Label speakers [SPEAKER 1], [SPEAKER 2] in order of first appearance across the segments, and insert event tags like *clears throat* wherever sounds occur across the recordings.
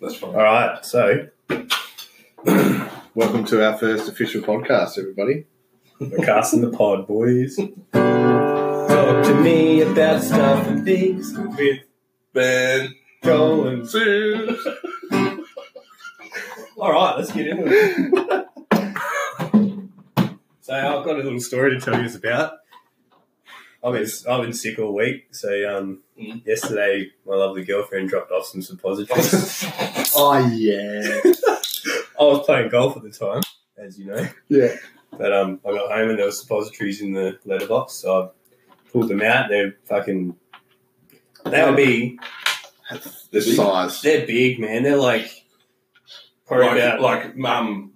[SPEAKER 1] That's fine.
[SPEAKER 2] All right, so
[SPEAKER 3] Welcome to our first official podcast, everybody.
[SPEAKER 2] we're casting the pod, boys.
[SPEAKER 4] Talk to me about stuff and things
[SPEAKER 1] With Ben.
[SPEAKER 4] going.
[SPEAKER 3] Cheers.
[SPEAKER 2] All right, let's get into it. so I've got a little story to tell you about. I've been, I've been sick all week, so um,
[SPEAKER 1] Mm.
[SPEAKER 2] yesterday my lovely girlfriend dropped off some suppositories.
[SPEAKER 1] *laughs*
[SPEAKER 3] Oh yeah.
[SPEAKER 2] *laughs* I was playing golf at the time, as you know.
[SPEAKER 3] Yeah.
[SPEAKER 2] But um, I got home and there were suppositories in the letterbox, so I pulled them out. They're fucking. They'll be.
[SPEAKER 3] The size.
[SPEAKER 2] They're big, man. They're like. Probably
[SPEAKER 1] like,
[SPEAKER 2] about.
[SPEAKER 1] like um,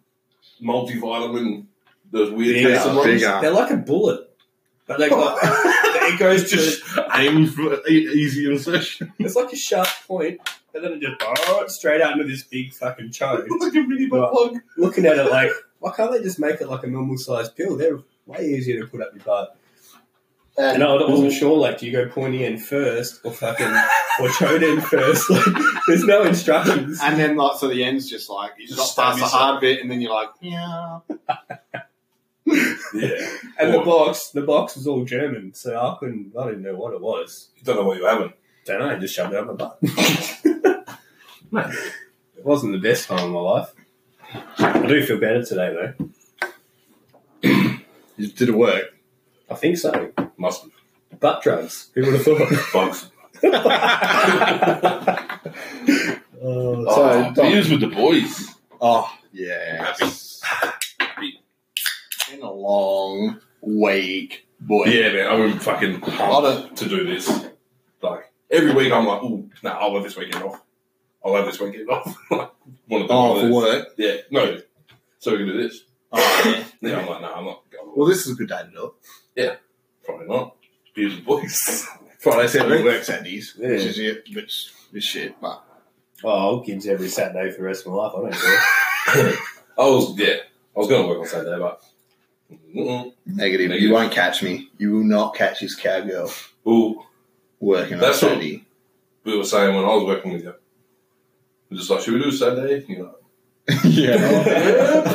[SPEAKER 1] multivitamin, those weird
[SPEAKER 2] Bigger,
[SPEAKER 1] tasting ones. *laughs*
[SPEAKER 3] bigger.
[SPEAKER 2] they're like a bullet. But they got. it goes
[SPEAKER 1] It's
[SPEAKER 2] just.
[SPEAKER 1] just aim for e- easy
[SPEAKER 3] *laughs*
[SPEAKER 1] insertion.
[SPEAKER 2] It's like a sharp point, and then it just oh, straight out into this big fucking chode.
[SPEAKER 1] like a mini butt plug.
[SPEAKER 2] Looking at it like, why can't they just make it like a normal sized pill? They're way easier to put up your butt. And I wasn't sure, like, do you go pointy end first or fucking or chode end first? *laughs* Like, there's no instructions.
[SPEAKER 3] And then like so the end's just like you
[SPEAKER 1] Just
[SPEAKER 3] just
[SPEAKER 1] stab
[SPEAKER 3] past the
[SPEAKER 1] yourself.
[SPEAKER 3] hard bit and then you're like, yeah.
[SPEAKER 1] Yeah.
[SPEAKER 2] And the box, the box was all German, so I couldn't, I didn't know what it was.
[SPEAKER 1] You *laughs* don't know what you're having.
[SPEAKER 2] Don't know, I just shoved it up my butt. *laughs* no, it wasn't the best time of my life. I do feel better today though.
[SPEAKER 3] You did it work.
[SPEAKER 2] I think so.
[SPEAKER 1] Must be.
[SPEAKER 2] Butt drugs. Who would have *laughs* thought?
[SPEAKER 3] *laughs*
[SPEAKER 1] Bugs.
[SPEAKER 2] Uh,
[SPEAKER 3] So,
[SPEAKER 1] Oh,
[SPEAKER 3] Dom-
[SPEAKER 1] beers with the boys.
[SPEAKER 3] Oh yeah. Been a long week, boy.
[SPEAKER 1] Yeah, man, I've been fucking
[SPEAKER 3] Love
[SPEAKER 1] pumped to do this. Like every week, I'm like, "Ooh, no, nah, I'll have this weekend off. I'll have this weekend off." *laughs* Like, wanna do
[SPEAKER 3] Oh,
[SPEAKER 1] all
[SPEAKER 3] for
[SPEAKER 1] this.
[SPEAKER 3] work.
[SPEAKER 1] Yeah, no. So we can do this.
[SPEAKER 3] Oh, yeah.
[SPEAKER 1] Yeah, I'm like, no, I'm not. going
[SPEAKER 3] *laughs* Well, this is a good day to do it.
[SPEAKER 1] Probably not. Beers with boys. *laughs*
[SPEAKER 3] Friday,
[SPEAKER 1] Saturday.
[SPEAKER 3] It works Andy's,
[SPEAKER 2] Yeah.
[SPEAKER 3] which is it, which is shit. But
[SPEAKER 2] oh, I'll gibbs every Saturday for the rest of my life. I don't care.
[SPEAKER 1] I was yeah, I was going to work on Saturday, but mm-mm.
[SPEAKER 3] negative,
[SPEAKER 1] Negative.
[SPEAKER 3] you won't catch me. You will not catch this cowgirl
[SPEAKER 1] ooh,
[SPEAKER 3] working *laughs*
[SPEAKER 1] That's
[SPEAKER 3] on
[SPEAKER 1] what-
[SPEAKER 3] Saturday.
[SPEAKER 1] we were saying when I was working with you, we're just like, should we do Saturday? And You're like,
[SPEAKER 3] I'm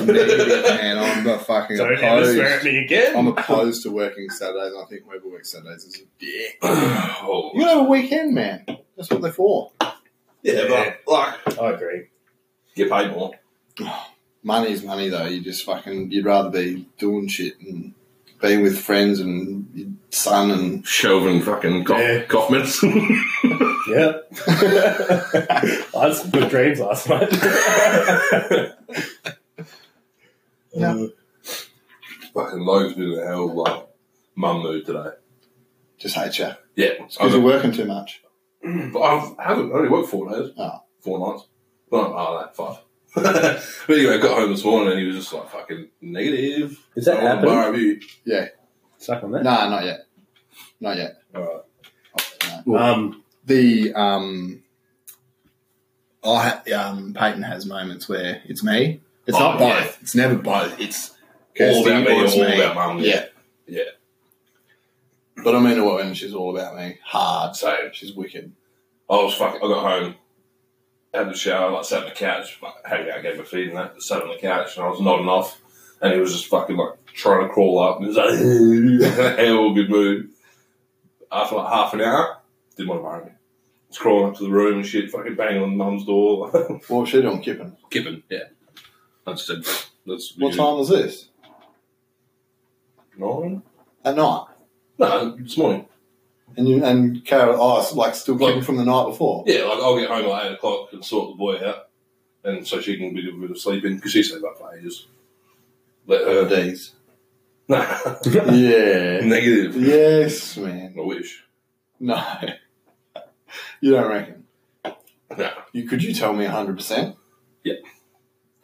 [SPEAKER 3] negative,
[SPEAKER 5] *laughs*
[SPEAKER 3] man.
[SPEAKER 1] *laughs*
[SPEAKER 3] I'm a fucking
[SPEAKER 2] Don't ever swear at
[SPEAKER 3] opposed.
[SPEAKER 2] me again.
[SPEAKER 3] I'm opposed to working Saturdays. I think whoever works Saturdays is a dick.
[SPEAKER 1] oh,
[SPEAKER 3] You have a weekend, man. That's what they're for.
[SPEAKER 1] yeah,
[SPEAKER 2] Yeah.
[SPEAKER 1] but like,
[SPEAKER 2] I agree.
[SPEAKER 1] get paid more.
[SPEAKER 3] Money's money, though. You just fucking. You'd rather be doing shit and being with friends and your son and.
[SPEAKER 1] Shelving fucking cough,
[SPEAKER 2] Yeah.
[SPEAKER 1] cough medicine. *laughs*
[SPEAKER 2] Yeah. *laughs* I had some good dreams last *laughs* night. Uh,
[SPEAKER 3] No.
[SPEAKER 1] fucking Logan's been in a hell of like mum mood today.
[SPEAKER 3] Just hate you
[SPEAKER 1] Yeah, I
[SPEAKER 3] because you're working too much.
[SPEAKER 1] *clears throat* But I've, I haven't. I only worked four days.
[SPEAKER 3] Oh.
[SPEAKER 1] Four nights. No, oh, no, five. *laughs* but anyway, I got home this morning and he was just like fucking negative.
[SPEAKER 2] Is that
[SPEAKER 1] I wanna
[SPEAKER 2] happening?
[SPEAKER 1] borrow you.
[SPEAKER 2] Suck on
[SPEAKER 3] No,
[SPEAKER 2] that.
[SPEAKER 3] not yet. Not yet.
[SPEAKER 1] Uh,
[SPEAKER 2] All
[SPEAKER 3] No.
[SPEAKER 2] right. *laughs* Um,
[SPEAKER 3] the um, I um, Peyton has moments where it's me. It's
[SPEAKER 1] Oh,
[SPEAKER 3] not both.
[SPEAKER 1] yeah.
[SPEAKER 3] It's never both. It's
[SPEAKER 1] All
[SPEAKER 3] Kirsty
[SPEAKER 1] about me,
[SPEAKER 3] or it's
[SPEAKER 1] all
[SPEAKER 3] me.
[SPEAKER 1] about mum.
[SPEAKER 3] Yeah,
[SPEAKER 1] Yeah.
[SPEAKER 3] But I mean a woman. She's all about me. Hard.
[SPEAKER 1] So
[SPEAKER 3] She's wicked.
[SPEAKER 1] I was fuck. I got home, had the shower, like sat on the couch, like, hanging out, gave my feed and that, but sat on the couch and I was nodding off, and he was just fucking like trying to crawl up. And it was like *laughs* hell good mood. After like half an hour, didn't want to borrow me. Was crawling up to the room and shit, fucking banging on mum's door. *laughs*
[SPEAKER 3] What was she doing, Kippen?
[SPEAKER 1] Gibbon, yeah. I just said that's
[SPEAKER 3] What time was this?
[SPEAKER 1] Nine?
[SPEAKER 3] At night.
[SPEAKER 1] No, this morning.
[SPEAKER 3] And you and Carol, oh, it's like still
[SPEAKER 1] Like-
[SPEAKER 3] Kippen from the night before.
[SPEAKER 1] Yeah, like I'll get home at eight o'clock and sort the boy out, and so she can be a bit of sleeping because she slept up for ages. Let
[SPEAKER 3] Her
[SPEAKER 1] her.
[SPEAKER 3] days.
[SPEAKER 1] *laughs* Nah, *laughs*
[SPEAKER 3] Yeah.
[SPEAKER 1] negative.
[SPEAKER 3] yes, man.
[SPEAKER 1] I wish.
[SPEAKER 3] No. you don't reckon?
[SPEAKER 1] No,
[SPEAKER 3] You could you tell me hundred percent?
[SPEAKER 1] Yeah.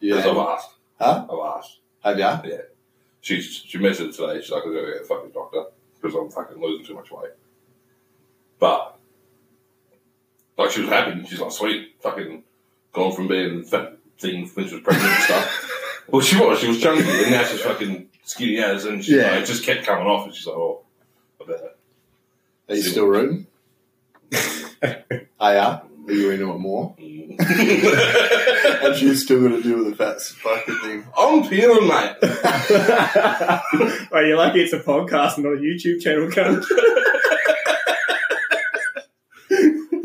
[SPEAKER 3] Yeah.
[SPEAKER 1] because I've asked.
[SPEAKER 3] Huh?
[SPEAKER 1] I've asked.
[SPEAKER 3] Have ya?
[SPEAKER 1] She's she messaged today. She's like, I'm gonna get a fucking doctor because I'm fucking losing too much weight. But like she was happy. She's like, sweet, fucking gone from being fat thing when she was pregnant and
[SPEAKER 3] *laughs*
[SPEAKER 1] stuff. Well, she was. She was chunky, and now she's fucking skinny as, and she
[SPEAKER 3] Yeah.
[SPEAKER 1] like, it just kept coming off. And she's like, oh, I better.
[SPEAKER 3] *laughs* Are you still rooting? I am. Are you into it more?
[SPEAKER 1] Mm. *laughs*
[SPEAKER 3] And she's still going to deal with the fat fucking thing.
[SPEAKER 1] I'm peeling, mate.
[SPEAKER 2] *laughs* Well, you're lucky it's a podcast and not a YouTube channel, cunt.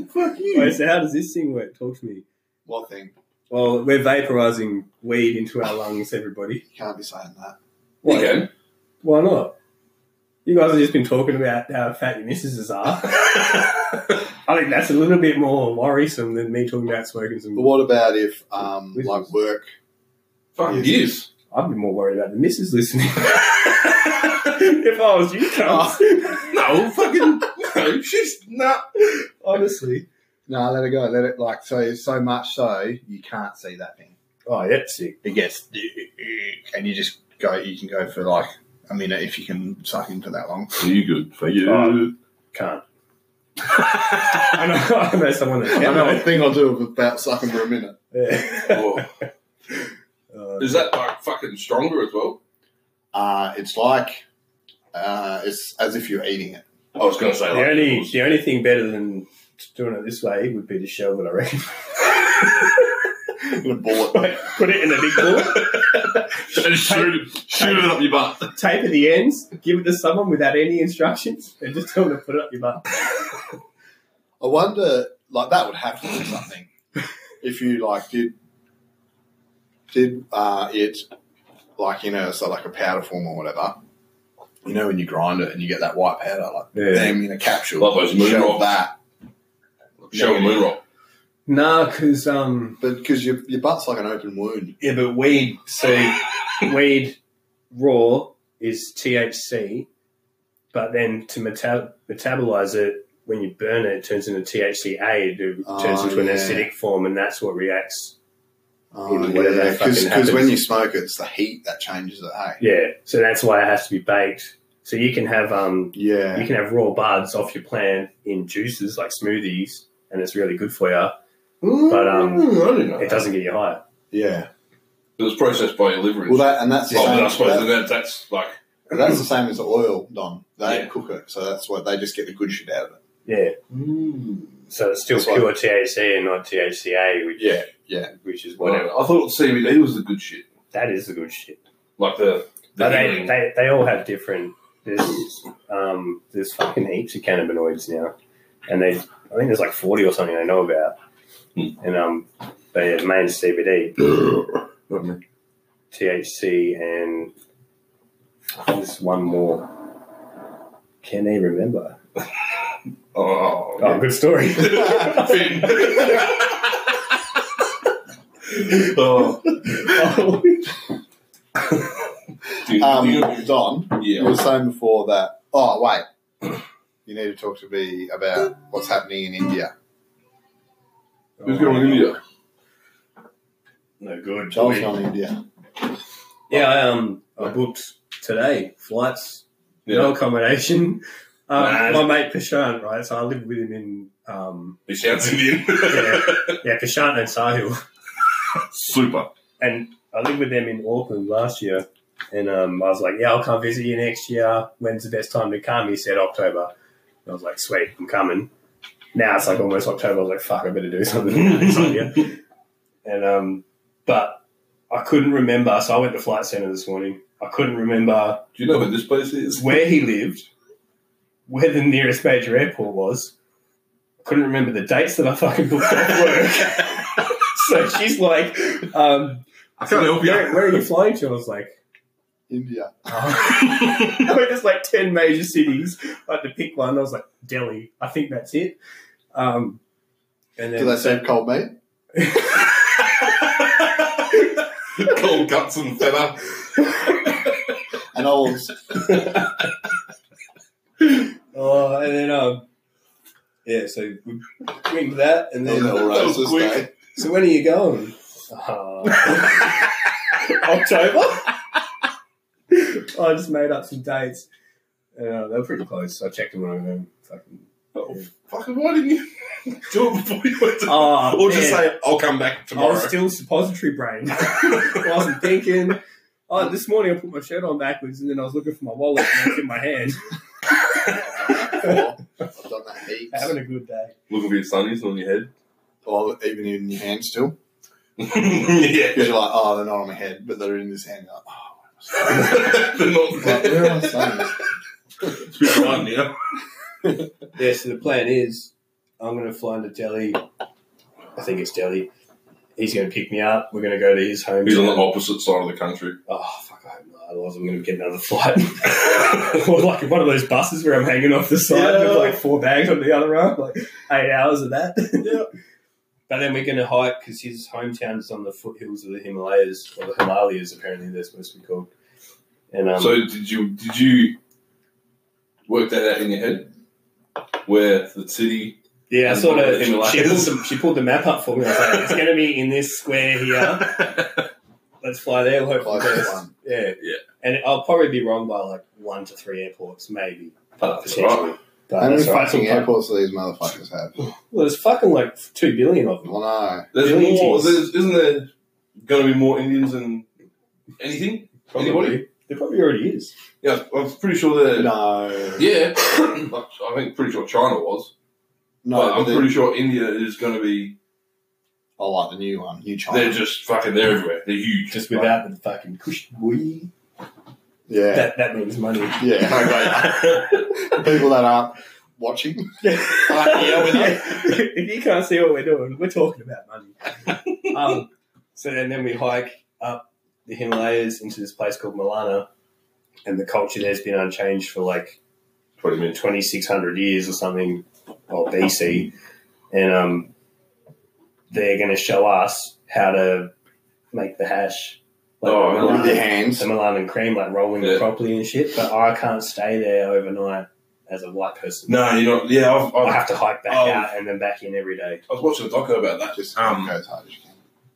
[SPEAKER 3] Fuck you.
[SPEAKER 2] Wait, so how does this thing work? Talk to me.
[SPEAKER 3] What thing?
[SPEAKER 2] Well, we're vaporizing weed into our lungs, everybody.
[SPEAKER 3] You can't be saying that.
[SPEAKER 1] You can.
[SPEAKER 2] Why not? You guys have just been talking about how fat your missuses are. *laughs* I think that's a little bit more worrisome than me talking about smoking some.
[SPEAKER 3] But what about if, um, like, work?
[SPEAKER 1] Fuck
[SPEAKER 3] Yes.
[SPEAKER 1] yes.
[SPEAKER 2] I'd be more worried about the missus listening. *laughs* if I was you, cunts. Oh.
[SPEAKER 1] No, fucking. *laughs* No, she's not.
[SPEAKER 2] *laughs* Honestly.
[SPEAKER 6] No, let it go. Let it like so so much so you can't see that thing.
[SPEAKER 2] Oh, yeah, sick.
[SPEAKER 6] It gets and you just go. You can go for like a minute if you can suck in for that long.
[SPEAKER 1] You good? Fuck you.
[SPEAKER 2] Oh. Can't. *laughs* I know, I know someone that
[SPEAKER 3] *laughs* I
[SPEAKER 2] can.
[SPEAKER 3] know a
[SPEAKER 2] though.
[SPEAKER 3] thing I'll do about sucking for a minute.
[SPEAKER 2] Yeah.
[SPEAKER 1] Oh.
[SPEAKER 2] Uh,
[SPEAKER 1] Is that like fucking stronger as well?
[SPEAKER 3] Uh, it's like, uh, it's as if you're eating it.
[SPEAKER 1] I was gonna say
[SPEAKER 2] The
[SPEAKER 1] like
[SPEAKER 2] only
[SPEAKER 1] it
[SPEAKER 2] the only thing better than doing it this way would be to shove it, I reckon.
[SPEAKER 3] *laughs*
[SPEAKER 2] *laughs*
[SPEAKER 3] In a bullet.
[SPEAKER 2] Like, put it in a big ball,
[SPEAKER 1] was- *laughs* and shoot, it- shoot it up your butt.
[SPEAKER 2] *laughs* tape at the ends, give it to someone without any instructions, and just tell them to put it up your butt.
[SPEAKER 3] I wonder, like, that would happen or something. If you, like, did, did, uh, it, like, you know, so like a powder form or whatever. You know, when you grind it and you get that white powder, like,
[SPEAKER 2] Yeah.
[SPEAKER 3] damn, in a capsule.
[SPEAKER 1] Love those moon
[SPEAKER 3] Shove
[SPEAKER 1] rocks.
[SPEAKER 3] that.
[SPEAKER 1] Show a moon rock.
[SPEAKER 2] Nah, because um,
[SPEAKER 3] But because your, your butt's like an open wound.
[SPEAKER 2] yeah, but weed. So weed raw is THC, but then to meta- metabolize it. When you burn it, it turns into THCA. It turns
[SPEAKER 3] Oh,
[SPEAKER 2] into an
[SPEAKER 3] yeah.
[SPEAKER 2] acidic form, and that's what reacts.
[SPEAKER 3] Oh,
[SPEAKER 2] Yeah, whatever that fucking
[SPEAKER 3] Because when
[SPEAKER 2] happens.
[SPEAKER 3] you smoke it, it's the heat that changes it, hey?
[SPEAKER 2] Yeah, so that's why it has to be baked. So you can have um,
[SPEAKER 3] Yeah.
[SPEAKER 2] You can have raw buds off your plant in juices like smoothies, and it's really good for you. But, um,
[SPEAKER 1] Mm, I didn't know.
[SPEAKER 2] It doesn't get you high.
[SPEAKER 3] Yeah.
[SPEAKER 1] It was processed by your liver. and
[SPEAKER 3] Well, that, and that's the
[SPEAKER 1] shit. oh,
[SPEAKER 3] same.
[SPEAKER 1] but I suppose
[SPEAKER 3] that-
[SPEAKER 1] that, that's like
[SPEAKER 3] that's the same as the oil, Don. They
[SPEAKER 1] Yeah.
[SPEAKER 3] cook it, so that's why they just get the good shit out of it.
[SPEAKER 2] Yeah,
[SPEAKER 1] Mm.
[SPEAKER 2] so it's still
[SPEAKER 3] That's
[SPEAKER 2] pure THC and not THCA, which
[SPEAKER 3] Yeah, yeah.
[SPEAKER 2] which is whatever.
[SPEAKER 1] whatever. I thought CBD was the good shit.
[SPEAKER 2] That is the good shit.
[SPEAKER 1] Like the the
[SPEAKER 2] But they,
[SPEAKER 1] healing-
[SPEAKER 2] they they all have different. There's um there's fucking heaps of cannabinoids now, and they I think there's like forty or something I know about, and um but yeah, main CBD, THC, and I think there's one more. Can they remember?
[SPEAKER 1] oh,
[SPEAKER 2] Oh, good story.
[SPEAKER 1] Finn. oh, dude,
[SPEAKER 3] Um,
[SPEAKER 1] dude.
[SPEAKER 3] Don, you
[SPEAKER 1] yeah.
[SPEAKER 3] were saying before that. Oh wait, *clears throat* you need to talk to me about what's happening in India.
[SPEAKER 1] Who's going to India?
[SPEAKER 2] No
[SPEAKER 1] *laughs*
[SPEAKER 2] good.
[SPEAKER 3] Joel's gone to India.
[SPEAKER 2] Yeah, I, um, I booked today flights, no accommodation. Um,
[SPEAKER 1] Nah.
[SPEAKER 2] My mate Prashant, right? So I live with him in um,
[SPEAKER 1] He sounds Indian. *laughs*
[SPEAKER 2] yeah, yeah, Prashant and Sahil,
[SPEAKER 1] Super.
[SPEAKER 2] and I lived with them in Auckland last year. And um, I was like, "Yeah, I'll come visit you next year. When's the best time to come?" He said October. And I was like, "Sweet, I'm coming." Now it's like almost October. I was like, "Fuck, I better do *laughs* something." It's like, yeah. and um, but I couldn't remember. So I went to flight center this morning. I couldn't remember
[SPEAKER 1] Do you know where this place is?
[SPEAKER 2] where he lived, where the nearest major airport was. Couldn't remember the dates that I fucking booked off work.
[SPEAKER 1] *laughs*
[SPEAKER 2] so she's like, um,
[SPEAKER 1] I can't help you.
[SPEAKER 2] Where, where are you flying to? I was like, "Oh."
[SPEAKER 3] India.
[SPEAKER 2] *laughs* there were just like 10 major cities. I had to pick one. I was like, Delhi. I think that's it. Um, and
[SPEAKER 3] Do
[SPEAKER 2] then
[SPEAKER 3] they serve cold meat?
[SPEAKER 1] *laughs* Cold cuts and feather.
[SPEAKER 3] And olives.
[SPEAKER 2] *laughs* Oh, and then um, yeah. So we drink that, and
[SPEAKER 3] They're all
[SPEAKER 2] then
[SPEAKER 1] *laughs* that was
[SPEAKER 3] racist,
[SPEAKER 1] quick.
[SPEAKER 3] eh?
[SPEAKER 2] so when are you going? Uh, *laughs* October. Oh, I just made up some dates. Uh, they were pretty close. I checked them when I went home. Fucking.
[SPEAKER 1] Oh, fucking, why didn't you do it before you went to
[SPEAKER 2] Oh,
[SPEAKER 1] Or just say, I'll come back
[SPEAKER 2] I
[SPEAKER 1] tomorrow.
[SPEAKER 2] was still suppository brain. *laughs* I wasn't thinking. Oh, this morning I put my shirt on backwards, and then I was looking for my wallet, and it's in my hand. *laughs*
[SPEAKER 3] "Oh, I've done that heaps.
[SPEAKER 2] Having a good day.
[SPEAKER 1] Looking for your sunnies on your head.
[SPEAKER 3] or even in your hand still.
[SPEAKER 1] *laughs* yeah.
[SPEAKER 3] Because you're like, oh, they're not on my head, but they're in this hand. You're like, oh,
[SPEAKER 1] They're not
[SPEAKER 3] like, where am I saying
[SPEAKER 1] *laughs*
[SPEAKER 3] this?
[SPEAKER 1] It's a bit hard now.
[SPEAKER 2] Yeah, so the plan is I'm going to fly into Delhi. I think it's Delhi. He's going to pick me up. We're going to go to his home.
[SPEAKER 1] He's on the opposite side of the country.
[SPEAKER 2] Oh, fuck, I hope not. Otherwise, I'm going to get another flight. *laughs* or like one of those buses where I'm hanging off the side with
[SPEAKER 1] Yeah.
[SPEAKER 2] like four bags on the other arm, like eight hours of that. *laughs*
[SPEAKER 1] Yeah.
[SPEAKER 2] But then we're going to hike because his hometown is on the foothills of the Himalayas, or the Himalayas, apparently they're supposed to be called. And um,
[SPEAKER 1] so did you did you work that out in your head? Where the city?
[SPEAKER 2] yeah, I sort of. She
[SPEAKER 1] Himalayas.
[SPEAKER 2] pulled, the, she pulled the map up for me. I was like, it's going to be in this square here. let's fly there. We'll hope for the
[SPEAKER 3] Closest
[SPEAKER 2] best.
[SPEAKER 3] one.
[SPEAKER 2] Yeah,
[SPEAKER 1] Yeah.
[SPEAKER 2] And I'll probably be wrong by like one to three airports, maybe
[SPEAKER 1] That's
[SPEAKER 2] potentially.
[SPEAKER 1] right.
[SPEAKER 2] But
[SPEAKER 3] How many
[SPEAKER 2] that's all right.
[SPEAKER 3] fucking
[SPEAKER 2] Sometimes-
[SPEAKER 3] airports do these motherfuckers have?
[SPEAKER 2] Well, there's fucking like two billion of them.
[SPEAKER 3] Well, no.
[SPEAKER 1] There's
[SPEAKER 2] Millions.
[SPEAKER 1] more. There's, isn't there going to be more Indians than anything? Anybody?
[SPEAKER 2] there probably already is.
[SPEAKER 1] Yeah, I'm pretty sure there.
[SPEAKER 3] No.
[SPEAKER 1] Yeah, *coughs* I think pretty sure China was,
[SPEAKER 3] No,
[SPEAKER 1] but I'm
[SPEAKER 3] but they-
[SPEAKER 1] pretty sure India is going to be.
[SPEAKER 3] I like the new one, new China.
[SPEAKER 1] They're just fucking. They're everywhere. They're huge.
[SPEAKER 2] Just without the fucking cushion wee.
[SPEAKER 3] yeah.
[SPEAKER 1] *laughs*
[SPEAKER 2] That that means *laughs* money.
[SPEAKER 3] yeah. People that aren't watching. Alright, yeah, we're
[SPEAKER 2] *laughs*
[SPEAKER 3] not-
[SPEAKER 2] if you can't see what we're doing, we're talking about money. *laughs* um, so then, then we hike up the Himalayas into this place called Milana, and the culture there's been unchanged for like
[SPEAKER 1] Twenty minutes.
[SPEAKER 2] 2600 years or something, or BC, and um, they're going to show us how to make the hash. Like
[SPEAKER 1] Oh,
[SPEAKER 2] the,
[SPEAKER 3] With
[SPEAKER 2] Milan,
[SPEAKER 3] their
[SPEAKER 2] the
[SPEAKER 3] hands.
[SPEAKER 2] Milan and cream, like rolling
[SPEAKER 1] Yeah.
[SPEAKER 2] it properly and shit, but I can't stay there overnight as a white person.
[SPEAKER 1] No, you're not. Yeah, I've,
[SPEAKER 2] I
[SPEAKER 1] I've,
[SPEAKER 2] have to hike back
[SPEAKER 1] Oh.
[SPEAKER 2] out and then back in every day.
[SPEAKER 1] I was watching a doco about that.
[SPEAKER 3] Just
[SPEAKER 1] Just um,
[SPEAKER 3] go as hard as you can.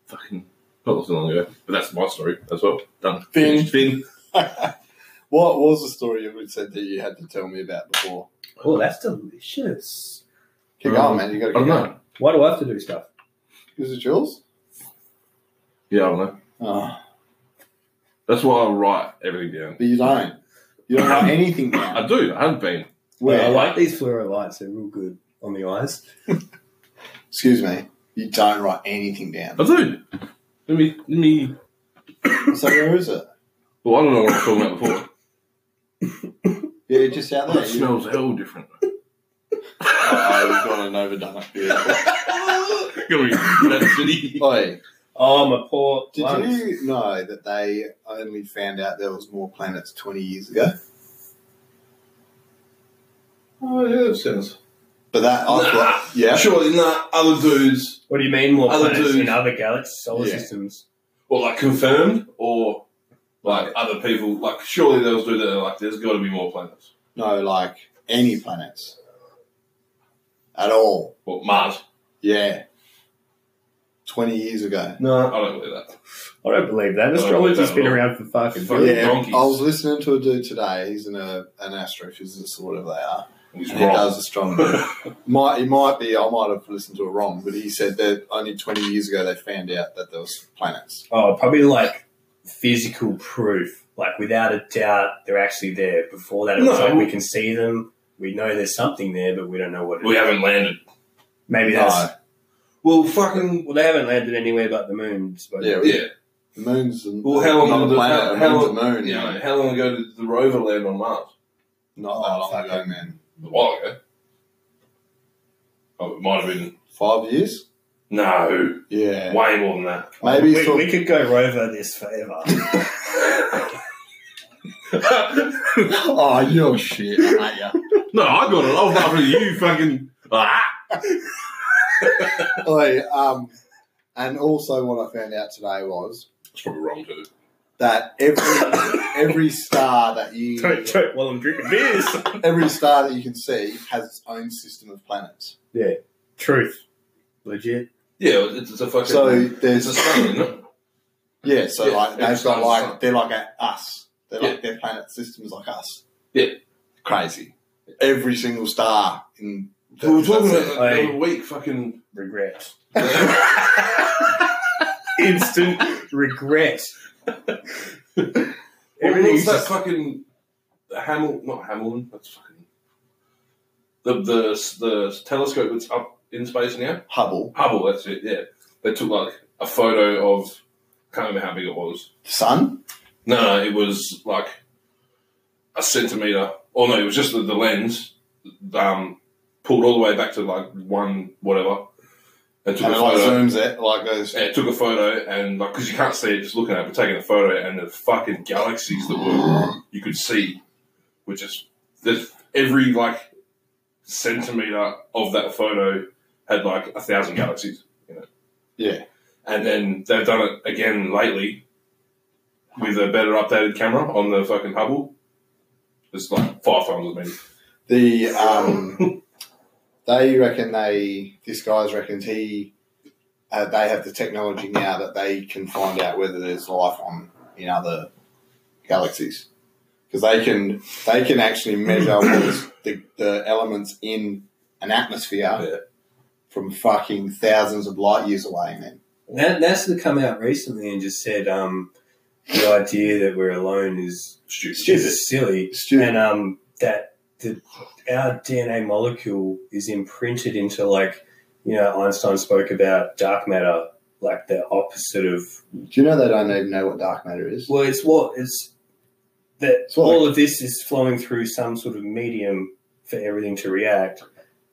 [SPEAKER 1] fucking not so long ago, but that's my story as well. Done.
[SPEAKER 3] Bing.
[SPEAKER 1] Bing.
[SPEAKER 3] *laughs* What was the story you would said that you had to tell me about before?
[SPEAKER 2] Oh, that's delicious.
[SPEAKER 3] Keep
[SPEAKER 1] Um,
[SPEAKER 3] going, man. You got
[SPEAKER 1] I
[SPEAKER 3] to
[SPEAKER 1] don't
[SPEAKER 3] keep going.
[SPEAKER 1] know.
[SPEAKER 2] Why do I have to do stuff?
[SPEAKER 3] Is it yours?
[SPEAKER 1] Yeah, I don't know.
[SPEAKER 3] Oh,
[SPEAKER 1] That's why I write everything down.
[SPEAKER 3] but you don't. You don't
[SPEAKER 1] *coughs*
[SPEAKER 3] have anything now.
[SPEAKER 1] I do. I haven't been.
[SPEAKER 3] Where?
[SPEAKER 2] I like these fluoro lights. They're real good on the eyes.
[SPEAKER 3] Excuse me. You don't write anything down.
[SPEAKER 1] I do. Let me. Let me.
[SPEAKER 3] So where is it?
[SPEAKER 1] Well, I don't know what I was talking about before.
[SPEAKER 3] Yeah, just
[SPEAKER 1] *laughs*
[SPEAKER 3] out there.
[SPEAKER 1] That
[SPEAKER 3] You-
[SPEAKER 1] smells hell *laughs* different.
[SPEAKER 3] Oh, we've gone and overdone it. Yeah.
[SPEAKER 1] Gonna be that city.
[SPEAKER 3] Oi,
[SPEAKER 2] Oh, my poor.
[SPEAKER 3] did
[SPEAKER 2] lungs.
[SPEAKER 3] you know that they only found out there was more planets 20 years ago?
[SPEAKER 1] Oh yeah, that sounds.
[SPEAKER 3] But that, I
[SPEAKER 1] *laughs*
[SPEAKER 3] thought, yeah.
[SPEAKER 1] Surely not other dudes.
[SPEAKER 2] What do you mean more
[SPEAKER 1] Other
[SPEAKER 2] planets
[SPEAKER 1] dudes.
[SPEAKER 2] in other galaxies, solar
[SPEAKER 3] Yeah.
[SPEAKER 2] systems?
[SPEAKER 1] Or like confirmed, or like other people. Like surely there was dudes that are like, there's got to be more planets.
[SPEAKER 3] No, like any planets. At all.
[SPEAKER 1] Well, Mars.
[SPEAKER 3] Yeah. 20 years ago.
[SPEAKER 1] I
[SPEAKER 2] No,
[SPEAKER 1] don't believe that.
[SPEAKER 2] I don't believe that.
[SPEAKER 1] don't
[SPEAKER 2] Astrology's
[SPEAKER 1] believe that
[SPEAKER 2] been
[SPEAKER 1] at all.
[SPEAKER 2] around for fucking.
[SPEAKER 1] Fuck. Fucking
[SPEAKER 3] yeah,
[SPEAKER 1] donkeys.
[SPEAKER 3] I was listening to a dude today. He's an, uh, an astrophysicist or whatever they are.
[SPEAKER 1] He's
[SPEAKER 3] And he does
[SPEAKER 1] wrong.
[SPEAKER 3] astronomy.
[SPEAKER 1] *laughs*
[SPEAKER 3] might, he might be, I might have listened to it wrong, but he said that only 20 years ago they found out that there was planets.
[SPEAKER 2] Oh, probably like physical proof, like without a doubt, they're actually there. Before that, it was
[SPEAKER 1] No.
[SPEAKER 2] like we can see them. We know there's something there, but we don't know what it
[SPEAKER 1] We
[SPEAKER 2] is.
[SPEAKER 1] haven't landed.
[SPEAKER 2] Maybe
[SPEAKER 3] No.
[SPEAKER 2] that's
[SPEAKER 1] Well, fucking.
[SPEAKER 2] well, they haven't landed anywhere but the moon. So
[SPEAKER 3] Yeah, we-
[SPEAKER 1] Yeah.
[SPEAKER 3] The moon's an,
[SPEAKER 1] Well, how long
[SPEAKER 3] another
[SPEAKER 1] did the-
[SPEAKER 3] planet.
[SPEAKER 1] how-
[SPEAKER 3] the
[SPEAKER 1] how
[SPEAKER 3] moon's
[SPEAKER 1] long-
[SPEAKER 3] a moon.
[SPEAKER 1] You know, how long ago did the rover land on Mars?
[SPEAKER 3] Not that long ago, man.
[SPEAKER 1] A while ago. Oh, it might have been.
[SPEAKER 3] Five years?
[SPEAKER 1] No,
[SPEAKER 3] Yeah.
[SPEAKER 1] way more than that.
[SPEAKER 3] Maybe
[SPEAKER 2] we,
[SPEAKER 3] it's all-
[SPEAKER 2] we could go rover this forever. *laughs*
[SPEAKER 3] *laughs* Oh, you're shit, aren't
[SPEAKER 1] *laughs*
[SPEAKER 3] you?
[SPEAKER 1] no, I got it. I was laughing at you, fucking. Ah!
[SPEAKER 3] Oi, um, and also what I found out today was
[SPEAKER 1] That's probably wrong too.
[SPEAKER 3] that
[SPEAKER 1] *coughs*
[SPEAKER 3] every every star that you
[SPEAKER 2] don't joke while I'm drinking beers.
[SPEAKER 3] every star that you can see has its own system of planets.
[SPEAKER 2] Truth, legit.
[SPEAKER 1] Yeah, it's, it's a fucking.
[SPEAKER 3] So
[SPEAKER 1] it's a
[SPEAKER 3] there's
[SPEAKER 1] sun, isn't it?
[SPEAKER 3] yeah, so
[SPEAKER 1] Yeah,
[SPEAKER 3] like they've
[SPEAKER 1] it's
[SPEAKER 3] got
[SPEAKER 1] like
[SPEAKER 3] like
[SPEAKER 1] sun.
[SPEAKER 3] they're like a, us. They're like their planet system's like us.
[SPEAKER 1] Yeah.
[SPEAKER 3] Crazy. Every single star in
[SPEAKER 1] We were talking about that
[SPEAKER 3] that's
[SPEAKER 1] the
[SPEAKER 2] Hey.
[SPEAKER 1] other week,
[SPEAKER 2] *laughs*
[SPEAKER 1] fucking.
[SPEAKER 2] Regret. Instant regret.
[SPEAKER 1] Everything's
[SPEAKER 2] Everything's
[SPEAKER 1] that
[SPEAKER 2] just
[SPEAKER 1] fucking Hamilton, not Hamilton. That's fucking the the the telescope that's up in space now?
[SPEAKER 3] Hubble,
[SPEAKER 1] Hubble, that's it, yeah. They took like a photo of, can't remember how big it was.
[SPEAKER 3] sun.
[SPEAKER 1] No, no, it was like a centimeter. Oh no, it was just the, the lens um, pulled all the way back to like one whatever, and took
[SPEAKER 3] And
[SPEAKER 1] a
[SPEAKER 3] it like
[SPEAKER 1] photo.
[SPEAKER 3] zooms it like goes.
[SPEAKER 1] Yeah, it took a photo and like because you can't see it just looking at it, but taking a photo and the fucking galaxies that were you could see, which is there's every like centimeter of that photo had like a thousand galaxies in it.
[SPEAKER 3] Yeah.
[SPEAKER 1] and then they've done it again lately with a better updated camera on the fucking Hubble. It's like five times as many.
[SPEAKER 3] The um, *laughs* they reckon they this guy's reckons he uh, they have the technology now that they can find out whether there's life on in other galaxies because they can they can actually *coughs* measure what's the, the elements in an atmosphere
[SPEAKER 1] Yeah.
[SPEAKER 3] from fucking thousands of light years away, man.
[SPEAKER 2] That, NASA come out recently and just said um, the idea that we're alone is
[SPEAKER 1] Stupid.
[SPEAKER 2] is silly,
[SPEAKER 3] Stupid.
[SPEAKER 2] and um, that the, our DNA molecule is imprinted into like you know Einstein spoke about dark matter, like the opposite of
[SPEAKER 3] Do you know they don't even know what dark matter is?
[SPEAKER 2] well, it's what it's that
[SPEAKER 3] It's what-
[SPEAKER 2] all of this is flowing through some sort of medium for everything to react,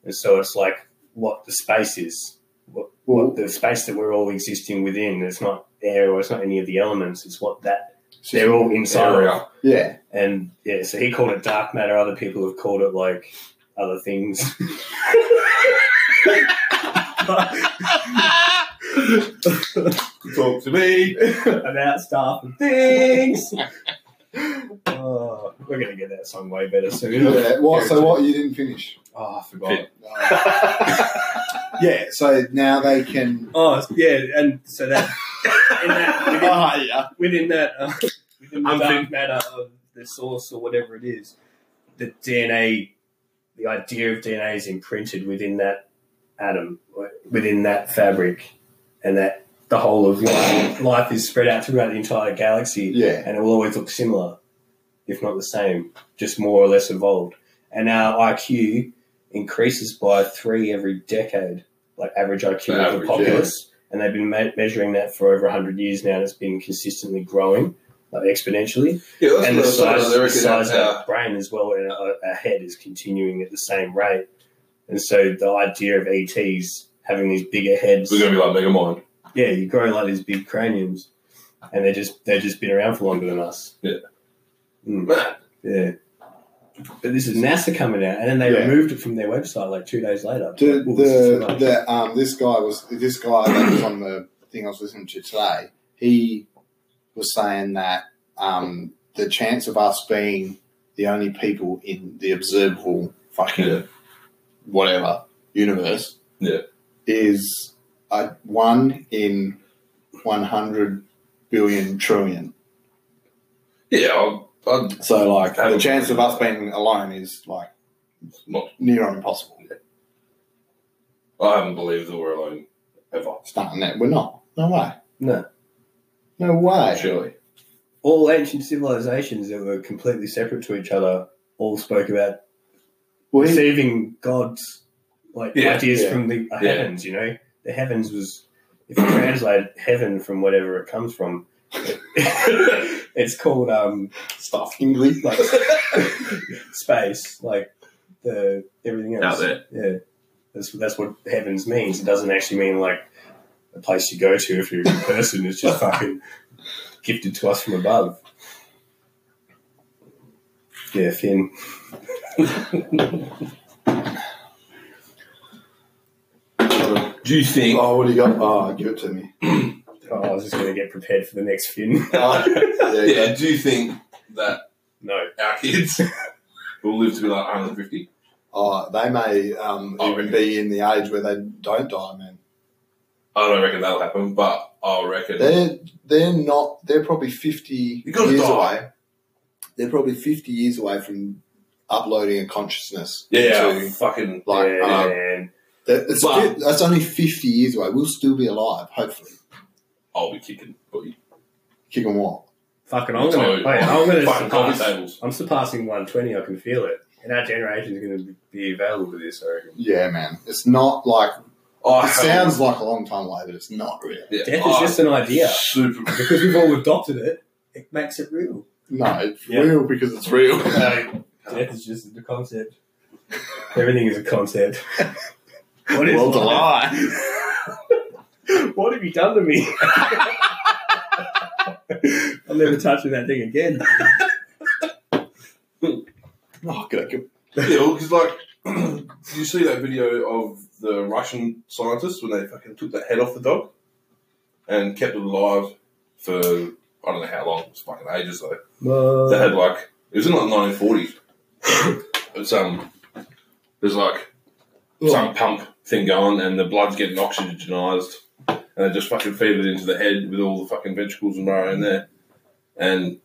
[SPEAKER 2] and so it's like what the space is, what, what the space that we're all existing within. It's not air or it's not any of the elements. It's what that they're all inside of.
[SPEAKER 1] area.
[SPEAKER 3] Yeah,
[SPEAKER 2] And yeah, so he called it dark matter. Other people have called it like other
[SPEAKER 3] *laughs*
[SPEAKER 2] things.
[SPEAKER 1] Talk to me.
[SPEAKER 2] about stuff and
[SPEAKER 3] *laughs*
[SPEAKER 2] things. oh, we're gonna get that song way better soon.
[SPEAKER 3] yeah. What, so what? You didn't finish.
[SPEAKER 2] Oh, I forgot.
[SPEAKER 1] Fit.
[SPEAKER 3] *laughs* yeah. So now they can.
[SPEAKER 2] Oh yeah, and so that in that within,
[SPEAKER 3] Ah, yeah.
[SPEAKER 2] within that uh, within the
[SPEAKER 1] I'm
[SPEAKER 2] dark
[SPEAKER 1] thinking-
[SPEAKER 2] matter of the source or whatever it is, the DNA, the idea of DNA is imprinted within that atom, within that fabric, and that the whole of life, life is spread out throughout the entire galaxy.
[SPEAKER 3] Yeah.
[SPEAKER 2] and it will always look similar, if not the same, just more or less evolved. And our IQ increases by three every decade, like average IQ
[SPEAKER 1] The
[SPEAKER 2] of
[SPEAKER 1] average,
[SPEAKER 2] the populace. And they've been me- measuring that for over 100 years now, and it's been consistently growing like exponentially.
[SPEAKER 1] *laughs* Yeah, that's
[SPEAKER 2] and the
[SPEAKER 1] what I was saying,
[SPEAKER 2] size,
[SPEAKER 1] they
[SPEAKER 2] the
[SPEAKER 1] reckon
[SPEAKER 2] size of
[SPEAKER 1] our-
[SPEAKER 2] our brain as well, and our, our head is continuing at the same rate. And so the idea of ETs having these bigger heads
[SPEAKER 1] We're gonna be like Megamind.
[SPEAKER 2] yeah, you grow like these big craniums, and they just they've just been around for longer than us.
[SPEAKER 1] Yeah.
[SPEAKER 2] Mm,
[SPEAKER 1] Man,
[SPEAKER 2] yeah. But this is NASA coming out, and then they
[SPEAKER 3] Yeah.
[SPEAKER 2] removed it from their website like two days later.
[SPEAKER 3] The,
[SPEAKER 2] Like, "Ooh, this is too
[SPEAKER 3] the,
[SPEAKER 2] much."
[SPEAKER 3] the um, this guy was this guy that was on the thing I was listening to today. He was saying that um, the chance of us being the only people in the observable fucking
[SPEAKER 1] Yeah.
[SPEAKER 3] whatever universe,
[SPEAKER 1] Yeah.
[SPEAKER 3] is uh one in one hundred billion trillion.
[SPEAKER 1] Yeah, I'll, I'll
[SPEAKER 3] So like the chance of us being alone is like
[SPEAKER 1] Not-
[SPEAKER 3] near on impossible.
[SPEAKER 1] I haven't believed that we're alone ever.
[SPEAKER 3] Starting that we're not. No way.
[SPEAKER 2] No.
[SPEAKER 3] No way.
[SPEAKER 1] Surely.
[SPEAKER 2] all ancient civilizations that were completely separate to each other all spoke about
[SPEAKER 3] Well, he-
[SPEAKER 2] receiving God's like
[SPEAKER 1] Yeah,
[SPEAKER 2] ideas
[SPEAKER 3] yeah.
[SPEAKER 2] from the heavens. You know, the heavens was if you translate heaven from whatever it comes from, *laughs* it's called um
[SPEAKER 3] stuff. English.
[SPEAKER 2] like *laughs* space, like the everything else.
[SPEAKER 1] Out there.
[SPEAKER 2] Yeah, that's that's what heavens means. It doesn't actually mean like a place you go to if you're a good person. It's just fucking gifted to us from above. Yeah, Finn.
[SPEAKER 1] Do you think?
[SPEAKER 3] Oh, what do you got? Oh, give it to me.
[SPEAKER 2] Oh, I was just going to get prepared for the next Finn.
[SPEAKER 3] Oh, yeah,
[SPEAKER 1] *laughs* *laughs* yeah, do you think that
[SPEAKER 2] *laughs* no,
[SPEAKER 1] our kids *laughs* will live to be like 150?
[SPEAKER 3] Oh, they may um,
[SPEAKER 1] Oh,
[SPEAKER 3] even
[SPEAKER 1] really?
[SPEAKER 3] be in the age where they don't die, man.
[SPEAKER 1] I don't reckon that'll happen, but I reckon.
[SPEAKER 3] They're they're not. They're probably fifty
[SPEAKER 1] You gotta
[SPEAKER 3] years
[SPEAKER 1] die.
[SPEAKER 3] away. They're probably fifty years away from uploading a consciousness.
[SPEAKER 1] yeah,
[SPEAKER 3] into,
[SPEAKER 1] fucking.
[SPEAKER 3] like
[SPEAKER 2] yeah,
[SPEAKER 3] um,
[SPEAKER 2] man.
[SPEAKER 3] that- it's
[SPEAKER 1] But-
[SPEAKER 3] fif- that's only fifty years away. We'll still be alive, hopefully.
[SPEAKER 1] I'll be kicking. booty.
[SPEAKER 3] Kick and what?
[SPEAKER 2] fucking, I'm gonna,
[SPEAKER 1] Toad
[SPEAKER 2] wait,
[SPEAKER 1] on
[SPEAKER 2] I'm gonna
[SPEAKER 1] fucking coffee
[SPEAKER 2] surpass.
[SPEAKER 1] tables.
[SPEAKER 2] I'm surpassing 120. I can feel it. And our generation is going to be available to this, I reckon.
[SPEAKER 3] Yeah, man. It's not like
[SPEAKER 1] Oh, I
[SPEAKER 3] it sounds like a long time away, but it's not really.
[SPEAKER 1] yeah,
[SPEAKER 2] Death
[SPEAKER 1] oh,
[SPEAKER 2] is just an idea.
[SPEAKER 1] Super.
[SPEAKER 2] Because we've all adopted it, it makes it real.
[SPEAKER 3] No, it's
[SPEAKER 2] Yeah.
[SPEAKER 3] real because it's real.
[SPEAKER 2] Death is just a concept. *laughs* Everything is a concept. What is
[SPEAKER 3] World's a
[SPEAKER 2] life? *laughs*
[SPEAKER 3] lie.
[SPEAKER 2] What have you done to me? *laughs* I'm never touching that thing
[SPEAKER 3] *laughs*
[SPEAKER 2] again.
[SPEAKER 3] *laughs* Oh, good. good.
[SPEAKER 1] Yeah, because like, *clears throat* did you see that video of the Russian scientists when they fucking took the head off the dog and kept it alive for I don't know how long, it was fucking ages though. They had like it was in like nineteen forties. *coughs* It's um, there's like some pump thing going, and the blood's getting oxygenized, and they just fucking feed it into the head with all the fucking ventricles and marrow in there, and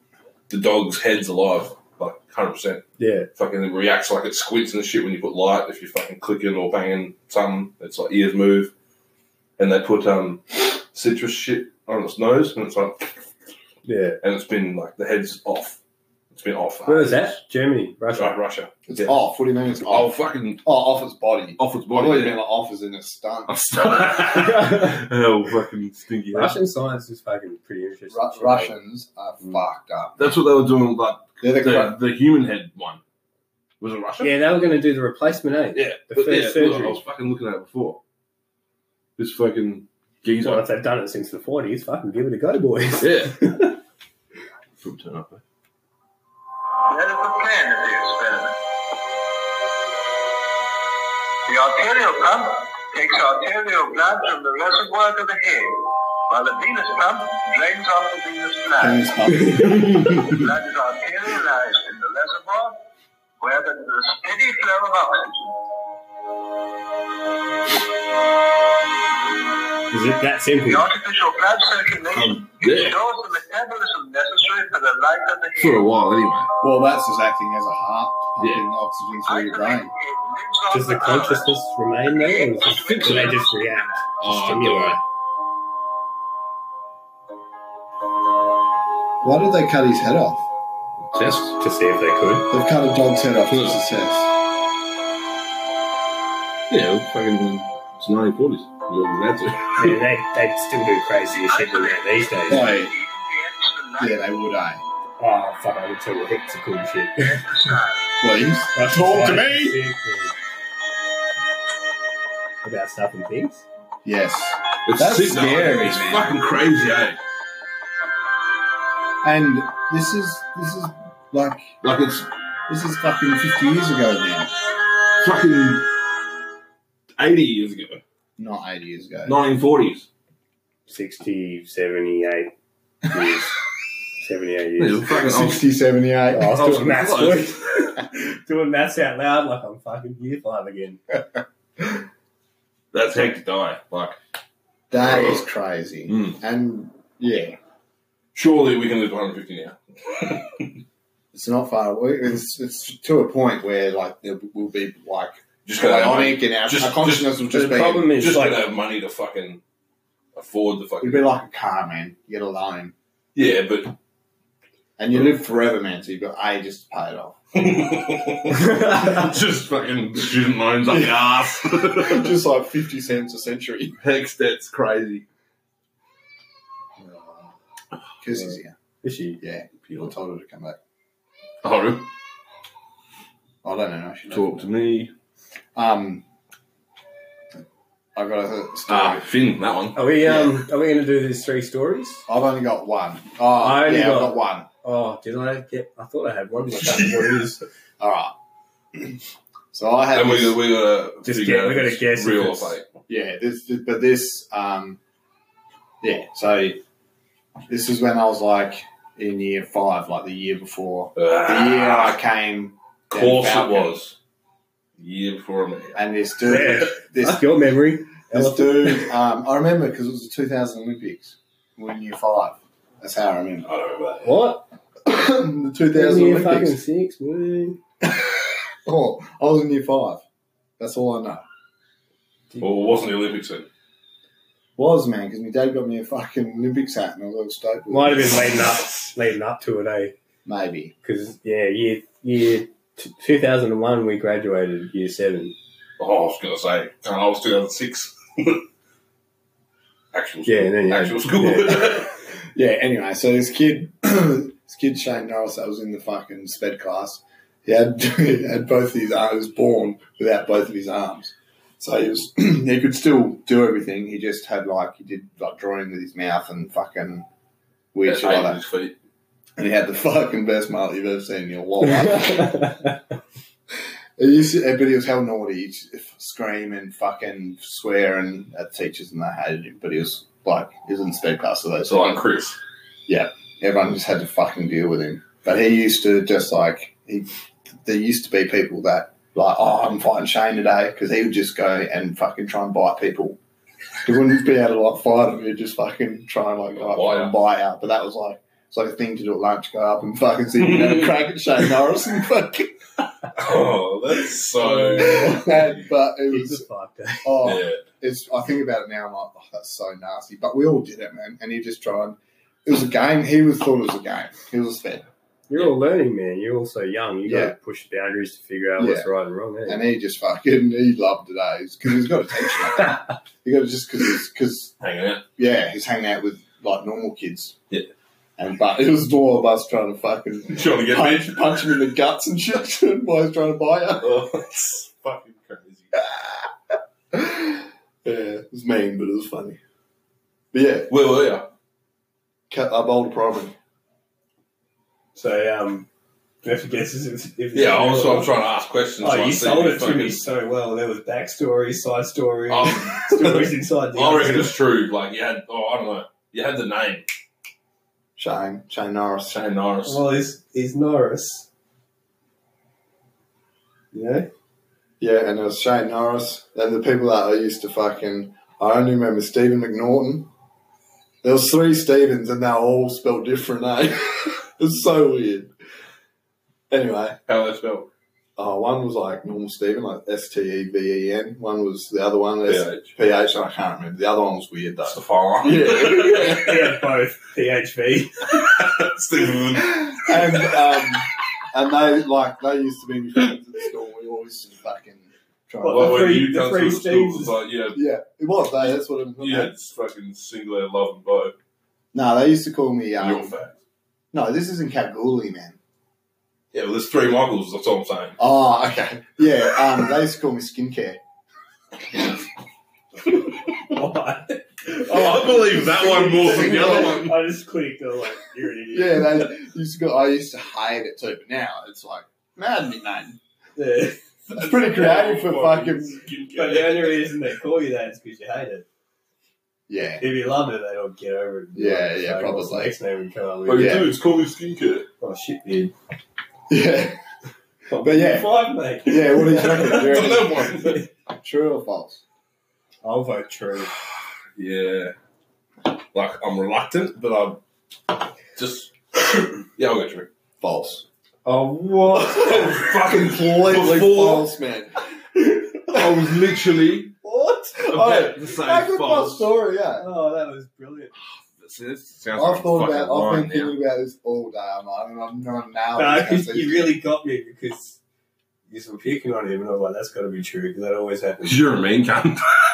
[SPEAKER 1] the dog's head's alive, like hundred percent
[SPEAKER 2] yeah.
[SPEAKER 1] fucking it reacts like it squints and shit when you put light. If you fucking click it or banging something, it's like ears move. And they put um citrus shit on its nose, and it's like,
[SPEAKER 2] Yeah.
[SPEAKER 1] and it's been like the head's off. It's been off.
[SPEAKER 2] Where is that? Germany,
[SPEAKER 1] That's
[SPEAKER 2] Russia.
[SPEAKER 1] right, Russia.
[SPEAKER 3] It's
[SPEAKER 1] Yeah.
[SPEAKER 3] off. What do you mean it's
[SPEAKER 1] Oh,
[SPEAKER 3] off?
[SPEAKER 1] fucking
[SPEAKER 3] Oh, off its body.
[SPEAKER 1] off its
[SPEAKER 3] What
[SPEAKER 1] *laughs*
[SPEAKER 3] do you mean
[SPEAKER 1] body.
[SPEAKER 3] like off is in its stomach?
[SPEAKER 2] *laughs*
[SPEAKER 1] oh, fucking stinky. head.
[SPEAKER 2] Russian science is fucking pretty interesting.
[SPEAKER 3] Ru-
[SPEAKER 2] shit, mate.
[SPEAKER 3] Russians are fucked up.
[SPEAKER 1] That's what they were doing. Like
[SPEAKER 3] They're the,
[SPEAKER 1] the,
[SPEAKER 3] cra-
[SPEAKER 1] the human head one was it Russia?
[SPEAKER 2] Yeah, they were going to do the replacement, eh?
[SPEAKER 1] yeah.
[SPEAKER 2] The
[SPEAKER 1] but
[SPEAKER 2] first
[SPEAKER 1] yeah,
[SPEAKER 2] surgery.
[SPEAKER 1] I was fucking looking at it before. This fucking geezer.
[SPEAKER 2] Well, if they've done it since the 40s, fucking give it a go,
[SPEAKER 3] *laughs*
[SPEAKER 2] boys.
[SPEAKER 1] *laughs* Yeah. From turn up. eh?
[SPEAKER 7] That is the plan of the experiment. The arterial pump takes arterial blood from the reservoir to the head, while the venous pump drains off the venous
[SPEAKER 3] in
[SPEAKER 7] blood.
[SPEAKER 3] its stomach. *laughs*
[SPEAKER 1] Mm-hmm.
[SPEAKER 7] Blood is arterialized in the reservoir, where there is a steady flow of oxygen.
[SPEAKER 2] Is it that simple?
[SPEAKER 7] The
[SPEAKER 1] Mm-hmm.
[SPEAKER 7] artificial blood circulation
[SPEAKER 1] yeah.
[SPEAKER 7] ensures the metabolism necessary for the life of the
[SPEAKER 1] For
[SPEAKER 7] head.
[SPEAKER 1] a while, anyway.
[SPEAKER 3] well, that's just acting as a heart,
[SPEAKER 1] Yeah.
[SPEAKER 3] pumping oxygen through your
[SPEAKER 7] Isolated
[SPEAKER 3] brain.
[SPEAKER 7] head lives on
[SPEAKER 2] Does the
[SPEAKER 7] for hours.
[SPEAKER 2] consciousness remain there, or is
[SPEAKER 7] I
[SPEAKER 2] it,
[SPEAKER 7] think
[SPEAKER 2] do they
[SPEAKER 7] so.
[SPEAKER 2] just react to
[SPEAKER 1] Oh,
[SPEAKER 2] stimuli?
[SPEAKER 3] Why did they cut his head off?
[SPEAKER 1] Test.
[SPEAKER 2] To see if they could.
[SPEAKER 3] They've cut a dog's head off. It's a test.
[SPEAKER 1] Yeah, well, fucking. It's 1940s. You were glad
[SPEAKER 2] I mean, they, they still do crazy shit with it these days.
[SPEAKER 3] Why?
[SPEAKER 7] Even the extra
[SPEAKER 3] Yeah,
[SPEAKER 7] light
[SPEAKER 3] they would, eh?
[SPEAKER 2] Oh, fuck, I would tell you heaps of cool shit.
[SPEAKER 7] inside.
[SPEAKER 3] Please.
[SPEAKER 2] Russian
[SPEAKER 3] *laughs* Talk to
[SPEAKER 2] science
[SPEAKER 3] me.
[SPEAKER 2] is sick, man. About stuff and things?
[SPEAKER 3] Yes.
[SPEAKER 1] to. It's
[SPEAKER 3] That's
[SPEAKER 1] sick, though.
[SPEAKER 3] scary,
[SPEAKER 1] It's
[SPEAKER 3] man.
[SPEAKER 1] fucking crazy, eh?
[SPEAKER 3] And this is this is like
[SPEAKER 1] Like it's
[SPEAKER 3] this is fucking fifty years ago now.
[SPEAKER 1] fucking 80 years ago,
[SPEAKER 3] Not eighty years ago.
[SPEAKER 1] 1940s.
[SPEAKER 2] 60, 78
[SPEAKER 3] *laughs*
[SPEAKER 2] years. 78
[SPEAKER 1] Yeah,
[SPEAKER 2] years.
[SPEAKER 1] well, fucking. I was-
[SPEAKER 3] 60,
[SPEAKER 2] *laughs*
[SPEAKER 3] 78.
[SPEAKER 2] Oh, I was
[SPEAKER 1] I was
[SPEAKER 2] doing maths,
[SPEAKER 1] close.
[SPEAKER 2] dude. *laughs* doing maths out loud like I'm fucking year five again. *laughs*
[SPEAKER 1] That's hectic, die. Like,
[SPEAKER 3] That is crazy.
[SPEAKER 1] Mm.
[SPEAKER 3] And yeah,
[SPEAKER 1] surely we can live to 150 now.
[SPEAKER 3] it's not far away. It's, it's to a point where like there will be like
[SPEAKER 1] Just gotta have money.
[SPEAKER 3] bionic and our,
[SPEAKER 1] Just-
[SPEAKER 3] our consciousness will just
[SPEAKER 2] the
[SPEAKER 3] be.
[SPEAKER 2] problem is,
[SPEAKER 1] Just
[SPEAKER 2] like,
[SPEAKER 1] gotta have money to fucking afford the
[SPEAKER 3] It'd
[SPEAKER 1] fucking.
[SPEAKER 3] be like a car, man. You get a loan
[SPEAKER 1] Yeah, but.
[SPEAKER 3] and you live forever, man. So you've got ages to pay it off.
[SPEAKER 1] *laughs* just fucking student loans up the ass.
[SPEAKER 3] just like fifty cents a century.
[SPEAKER 1] Hex, that's crazy.
[SPEAKER 3] Because he's here.
[SPEAKER 2] is she?
[SPEAKER 3] Yeah, I told her to come back.
[SPEAKER 1] Oh,
[SPEAKER 3] I don't know. I should
[SPEAKER 1] talk to me.
[SPEAKER 3] Um, I got a story.
[SPEAKER 1] Ah, Finn, that one.
[SPEAKER 2] Are we, um, are we going to do these three stories?
[SPEAKER 3] I've only got one. Oh,
[SPEAKER 2] I only
[SPEAKER 3] yeah,
[SPEAKER 2] got-
[SPEAKER 3] I've got one.
[SPEAKER 2] Oh, did I get? I thought I had one. But I can't remember what it
[SPEAKER 1] *laughs*
[SPEAKER 2] is.
[SPEAKER 3] All right. *clears throat* So I had
[SPEAKER 1] And we
[SPEAKER 3] this,
[SPEAKER 1] we gotta
[SPEAKER 2] Just
[SPEAKER 1] figure
[SPEAKER 2] get-
[SPEAKER 1] out
[SPEAKER 2] we gotta
[SPEAKER 1] if it's
[SPEAKER 2] guess if
[SPEAKER 1] real or
[SPEAKER 2] it's-
[SPEAKER 1] fake.
[SPEAKER 3] yeah, this, this- but this, um, yeah. So this is when I was like in year five, like the year before. The year I came,
[SPEAKER 1] of course it
[SPEAKER 3] Falcon.
[SPEAKER 1] was. Year before me.
[SPEAKER 3] and this dude,
[SPEAKER 2] Yeah. *laughs*
[SPEAKER 3] this
[SPEAKER 2] That's your memory.
[SPEAKER 3] This
[SPEAKER 2] Elephant.
[SPEAKER 3] dude, um, I remember because it was the 2000 Olympics. We were in year five. That's how I remember. *coughs*
[SPEAKER 1] I don't remember that.
[SPEAKER 2] What?
[SPEAKER 3] the 2000
[SPEAKER 2] You're fucking
[SPEAKER 3] Olympics.
[SPEAKER 2] six, man.
[SPEAKER 3] Oh, I was in year five. That's all I know.
[SPEAKER 1] Well, it wasn't the Olympics then.
[SPEAKER 3] Was man, because my dad got me a fucking Olympics hat and I was all stoked. with it.
[SPEAKER 2] Might have been leading up, leading up to it, eh?
[SPEAKER 3] Maybe.
[SPEAKER 2] Because yeah, year year t- 2001, we graduated year seven.
[SPEAKER 1] Oh, I was going to say, no, I was 2006. *laughs* actual school.
[SPEAKER 2] Yeah, and then, yeah.
[SPEAKER 1] actual school. *laughs*
[SPEAKER 3] Yeah, anyway, so this kid, *clears throat* this kid Shane Norris, that was in the fucking sped class, he had, *laughs* he had both his arms born without both of his arms. So he was, *clears throat* he could still do everything. He just had like, he did like drawing with his mouth and fucking weird
[SPEAKER 1] That's
[SPEAKER 3] shit like
[SPEAKER 1] eight
[SPEAKER 3] that.
[SPEAKER 1] his feet.
[SPEAKER 3] And he had the fucking best mullet you've ever seen in your
[SPEAKER 2] *laughs*
[SPEAKER 1] *laughs*
[SPEAKER 3] life.
[SPEAKER 2] yeah.
[SPEAKER 3] He used to- but he was hell naughty. He'd scream and fucking swear and at teachers and they hated him. But he was like, he was in sped class, so those
[SPEAKER 1] So, like Chris.
[SPEAKER 3] everyone just had to fucking deal with him. But he used to just like he, there used to be people that like, oh, I'm fighting Shane today because he would just go and fucking try and bite people. *laughs* He wouldn't be able to like fight him. He'd just fucking try and like go up
[SPEAKER 1] Bite
[SPEAKER 3] and bite out. But that was like it's like a thing to do at lunch. Go up and fucking see if you can have a crack at Shane Norris *laughs* and fucking.
[SPEAKER 1] *laughs* Oh, that's so.
[SPEAKER 3] but it
[SPEAKER 2] He's a
[SPEAKER 3] was
[SPEAKER 2] fuck.
[SPEAKER 3] *laughs* oh,
[SPEAKER 1] Yeah.
[SPEAKER 3] it's I think about it now, I'm like, oh, that's so nasty. But we all did it, man. And he just tried. It was a game. He was thought it was a game. He was a sped.
[SPEAKER 2] You're all learning, man. You're all so young. You got
[SPEAKER 3] Yeah.
[SPEAKER 2] to push boundaries to figure out what's right and wrong. eh?
[SPEAKER 3] And he just fucking he loved it. eh? Because he's got attention.
[SPEAKER 1] *laughs*
[SPEAKER 3] like that. he got it just because because
[SPEAKER 1] Hanging out.
[SPEAKER 3] yeah, he's hanging out with like normal kids.
[SPEAKER 1] Yeah.
[SPEAKER 3] And but it was more of us trying to fucking
[SPEAKER 1] Trying to get
[SPEAKER 3] *laughs*
[SPEAKER 1] me.
[SPEAKER 3] punch, punch him in the guts and shit *laughs* while he's trying to buy her.
[SPEAKER 1] Oh, it's fucking crazy.
[SPEAKER 3] Yeah, it was mean, but it was funny. But yeah, uh,
[SPEAKER 1] Where were you?
[SPEAKER 3] cut up old problem.
[SPEAKER 2] So, um, do you have to guess if it's- if it's-
[SPEAKER 1] Yeah, I was, I'm trying to ask questions.
[SPEAKER 2] Oh,
[SPEAKER 1] so I
[SPEAKER 2] you
[SPEAKER 1] see
[SPEAKER 2] sold
[SPEAKER 1] you
[SPEAKER 2] it to
[SPEAKER 1] fucking-
[SPEAKER 2] me so well. There was backstory, side story,
[SPEAKER 1] Oh,
[SPEAKER 2] *laughs* stories inside the.
[SPEAKER 1] I reckon it's true. Like, you had, oh, I don't know. You had the name,
[SPEAKER 3] Shane, Shane Norris.
[SPEAKER 1] Shane Norris.
[SPEAKER 2] Well, is is Norris? You
[SPEAKER 1] *laughs*
[SPEAKER 2] know,
[SPEAKER 3] Yeah, and it was Shane Norris. And the people that I used to fucking, I only remember Stephen McNaughton. There was three Stevens, and they were all spelled different, eh? *laughs* it's so weird. Anyway,
[SPEAKER 1] How they spelled?
[SPEAKER 3] uh, one was like normal Stephen, like S T E V E N. One was the other one, S
[SPEAKER 1] PH.
[SPEAKER 3] P H. I can't remember. The other one was weird
[SPEAKER 1] That's *laughs*
[SPEAKER 3] though.
[SPEAKER 1] the far
[SPEAKER 3] Yeah.
[SPEAKER 2] yeah, both
[SPEAKER 1] *laughs*
[SPEAKER 2] PHV.
[SPEAKER 1] Stephen.
[SPEAKER 3] *laughs* and um, and they like they used to be my friends at school. We always just fucking try.
[SPEAKER 2] What,
[SPEAKER 3] and
[SPEAKER 1] Well,
[SPEAKER 2] the
[SPEAKER 1] when
[SPEAKER 2] three-
[SPEAKER 1] you
[SPEAKER 2] the
[SPEAKER 1] come
[SPEAKER 2] three
[SPEAKER 1] through school,
[SPEAKER 2] Steves?
[SPEAKER 1] it's like, yeah,
[SPEAKER 3] yeah, it was. They, that's what it was.
[SPEAKER 1] you had fucking singular love and bow.
[SPEAKER 3] No, they used to call me.
[SPEAKER 1] Yeah. You're
[SPEAKER 3] Um,
[SPEAKER 1] fat.
[SPEAKER 3] no, this isn't Kalgoorlie, man.
[SPEAKER 1] Yeah, well, there's three Michaels, that's all I'm saying.
[SPEAKER 3] Oh, okay. Yeah, um, they used to call me skincare.
[SPEAKER 2] Why?
[SPEAKER 1] Oh, I believe that one more than the other *laughs* one.
[SPEAKER 2] I just clicked. I'm like, you're an idiot.
[SPEAKER 3] Yeah, they used to go. I used to hate it too, but now it's like mad nickname.
[SPEAKER 2] Yeah.
[SPEAKER 3] It's *laughs* pretty creative for fucking.
[SPEAKER 2] But the only reason they call you that is because you hate it.
[SPEAKER 3] Yeah,
[SPEAKER 2] If you love it, they don't get over it.
[SPEAKER 3] Yeah, yeah,
[SPEAKER 2] Like, what's the
[SPEAKER 3] probably. Oh,
[SPEAKER 2] Next name we come up
[SPEAKER 1] All
[SPEAKER 2] with.
[SPEAKER 1] Oh, you
[SPEAKER 3] Yeah.
[SPEAKER 1] do is call me skincare.
[SPEAKER 2] Oh shit, dude.
[SPEAKER 3] yeah, *laughs* But yeah.
[SPEAKER 2] five, mate.
[SPEAKER 3] yeah. What do you reckon? Do you
[SPEAKER 1] It's
[SPEAKER 3] reckon
[SPEAKER 1] *laughs* another one.
[SPEAKER 3] it's True or false?
[SPEAKER 2] I'll vote true.
[SPEAKER 1] Yeah. Like, I'm reluctant, but I'm just. *coughs* yeah, I'll go through.
[SPEAKER 3] False.
[SPEAKER 2] Oh what?
[SPEAKER 1] Oh, fucking.
[SPEAKER 3] Completely
[SPEAKER 1] Before-
[SPEAKER 3] false, man.
[SPEAKER 1] I was literally
[SPEAKER 3] What?
[SPEAKER 1] about to say
[SPEAKER 3] I could my
[SPEAKER 1] false.
[SPEAKER 3] story. Yeah.
[SPEAKER 2] *laughs* Oh, that was brilliant.
[SPEAKER 1] See, this sounds like
[SPEAKER 3] I've
[SPEAKER 1] I'm
[SPEAKER 3] thought
[SPEAKER 1] fucking
[SPEAKER 3] about. I've
[SPEAKER 1] lying
[SPEAKER 3] been thinking about this all day. I'm like, I'm not now.
[SPEAKER 2] No, you, you
[SPEAKER 3] *laughs*
[SPEAKER 2] really got me because you were picking on him, and I was like, "That's got to be true because that always
[SPEAKER 1] now.
[SPEAKER 2] happens."
[SPEAKER 1] You're a mean cunt.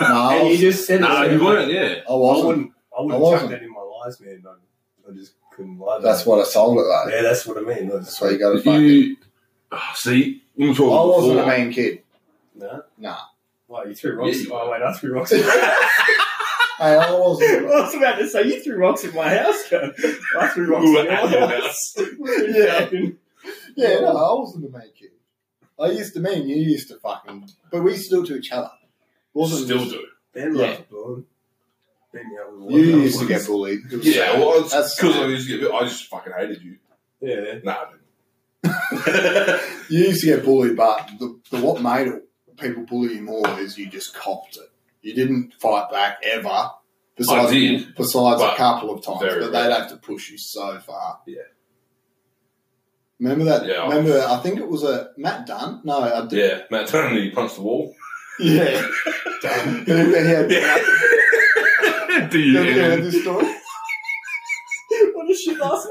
[SPEAKER 3] No, I
[SPEAKER 2] And you
[SPEAKER 3] was-
[SPEAKER 2] just said
[SPEAKER 1] nah,
[SPEAKER 2] it.
[SPEAKER 1] you weren't, yeah.
[SPEAKER 3] I
[SPEAKER 2] I
[SPEAKER 3] wasn't.
[SPEAKER 2] wouldn't. I
[SPEAKER 3] I
[SPEAKER 2] wouldn't chuck
[SPEAKER 3] wasn't.
[SPEAKER 2] that in my lies, man. I, I just couldn't lie. to
[SPEAKER 3] That's
[SPEAKER 2] that.
[SPEAKER 3] what I sold it though.
[SPEAKER 2] Yeah, that's what I mean.
[SPEAKER 3] That's
[SPEAKER 2] That's
[SPEAKER 3] why you got to fucking.
[SPEAKER 1] You. Ah, see, you were
[SPEAKER 3] I
[SPEAKER 1] talking
[SPEAKER 3] wasn't a
[SPEAKER 1] before.
[SPEAKER 3] main kid.
[SPEAKER 2] no.
[SPEAKER 3] Nah.
[SPEAKER 2] Why you threw rocks?
[SPEAKER 1] Yeah, you
[SPEAKER 2] oh wait, I threw rocks. *laughs*
[SPEAKER 3] hey,
[SPEAKER 2] I
[SPEAKER 3] *laughs* I wasn't.
[SPEAKER 2] was about to say you threw rocks at my house. Gun. I threw rocks
[SPEAKER 1] We were
[SPEAKER 2] at
[SPEAKER 1] at
[SPEAKER 2] your
[SPEAKER 1] your
[SPEAKER 2] house.
[SPEAKER 3] Yeah. Yeah, no, I wasn't a main kid. I used to mean you used to fucking, but we still to each other. Wasn't
[SPEAKER 1] Still do.
[SPEAKER 2] Ben
[SPEAKER 3] Yeah.
[SPEAKER 2] yeah. blown. Ben yeah, we
[SPEAKER 3] You
[SPEAKER 2] won.
[SPEAKER 3] used to get bullied. It was
[SPEAKER 1] Yeah,
[SPEAKER 3] sad.
[SPEAKER 1] well,
[SPEAKER 3] That's-
[SPEAKER 1] because I used to get. I just fucking hated you.
[SPEAKER 2] Yeah.
[SPEAKER 1] Nah, I
[SPEAKER 3] you used to get bullied, but the, the what made it, people bully you more is you just copped it. You didn't fight back ever. Besides,
[SPEAKER 1] did,
[SPEAKER 3] besides a
[SPEAKER 1] but
[SPEAKER 3] couple of times,
[SPEAKER 1] very
[SPEAKER 3] but
[SPEAKER 1] rarely.
[SPEAKER 3] they'd have to push you so far.
[SPEAKER 1] Yeah.
[SPEAKER 3] Remember that?
[SPEAKER 1] Yeah.
[SPEAKER 3] Remember, I think it was a Matt Dunn. No, I
[SPEAKER 1] didn't. *laughs* yeah, Matt Turner, he punched the *laughs* wall.
[SPEAKER 3] Yeah. Damn. *laughs* yeah.
[SPEAKER 1] do
[SPEAKER 3] You
[SPEAKER 1] you?
[SPEAKER 3] heard this story?
[SPEAKER 2] *laughs* what *laughs* a shit last.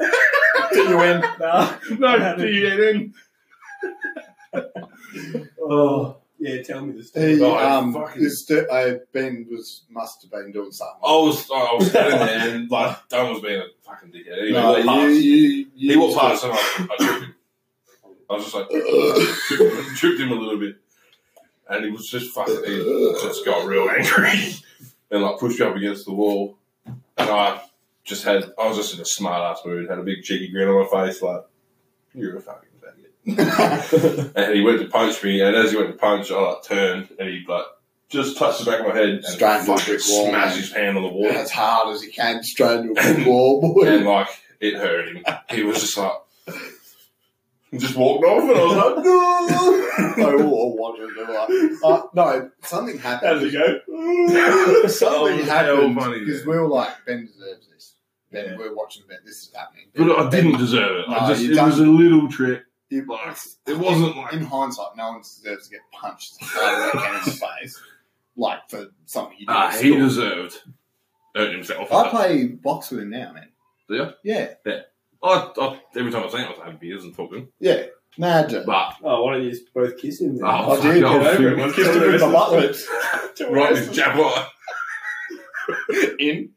[SPEAKER 2] you win. Nah.
[SPEAKER 1] No, do you?
[SPEAKER 2] Oh, yeah, tell me the story.
[SPEAKER 3] He,
[SPEAKER 1] Oh, I
[SPEAKER 3] um,
[SPEAKER 1] fucking- Oh,
[SPEAKER 3] this du- I Ben was must have been doing something.
[SPEAKER 1] I was, I was standing there and like, Dan was being a fucking dickhead. Anyway,
[SPEAKER 3] no,
[SPEAKER 1] he walked
[SPEAKER 3] you,
[SPEAKER 1] past,
[SPEAKER 3] you, you,
[SPEAKER 1] he walked past and I, I tripped him. I was just like, *laughs* tripped him a little bit. And he was just fucking, he just got real angry *laughs* and like pushed me up against the wall. And I just had, I was just in a smart ass mood, had a big cheeky grin on my face, like, you're a fucking faggot. and he went to punch me, and as he went to punch, I like turned and he like just touched the back of my head and
[SPEAKER 3] Straight into the
[SPEAKER 1] fucking
[SPEAKER 3] brick wall,
[SPEAKER 1] smashed
[SPEAKER 3] man.
[SPEAKER 1] his hand on the wall,
[SPEAKER 3] Yeah, *laughs* as hard as he can, straight into a brick wall, boy.
[SPEAKER 1] *laughs* and like it hurt him. He was just like, and just walked off, and I was like, no.
[SPEAKER 3] *laughs* I all wanted to do like, uh, no, something
[SPEAKER 2] How did it
[SPEAKER 3] happened.
[SPEAKER 2] go?
[SPEAKER 1] *laughs*
[SPEAKER 3] Something
[SPEAKER 1] That was
[SPEAKER 3] happened
[SPEAKER 1] hell funny,
[SPEAKER 3] because
[SPEAKER 1] yeah.
[SPEAKER 3] we were like, Ben deserves this. Ben,
[SPEAKER 1] Yeah.
[SPEAKER 3] we're watching Ben. This is happening.
[SPEAKER 1] But I didn't deserve it.
[SPEAKER 3] No,
[SPEAKER 1] I just
[SPEAKER 3] you
[SPEAKER 1] it
[SPEAKER 3] done-
[SPEAKER 1] was a little trick.
[SPEAKER 3] You-
[SPEAKER 1] Like it wasn't like
[SPEAKER 3] in hindsight, no one deserves to get punched as hard as they can in the face, like for something you did.
[SPEAKER 1] ah, he deserved hurt himself.
[SPEAKER 3] I play box with him now, man.
[SPEAKER 1] Do you?
[SPEAKER 3] Yeah,
[SPEAKER 1] I, I, every time I seen him, I was having beers and talking.
[SPEAKER 3] yeah. Mad. dude.
[SPEAKER 1] But
[SPEAKER 2] Oh, why don't you just both kiss him then?
[SPEAKER 1] oh,
[SPEAKER 3] I
[SPEAKER 1] fuck,
[SPEAKER 3] did,
[SPEAKER 1] no,
[SPEAKER 3] get
[SPEAKER 2] over it.
[SPEAKER 1] fuck.
[SPEAKER 2] Kiss
[SPEAKER 3] Just
[SPEAKER 2] him
[SPEAKER 3] with
[SPEAKER 2] the
[SPEAKER 3] my
[SPEAKER 2] rest
[SPEAKER 3] butt
[SPEAKER 2] of the-
[SPEAKER 1] *laughs*
[SPEAKER 3] lips.
[SPEAKER 1] Right, his
[SPEAKER 2] *laughs*
[SPEAKER 1] jab right.
[SPEAKER 3] in.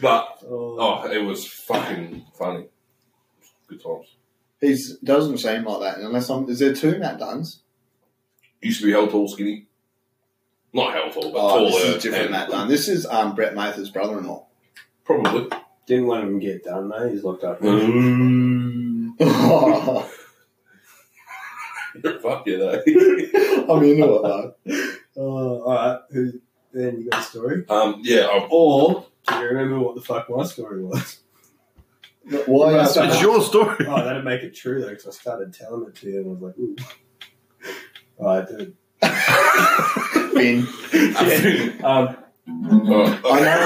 [SPEAKER 1] But
[SPEAKER 2] Oh.
[SPEAKER 1] oh, it was fucking funny. Good times.
[SPEAKER 3] He doesn't seem like that unless I'm. Is there two Matt Duns?
[SPEAKER 1] Used to be hell tall, skinny. Not hell tall, but
[SPEAKER 3] Oh,
[SPEAKER 1] taller.
[SPEAKER 3] this is different
[SPEAKER 1] and-
[SPEAKER 3] Matt Dunn. This is um, Brett Mather's brother-in-law. *laughs*
[SPEAKER 1] Probably. *laughs*
[SPEAKER 2] Didn't one of them get done, mate? He's locked up.
[SPEAKER 1] Mm.
[SPEAKER 3] I'm
[SPEAKER 1] Fuck you though.
[SPEAKER 3] into it though.
[SPEAKER 2] Oh, all right. Who? Then you got a story,
[SPEAKER 1] Um, yeah, I,
[SPEAKER 2] or do you remember what the fuck my story was?
[SPEAKER 3] Why are you
[SPEAKER 2] It's
[SPEAKER 3] so-
[SPEAKER 6] your story.
[SPEAKER 2] Oh, that'd make it true though, because I started telling it to you, and I was like, "Ooh, Oh, all right, dude."
[SPEAKER 3] Finn?
[SPEAKER 1] I,
[SPEAKER 3] *laughs*
[SPEAKER 2] Um,
[SPEAKER 1] oh,
[SPEAKER 3] I know,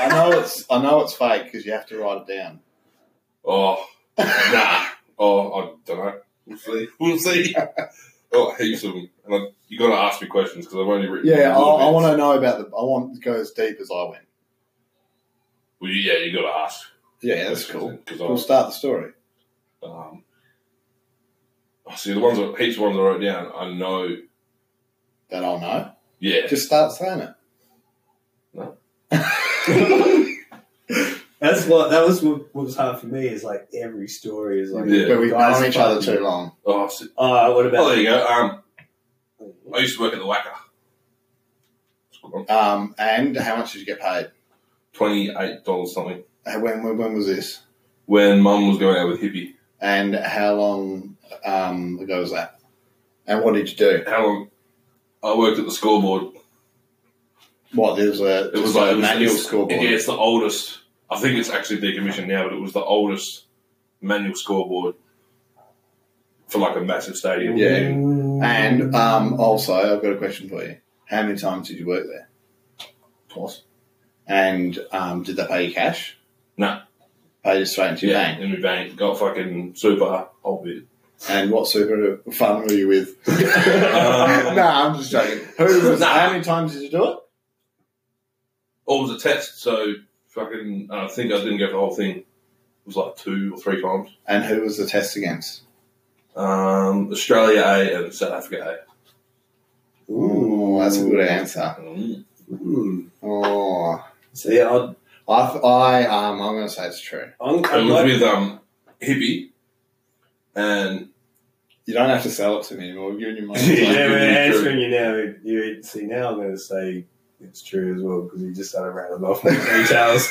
[SPEAKER 3] I know it's, I know it's fake because you have to write it down. *laughs*
[SPEAKER 1] oh, nah. Oh, I don't know. We'll see. *laughs* We'll see. Oh, heaps of them. And I, you got to ask me questions because I've only written.
[SPEAKER 3] Yeah, I, I want to know about the. I want to go as deep as I went.
[SPEAKER 1] Well, you- yeah, you got to ask.
[SPEAKER 3] Yeah, that's cool. We'll
[SPEAKER 1] Because
[SPEAKER 3] start the story.
[SPEAKER 1] I, um, I see the ones that heaps of ones I wrote down. I know.
[SPEAKER 3] That I'll know.
[SPEAKER 1] Yeah,
[SPEAKER 3] *laughs* Just start saying it.
[SPEAKER 1] No.
[SPEAKER 2] that's what that was. What, what was hard for me is like every story is like,
[SPEAKER 1] Yeah.
[SPEAKER 3] but we've
[SPEAKER 2] guys
[SPEAKER 3] known each other
[SPEAKER 2] fucking-
[SPEAKER 3] too long.
[SPEAKER 1] Oh, so,
[SPEAKER 2] Oh, what
[SPEAKER 1] oh,
[SPEAKER 2] about?
[SPEAKER 1] there you go. Um, I used to work at the Wacker. It's a good one.
[SPEAKER 3] Um, and how much did you get paid?
[SPEAKER 1] Twenty-eight dollars something.
[SPEAKER 3] Uh, When when, when was this?
[SPEAKER 1] When Mum was going out with Hippie,
[SPEAKER 3] And how long um, ago was that? And what did you do?
[SPEAKER 1] how long? I worked at the scoreboard.
[SPEAKER 3] What there was a
[SPEAKER 1] It was like
[SPEAKER 3] a manual
[SPEAKER 1] it's-
[SPEAKER 3] scoreboard.
[SPEAKER 1] Yeah, it's the oldest. I think it's actually decommissioned now, but it was the oldest manual scoreboard for like a massive stadium.
[SPEAKER 3] Yeah. And um, also, I've got a question for you. How many times did you work there?
[SPEAKER 1] Twice.
[SPEAKER 3] And um, did they pay you cash?
[SPEAKER 1] No.
[SPEAKER 3] Paid you straight into your
[SPEAKER 1] Yeah,
[SPEAKER 3] bank.
[SPEAKER 1] in my bank. Got fucking super, obvious.
[SPEAKER 3] And what super fun were
[SPEAKER 1] *laughs*
[SPEAKER 3] you with? *laughs*
[SPEAKER 1] Um,
[SPEAKER 3] no, I'm just joking. Who was,
[SPEAKER 1] Nah.
[SPEAKER 3] How many times did you do it?
[SPEAKER 1] Oh, it was a test, so fucking. I think I didn't get the whole thing. It was like two or three times.
[SPEAKER 3] And who was the test against?
[SPEAKER 1] Um, Australia A and South Africa
[SPEAKER 3] Ooh, that's a good answer.
[SPEAKER 1] A. Mm.
[SPEAKER 2] Hmm.
[SPEAKER 3] Oh,
[SPEAKER 2] See, I'd,
[SPEAKER 3] I, th- I um, I'm going to say it's true.
[SPEAKER 2] I'm,
[SPEAKER 1] It
[SPEAKER 2] I'm
[SPEAKER 1] was
[SPEAKER 2] like,
[SPEAKER 1] with um, Hippie
[SPEAKER 2] *laughs*
[SPEAKER 1] and
[SPEAKER 3] You don't have to sell it to me anymore. I've
[SPEAKER 1] *laughs*
[SPEAKER 3] given you my.
[SPEAKER 2] yeah, we're
[SPEAKER 1] Yeah, true.
[SPEAKER 2] answering you now. You see, now I'm going to say it's true as well because you just started rattling off my details.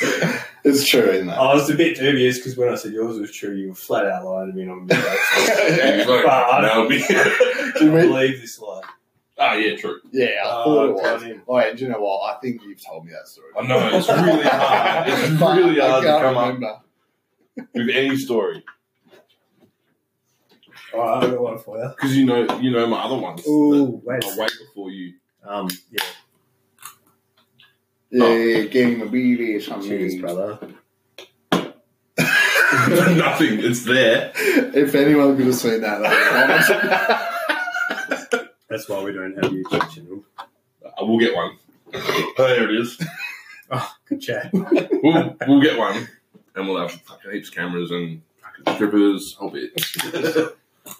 [SPEAKER 3] it's true, isn't
[SPEAKER 1] Oh,
[SPEAKER 3] it?
[SPEAKER 2] I was a bit dubious because when I said yours was true, you were flat out lying to me. And I'm just
[SPEAKER 1] *laughs*
[SPEAKER 2] like,
[SPEAKER 1] he was like,
[SPEAKER 2] Right.
[SPEAKER 1] "No, me."
[SPEAKER 2] I can't believe this lie.
[SPEAKER 1] *laughs* Ah, yeah, true.
[SPEAKER 3] yeah, I
[SPEAKER 2] Oh,
[SPEAKER 3] thought it was.
[SPEAKER 2] got him.
[SPEAKER 3] Oh, yeah, do you know what? I think you've told me that story.
[SPEAKER 1] I know
[SPEAKER 2] *laughs*
[SPEAKER 1] it's really hard.
[SPEAKER 3] *laughs*
[SPEAKER 1] It's
[SPEAKER 3] Fuck,
[SPEAKER 1] really
[SPEAKER 3] I
[SPEAKER 1] hard to
[SPEAKER 3] can't
[SPEAKER 1] come up
[SPEAKER 3] remember.
[SPEAKER 1] with any story
[SPEAKER 2] All right, I've got one for you.
[SPEAKER 1] because you know you know my other ones.
[SPEAKER 2] Ooh, wait.
[SPEAKER 1] that are way before you. *laughs*
[SPEAKER 2] Um, yeah,
[SPEAKER 3] Yeah,
[SPEAKER 1] Oh.
[SPEAKER 3] yeah, game of BB or something.
[SPEAKER 2] cheers, brother.
[SPEAKER 1] Nothing. It's there.
[SPEAKER 3] *laughs* if anyone could have seen that, *laughs* that
[SPEAKER 2] That's why we don't have a YouTube channel.
[SPEAKER 1] I will Uh, get one. *laughs* there it is.
[SPEAKER 2] Good chat.
[SPEAKER 1] We'll,
[SPEAKER 2] *laughs*
[SPEAKER 1] we'll get one, and we'll have fucking heaps of cameras and fucking strippers. I'll be.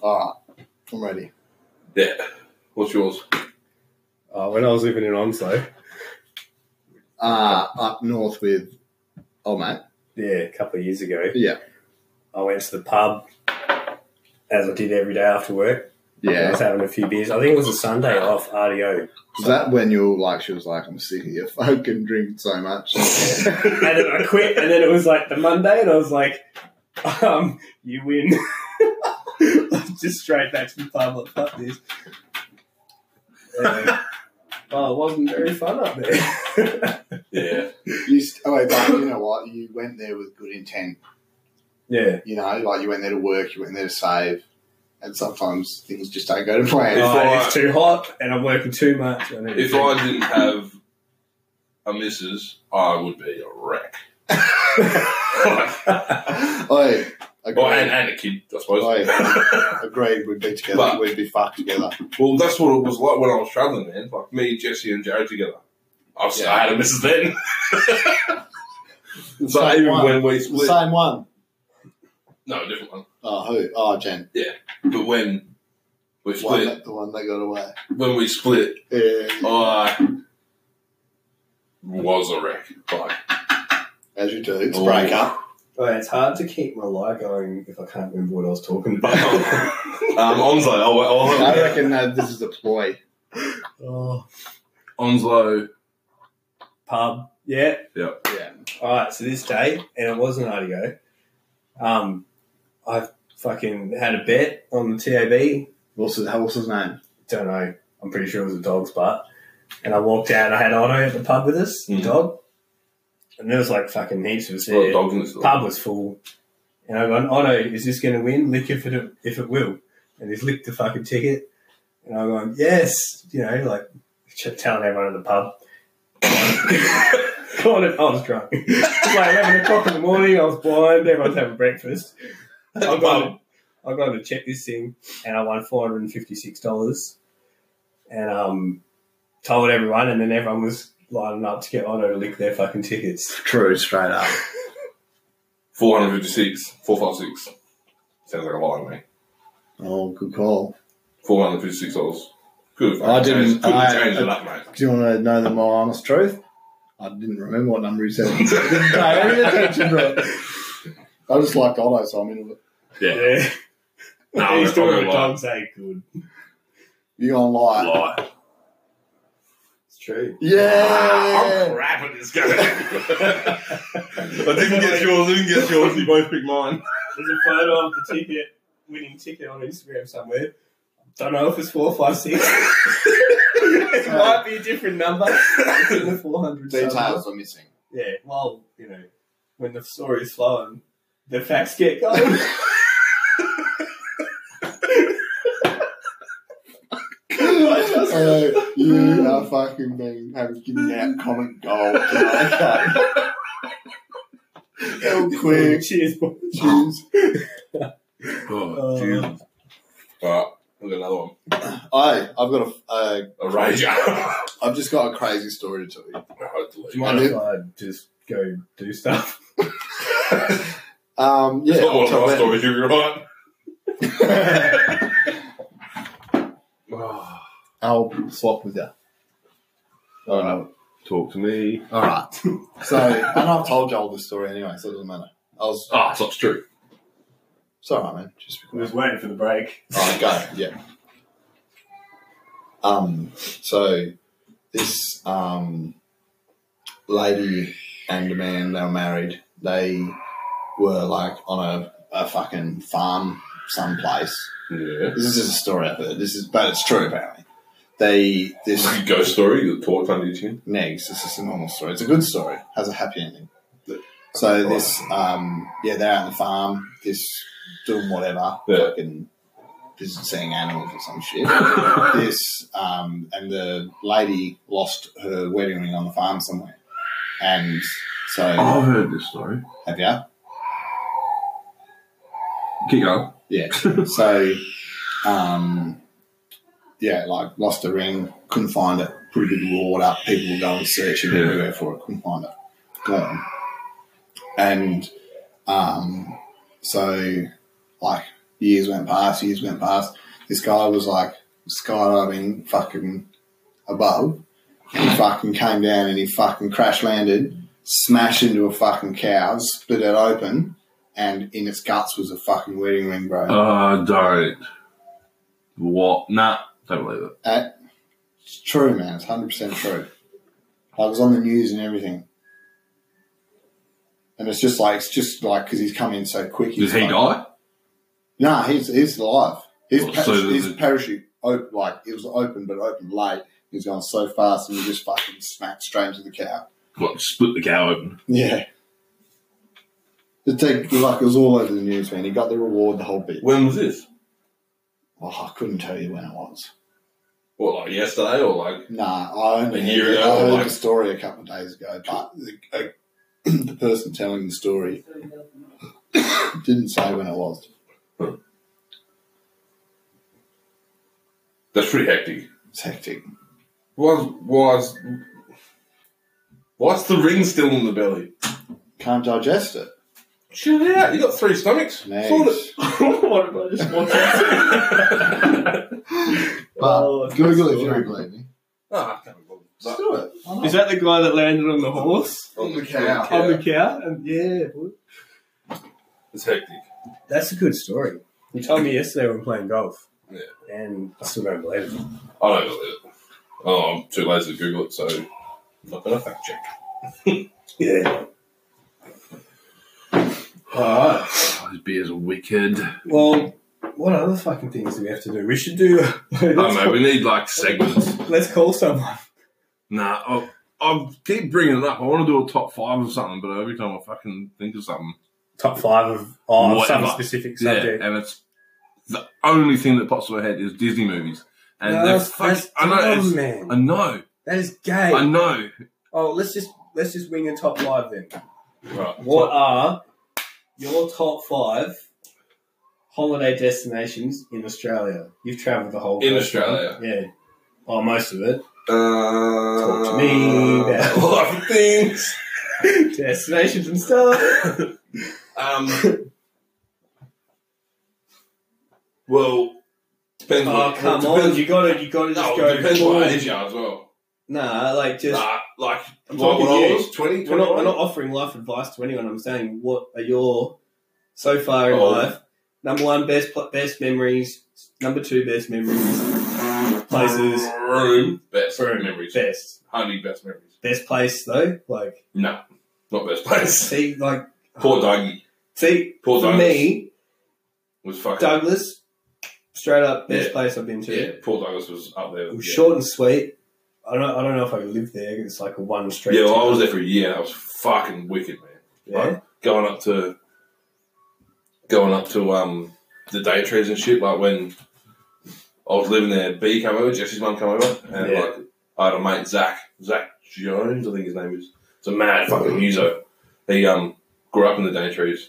[SPEAKER 3] All right, I'm ready.
[SPEAKER 1] Yeah. What's yours?
[SPEAKER 2] Uh, when I was living in Onslow,
[SPEAKER 3] Uh, up north with old mate.
[SPEAKER 2] yeah, a couple of years ago,
[SPEAKER 3] Yeah,
[SPEAKER 2] I went to the pub as I did every day after work. I
[SPEAKER 3] yeah.
[SPEAKER 2] was having a few beers. I think it was a Sunday off RDO.
[SPEAKER 3] Was that when you were like, she was like, I'm sick of you *laughs* fucking drinking so
[SPEAKER 1] *laughs*
[SPEAKER 3] much.
[SPEAKER 2] And then I quit, and then it was like the Monday, and I was like, um, you win. *laughs* Just straight back to the pub, like, fuck this. Yeah. well, it wasn't very fun up there.
[SPEAKER 1] Yeah.
[SPEAKER 3] you st- oh, wait, but you know what? You went there with good intent.
[SPEAKER 2] yeah.
[SPEAKER 3] You know, like you went there to work, you went there to save, and sometimes things just don't go to plan.
[SPEAKER 1] If
[SPEAKER 2] Oh,
[SPEAKER 1] I-
[SPEAKER 2] it's too hot, and I'm working too much. And
[SPEAKER 1] If I didn't have a missus, I would be a wreck. *laughs*
[SPEAKER 2] *laughs*
[SPEAKER 3] Oi,
[SPEAKER 1] Well, and,
[SPEAKER 3] agreed.
[SPEAKER 1] and a kid, I suppose.
[SPEAKER 3] Right. agreed, we'd be together,
[SPEAKER 1] But-
[SPEAKER 3] we'd be fucked together.
[SPEAKER 1] *laughs* well, that's what it was like when I was traveling, man. Like me, Jesse, and Joe together. I, was, I had a missus then. *laughs* so
[SPEAKER 3] Same
[SPEAKER 1] even
[SPEAKER 3] one.
[SPEAKER 1] when we split,
[SPEAKER 3] Same one.
[SPEAKER 1] no, a different one.
[SPEAKER 3] Oh, who? Oh, Jen.
[SPEAKER 1] But when we
[SPEAKER 3] One
[SPEAKER 1] split,
[SPEAKER 3] that, the one that got away.
[SPEAKER 1] when we split,
[SPEAKER 3] Yeah.
[SPEAKER 1] I was a wreck. Like, *laughs*
[SPEAKER 3] As you do, it's
[SPEAKER 1] Oh.
[SPEAKER 3] break up.
[SPEAKER 2] Oh, it's hard to keep my lie going if I can't remember what I was talking about.
[SPEAKER 1] *laughs* um, Onslow, oh, oh,
[SPEAKER 3] I reckon that this is a ploy.
[SPEAKER 2] oh,
[SPEAKER 1] Onslow.
[SPEAKER 2] pub. Yeah.
[SPEAKER 3] Yeah.
[SPEAKER 2] All right. So this day, and it was an RDO. Um, I fucking had a bet on the TAB.
[SPEAKER 3] What's his, what's his name?
[SPEAKER 2] Don't know. I'm pretty sure it was a dog's butt. And I walked out. and I had Otto at the pub with us, the
[SPEAKER 1] Mm.
[SPEAKER 2] dog. And there was like fucking heaps of us
[SPEAKER 1] Oh,
[SPEAKER 2] there.
[SPEAKER 1] dogs in this.
[SPEAKER 2] pub was full. And I gone, Otto, is this going to win? Lick if it if it will. And he's licked the fucking ticket. And I'm going, yes, you know, like ch- telling everyone at the pub.
[SPEAKER 1] *laughs*
[SPEAKER 2] Calling it, I was drunk. it's like 11 o'clock in the morning, I was blind, everyone's having breakfast. I've got, I've got to check this thing, and I won $456. And um, told everyone, and then everyone was lining up to get Otto to lick their fucking tickets.
[SPEAKER 3] True, straight up.
[SPEAKER 1] 456, 456. Sounds like a lie to me.
[SPEAKER 3] Oh, good call.
[SPEAKER 1] $456. Good.
[SPEAKER 3] I didn't-
[SPEAKER 1] Change, couldn't
[SPEAKER 3] I-
[SPEAKER 1] change it up, *laughs* mate.
[SPEAKER 3] Do you want to know the more honest truth? I didn't remember what number he
[SPEAKER 1] *laughs*
[SPEAKER 3] said. Didn't pay any attention to it. I just liked Otto, so I'm in with it.
[SPEAKER 1] Yeah.
[SPEAKER 2] Yeah.
[SPEAKER 1] No, I'm *laughs*
[SPEAKER 2] He's
[SPEAKER 1] not
[SPEAKER 2] doing
[SPEAKER 1] going
[SPEAKER 2] what
[SPEAKER 1] to lie.
[SPEAKER 2] dogs ain't good.
[SPEAKER 3] You gonna lie?
[SPEAKER 1] Lie.
[SPEAKER 2] It's true.
[SPEAKER 1] I'm
[SPEAKER 3] Yeah.
[SPEAKER 1] crap at this *laughs* game. I didn't get yours, I didn't get yours. You both picked mine.
[SPEAKER 2] There's a photo of the ticket, winning ticket on Instagram somewhere. Don't know if it's 456. *laughs* it might be a different number. It's in the 400 somewhere.
[SPEAKER 3] Details are missing.
[SPEAKER 2] Yeah, well, you know, when the story's flowing, the facts get *laughs* going.
[SPEAKER 3] Uh, you are fucking being having given out comic gold. Okay. How quick.
[SPEAKER 2] Cheers, boys.
[SPEAKER 3] Jeez.
[SPEAKER 1] Oh,
[SPEAKER 2] Jesus.
[SPEAKER 1] Alright, we've got another one.
[SPEAKER 3] I, I've got a, uh,
[SPEAKER 1] A *laughs* rager.
[SPEAKER 3] I've just got a crazy story to tell you.
[SPEAKER 2] Do you mind if I just go do stuff?
[SPEAKER 3] Um, yeah,
[SPEAKER 1] it's not
[SPEAKER 3] I'll
[SPEAKER 1] one of
[SPEAKER 3] tell
[SPEAKER 1] my
[SPEAKER 3] that.
[SPEAKER 1] stories, you're right.
[SPEAKER 3] *laughs* I'll swap with you. All right.
[SPEAKER 1] Talk to me.
[SPEAKER 3] All right. So, and I've told you all this story anyway, so it doesn't matter. I was,
[SPEAKER 1] Ah, it's not true.
[SPEAKER 3] it's all right, man. Just be
[SPEAKER 2] I
[SPEAKER 3] quiet.
[SPEAKER 2] was waiting for the break.
[SPEAKER 3] All right, go. Yeah. Um, so this um, lady and a man, they were married. They were like on a, a fucking farm someplace.
[SPEAKER 1] Yeah.
[SPEAKER 3] This is just a story I've heard. This is, but it's true apparently. They this
[SPEAKER 1] It's a ghost story, the talk under your chin.
[SPEAKER 3] negs. It's just a normal story. It's a good story. Has a happy ending. So this, um, yeah, they're out on the farm, just doing whatever,
[SPEAKER 1] Yeah.
[SPEAKER 3] fucking just seeing animals or some shit. *laughs* this, um, and the lady lost her wedding ring on the farm somewhere, and so
[SPEAKER 5] Oh.
[SPEAKER 1] I've heard this story.
[SPEAKER 3] have you?
[SPEAKER 1] Keep going.
[SPEAKER 3] Yeah. So, um, yeah, like lost a ring, couldn't find it. Put a big reward up. People were going searching
[SPEAKER 1] Yeah.
[SPEAKER 3] everywhere for it, couldn't find it. Gone. And um, so, like, Years went past, years went past. This guy was like skydiving fucking above. He fucking came down and he fucking crash landed, smashed into a fucking cow, split it open, and in its guts was a fucking wedding ring, bro.
[SPEAKER 1] Uh, don't. What? Nah, don't believe it.
[SPEAKER 3] Uh, it's true, man. It's hundred percent true. I was on the news and everything, and it's just like it's just like because he's come in so quick.
[SPEAKER 1] Did he
[SPEAKER 3] like,
[SPEAKER 1] die?
[SPEAKER 3] Nah, he's he's alive. His,
[SPEAKER 1] Well,
[SPEAKER 3] pa-
[SPEAKER 1] so
[SPEAKER 3] his
[SPEAKER 1] the-
[SPEAKER 3] parachute op- like it was open, but open late. He was going so fast, and he just fucking smacked straight into the cow.
[SPEAKER 1] What, split the cow open?
[SPEAKER 3] Yeah. The take like it was all over the news, man. He got the reward, the whole bit.
[SPEAKER 1] When was this?
[SPEAKER 3] Oh, I couldn't tell you when it was.
[SPEAKER 1] What, like yesterday or like?
[SPEAKER 3] Nah, I only
[SPEAKER 1] A year ago,
[SPEAKER 3] I heard
[SPEAKER 1] like-
[SPEAKER 3] the story a couple of days ago, but the, uh, *clears throat* the person telling the story *coughs* didn't say when it was.
[SPEAKER 1] That's pretty hectic.
[SPEAKER 3] It's hectic.
[SPEAKER 1] Why's, why's, why's the ring still in the belly?
[SPEAKER 3] Can't digest it.
[SPEAKER 1] Chill it out. You got three stomachs.
[SPEAKER 3] Nice.
[SPEAKER 1] Sort *laughs* it.
[SPEAKER 2] *laughs* what if I just watch it?
[SPEAKER 3] But
[SPEAKER 2] Oh, it's a
[SPEAKER 3] Google
[SPEAKER 2] good
[SPEAKER 3] if you
[SPEAKER 2] story.
[SPEAKER 3] don't believe me.
[SPEAKER 1] Ah, I can't be bothered.
[SPEAKER 3] Just
[SPEAKER 1] But-
[SPEAKER 3] do it. Why not?
[SPEAKER 2] Is that the guy that landed on the horse?
[SPEAKER 1] On the
[SPEAKER 3] cow.
[SPEAKER 2] On the cow? And yeah, boy.
[SPEAKER 1] It's hectic.
[SPEAKER 2] That's a good story. You told me yesterday we were playing golf.
[SPEAKER 1] Yeah.
[SPEAKER 2] And I still don't believe it.
[SPEAKER 1] I don't believe it. Oh, I'm too lazy to Google it, so not gonna fact check.
[SPEAKER 2] Yeah. Alright.
[SPEAKER 1] Those Oh, beers are wicked.
[SPEAKER 2] Well, what other fucking things do we have to do? We should do. *laughs* let's,
[SPEAKER 1] Oh man,
[SPEAKER 2] call,
[SPEAKER 1] we need like segments.
[SPEAKER 2] let's call someone.
[SPEAKER 1] Nah, I, I keep bringing it up. I want to do a top five or something, but every time I fucking think of something,
[SPEAKER 2] Top five of oh, some
[SPEAKER 1] Whatever.
[SPEAKER 2] specific
[SPEAKER 1] yeah,
[SPEAKER 2] subject.
[SPEAKER 1] and it's the only thing that pops to my head is Disney movies, and
[SPEAKER 2] No,
[SPEAKER 1] they're
[SPEAKER 2] that's,
[SPEAKER 1] fuck-
[SPEAKER 2] that's
[SPEAKER 1] I know,
[SPEAKER 2] dumb,
[SPEAKER 1] it's,
[SPEAKER 2] man.
[SPEAKER 1] I know,
[SPEAKER 2] that is gay.
[SPEAKER 1] I know.
[SPEAKER 2] oh, let's just let's just wing a top five then.
[SPEAKER 1] Right.
[SPEAKER 2] What are your top five holiday destinations in Australia? You've travelled the whole
[SPEAKER 1] In
[SPEAKER 2] coast,
[SPEAKER 1] Australia?
[SPEAKER 2] yeah. Oh, most of it. *laughs*
[SPEAKER 1] Talk
[SPEAKER 2] to me about-
[SPEAKER 1] lot of things.
[SPEAKER 2] Destinations and
[SPEAKER 1] *laughs*
[SPEAKER 2] stuff. Oh,
[SPEAKER 1] Um, well, depends.
[SPEAKER 2] oh,
[SPEAKER 1] what-
[SPEAKER 2] come
[SPEAKER 1] depends-
[SPEAKER 2] on! You gotta, you gotta just
[SPEAKER 1] No,
[SPEAKER 2] go.
[SPEAKER 1] it depends
[SPEAKER 2] full.
[SPEAKER 1] what age you are as well.
[SPEAKER 2] Nah, like just
[SPEAKER 1] Nah, like,
[SPEAKER 2] I'm
[SPEAKER 1] like
[SPEAKER 2] talking
[SPEAKER 1] when I
[SPEAKER 2] you.
[SPEAKER 1] was 20,
[SPEAKER 2] We're not, we're
[SPEAKER 1] 21.
[SPEAKER 2] not offering life advice to anyone. I'm saying, what are your so far in
[SPEAKER 1] Oh.
[SPEAKER 2] life? Number one, best pl- best memories. Number two, best memories. Places,
[SPEAKER 1] Room. Best
[SPEAKER 2] Room.
[SPEAKER 1] memories.
[SPEAKER 2] best,
[SPEAKER 1] Honey, best memories.
[SPEAKER 2] best place though. Like,
[SPEAKER 1] No, not
[SPEAKER 2] *laughs*
[SPEAKER 1] best place.
[SPEAKER 2] see, like,
[SPEAKER 1] Poor Dougie.
[SPEAKER 2] see,
[SPEAKER 1] Poor
[SPEAKER 2] for
[SPEAKER 1] Douglas.
[SPEAKER 2] me,
[SPEAKER 1] Was fucking.
[SPEAKER 2] Douglas, straight up best
[SPEAKER 1] Yeah.
[SPEAKER 2] place I've been to.
[SPEAKER 1] yeah, Paul Douglas was up there.
[SPEAKER 2] It was
[SPEAKER 1] yeah.
[SPEAKER 2] short and sweet. I don't, I don't know if I could live there. It's like a one street.
[SPEAKER 1] Yeah, well, I
[SPEAKER 2] town.
[SPEAKER 1] was there for a year. and That was fucking wicked, man.
[SPEAKER 2] Yeah.
[SPEAKER 1] Like, going up to, going up to um the day trees and shit. Like when I was living there, B came over, Jesse's mum came over, and
[SPEAKER 2] Yeah.
[SPEAKER 1] like I had a mate Zach, Zach Jones, I think his name is. It's a mad fucking muso. He um grew up in the day trees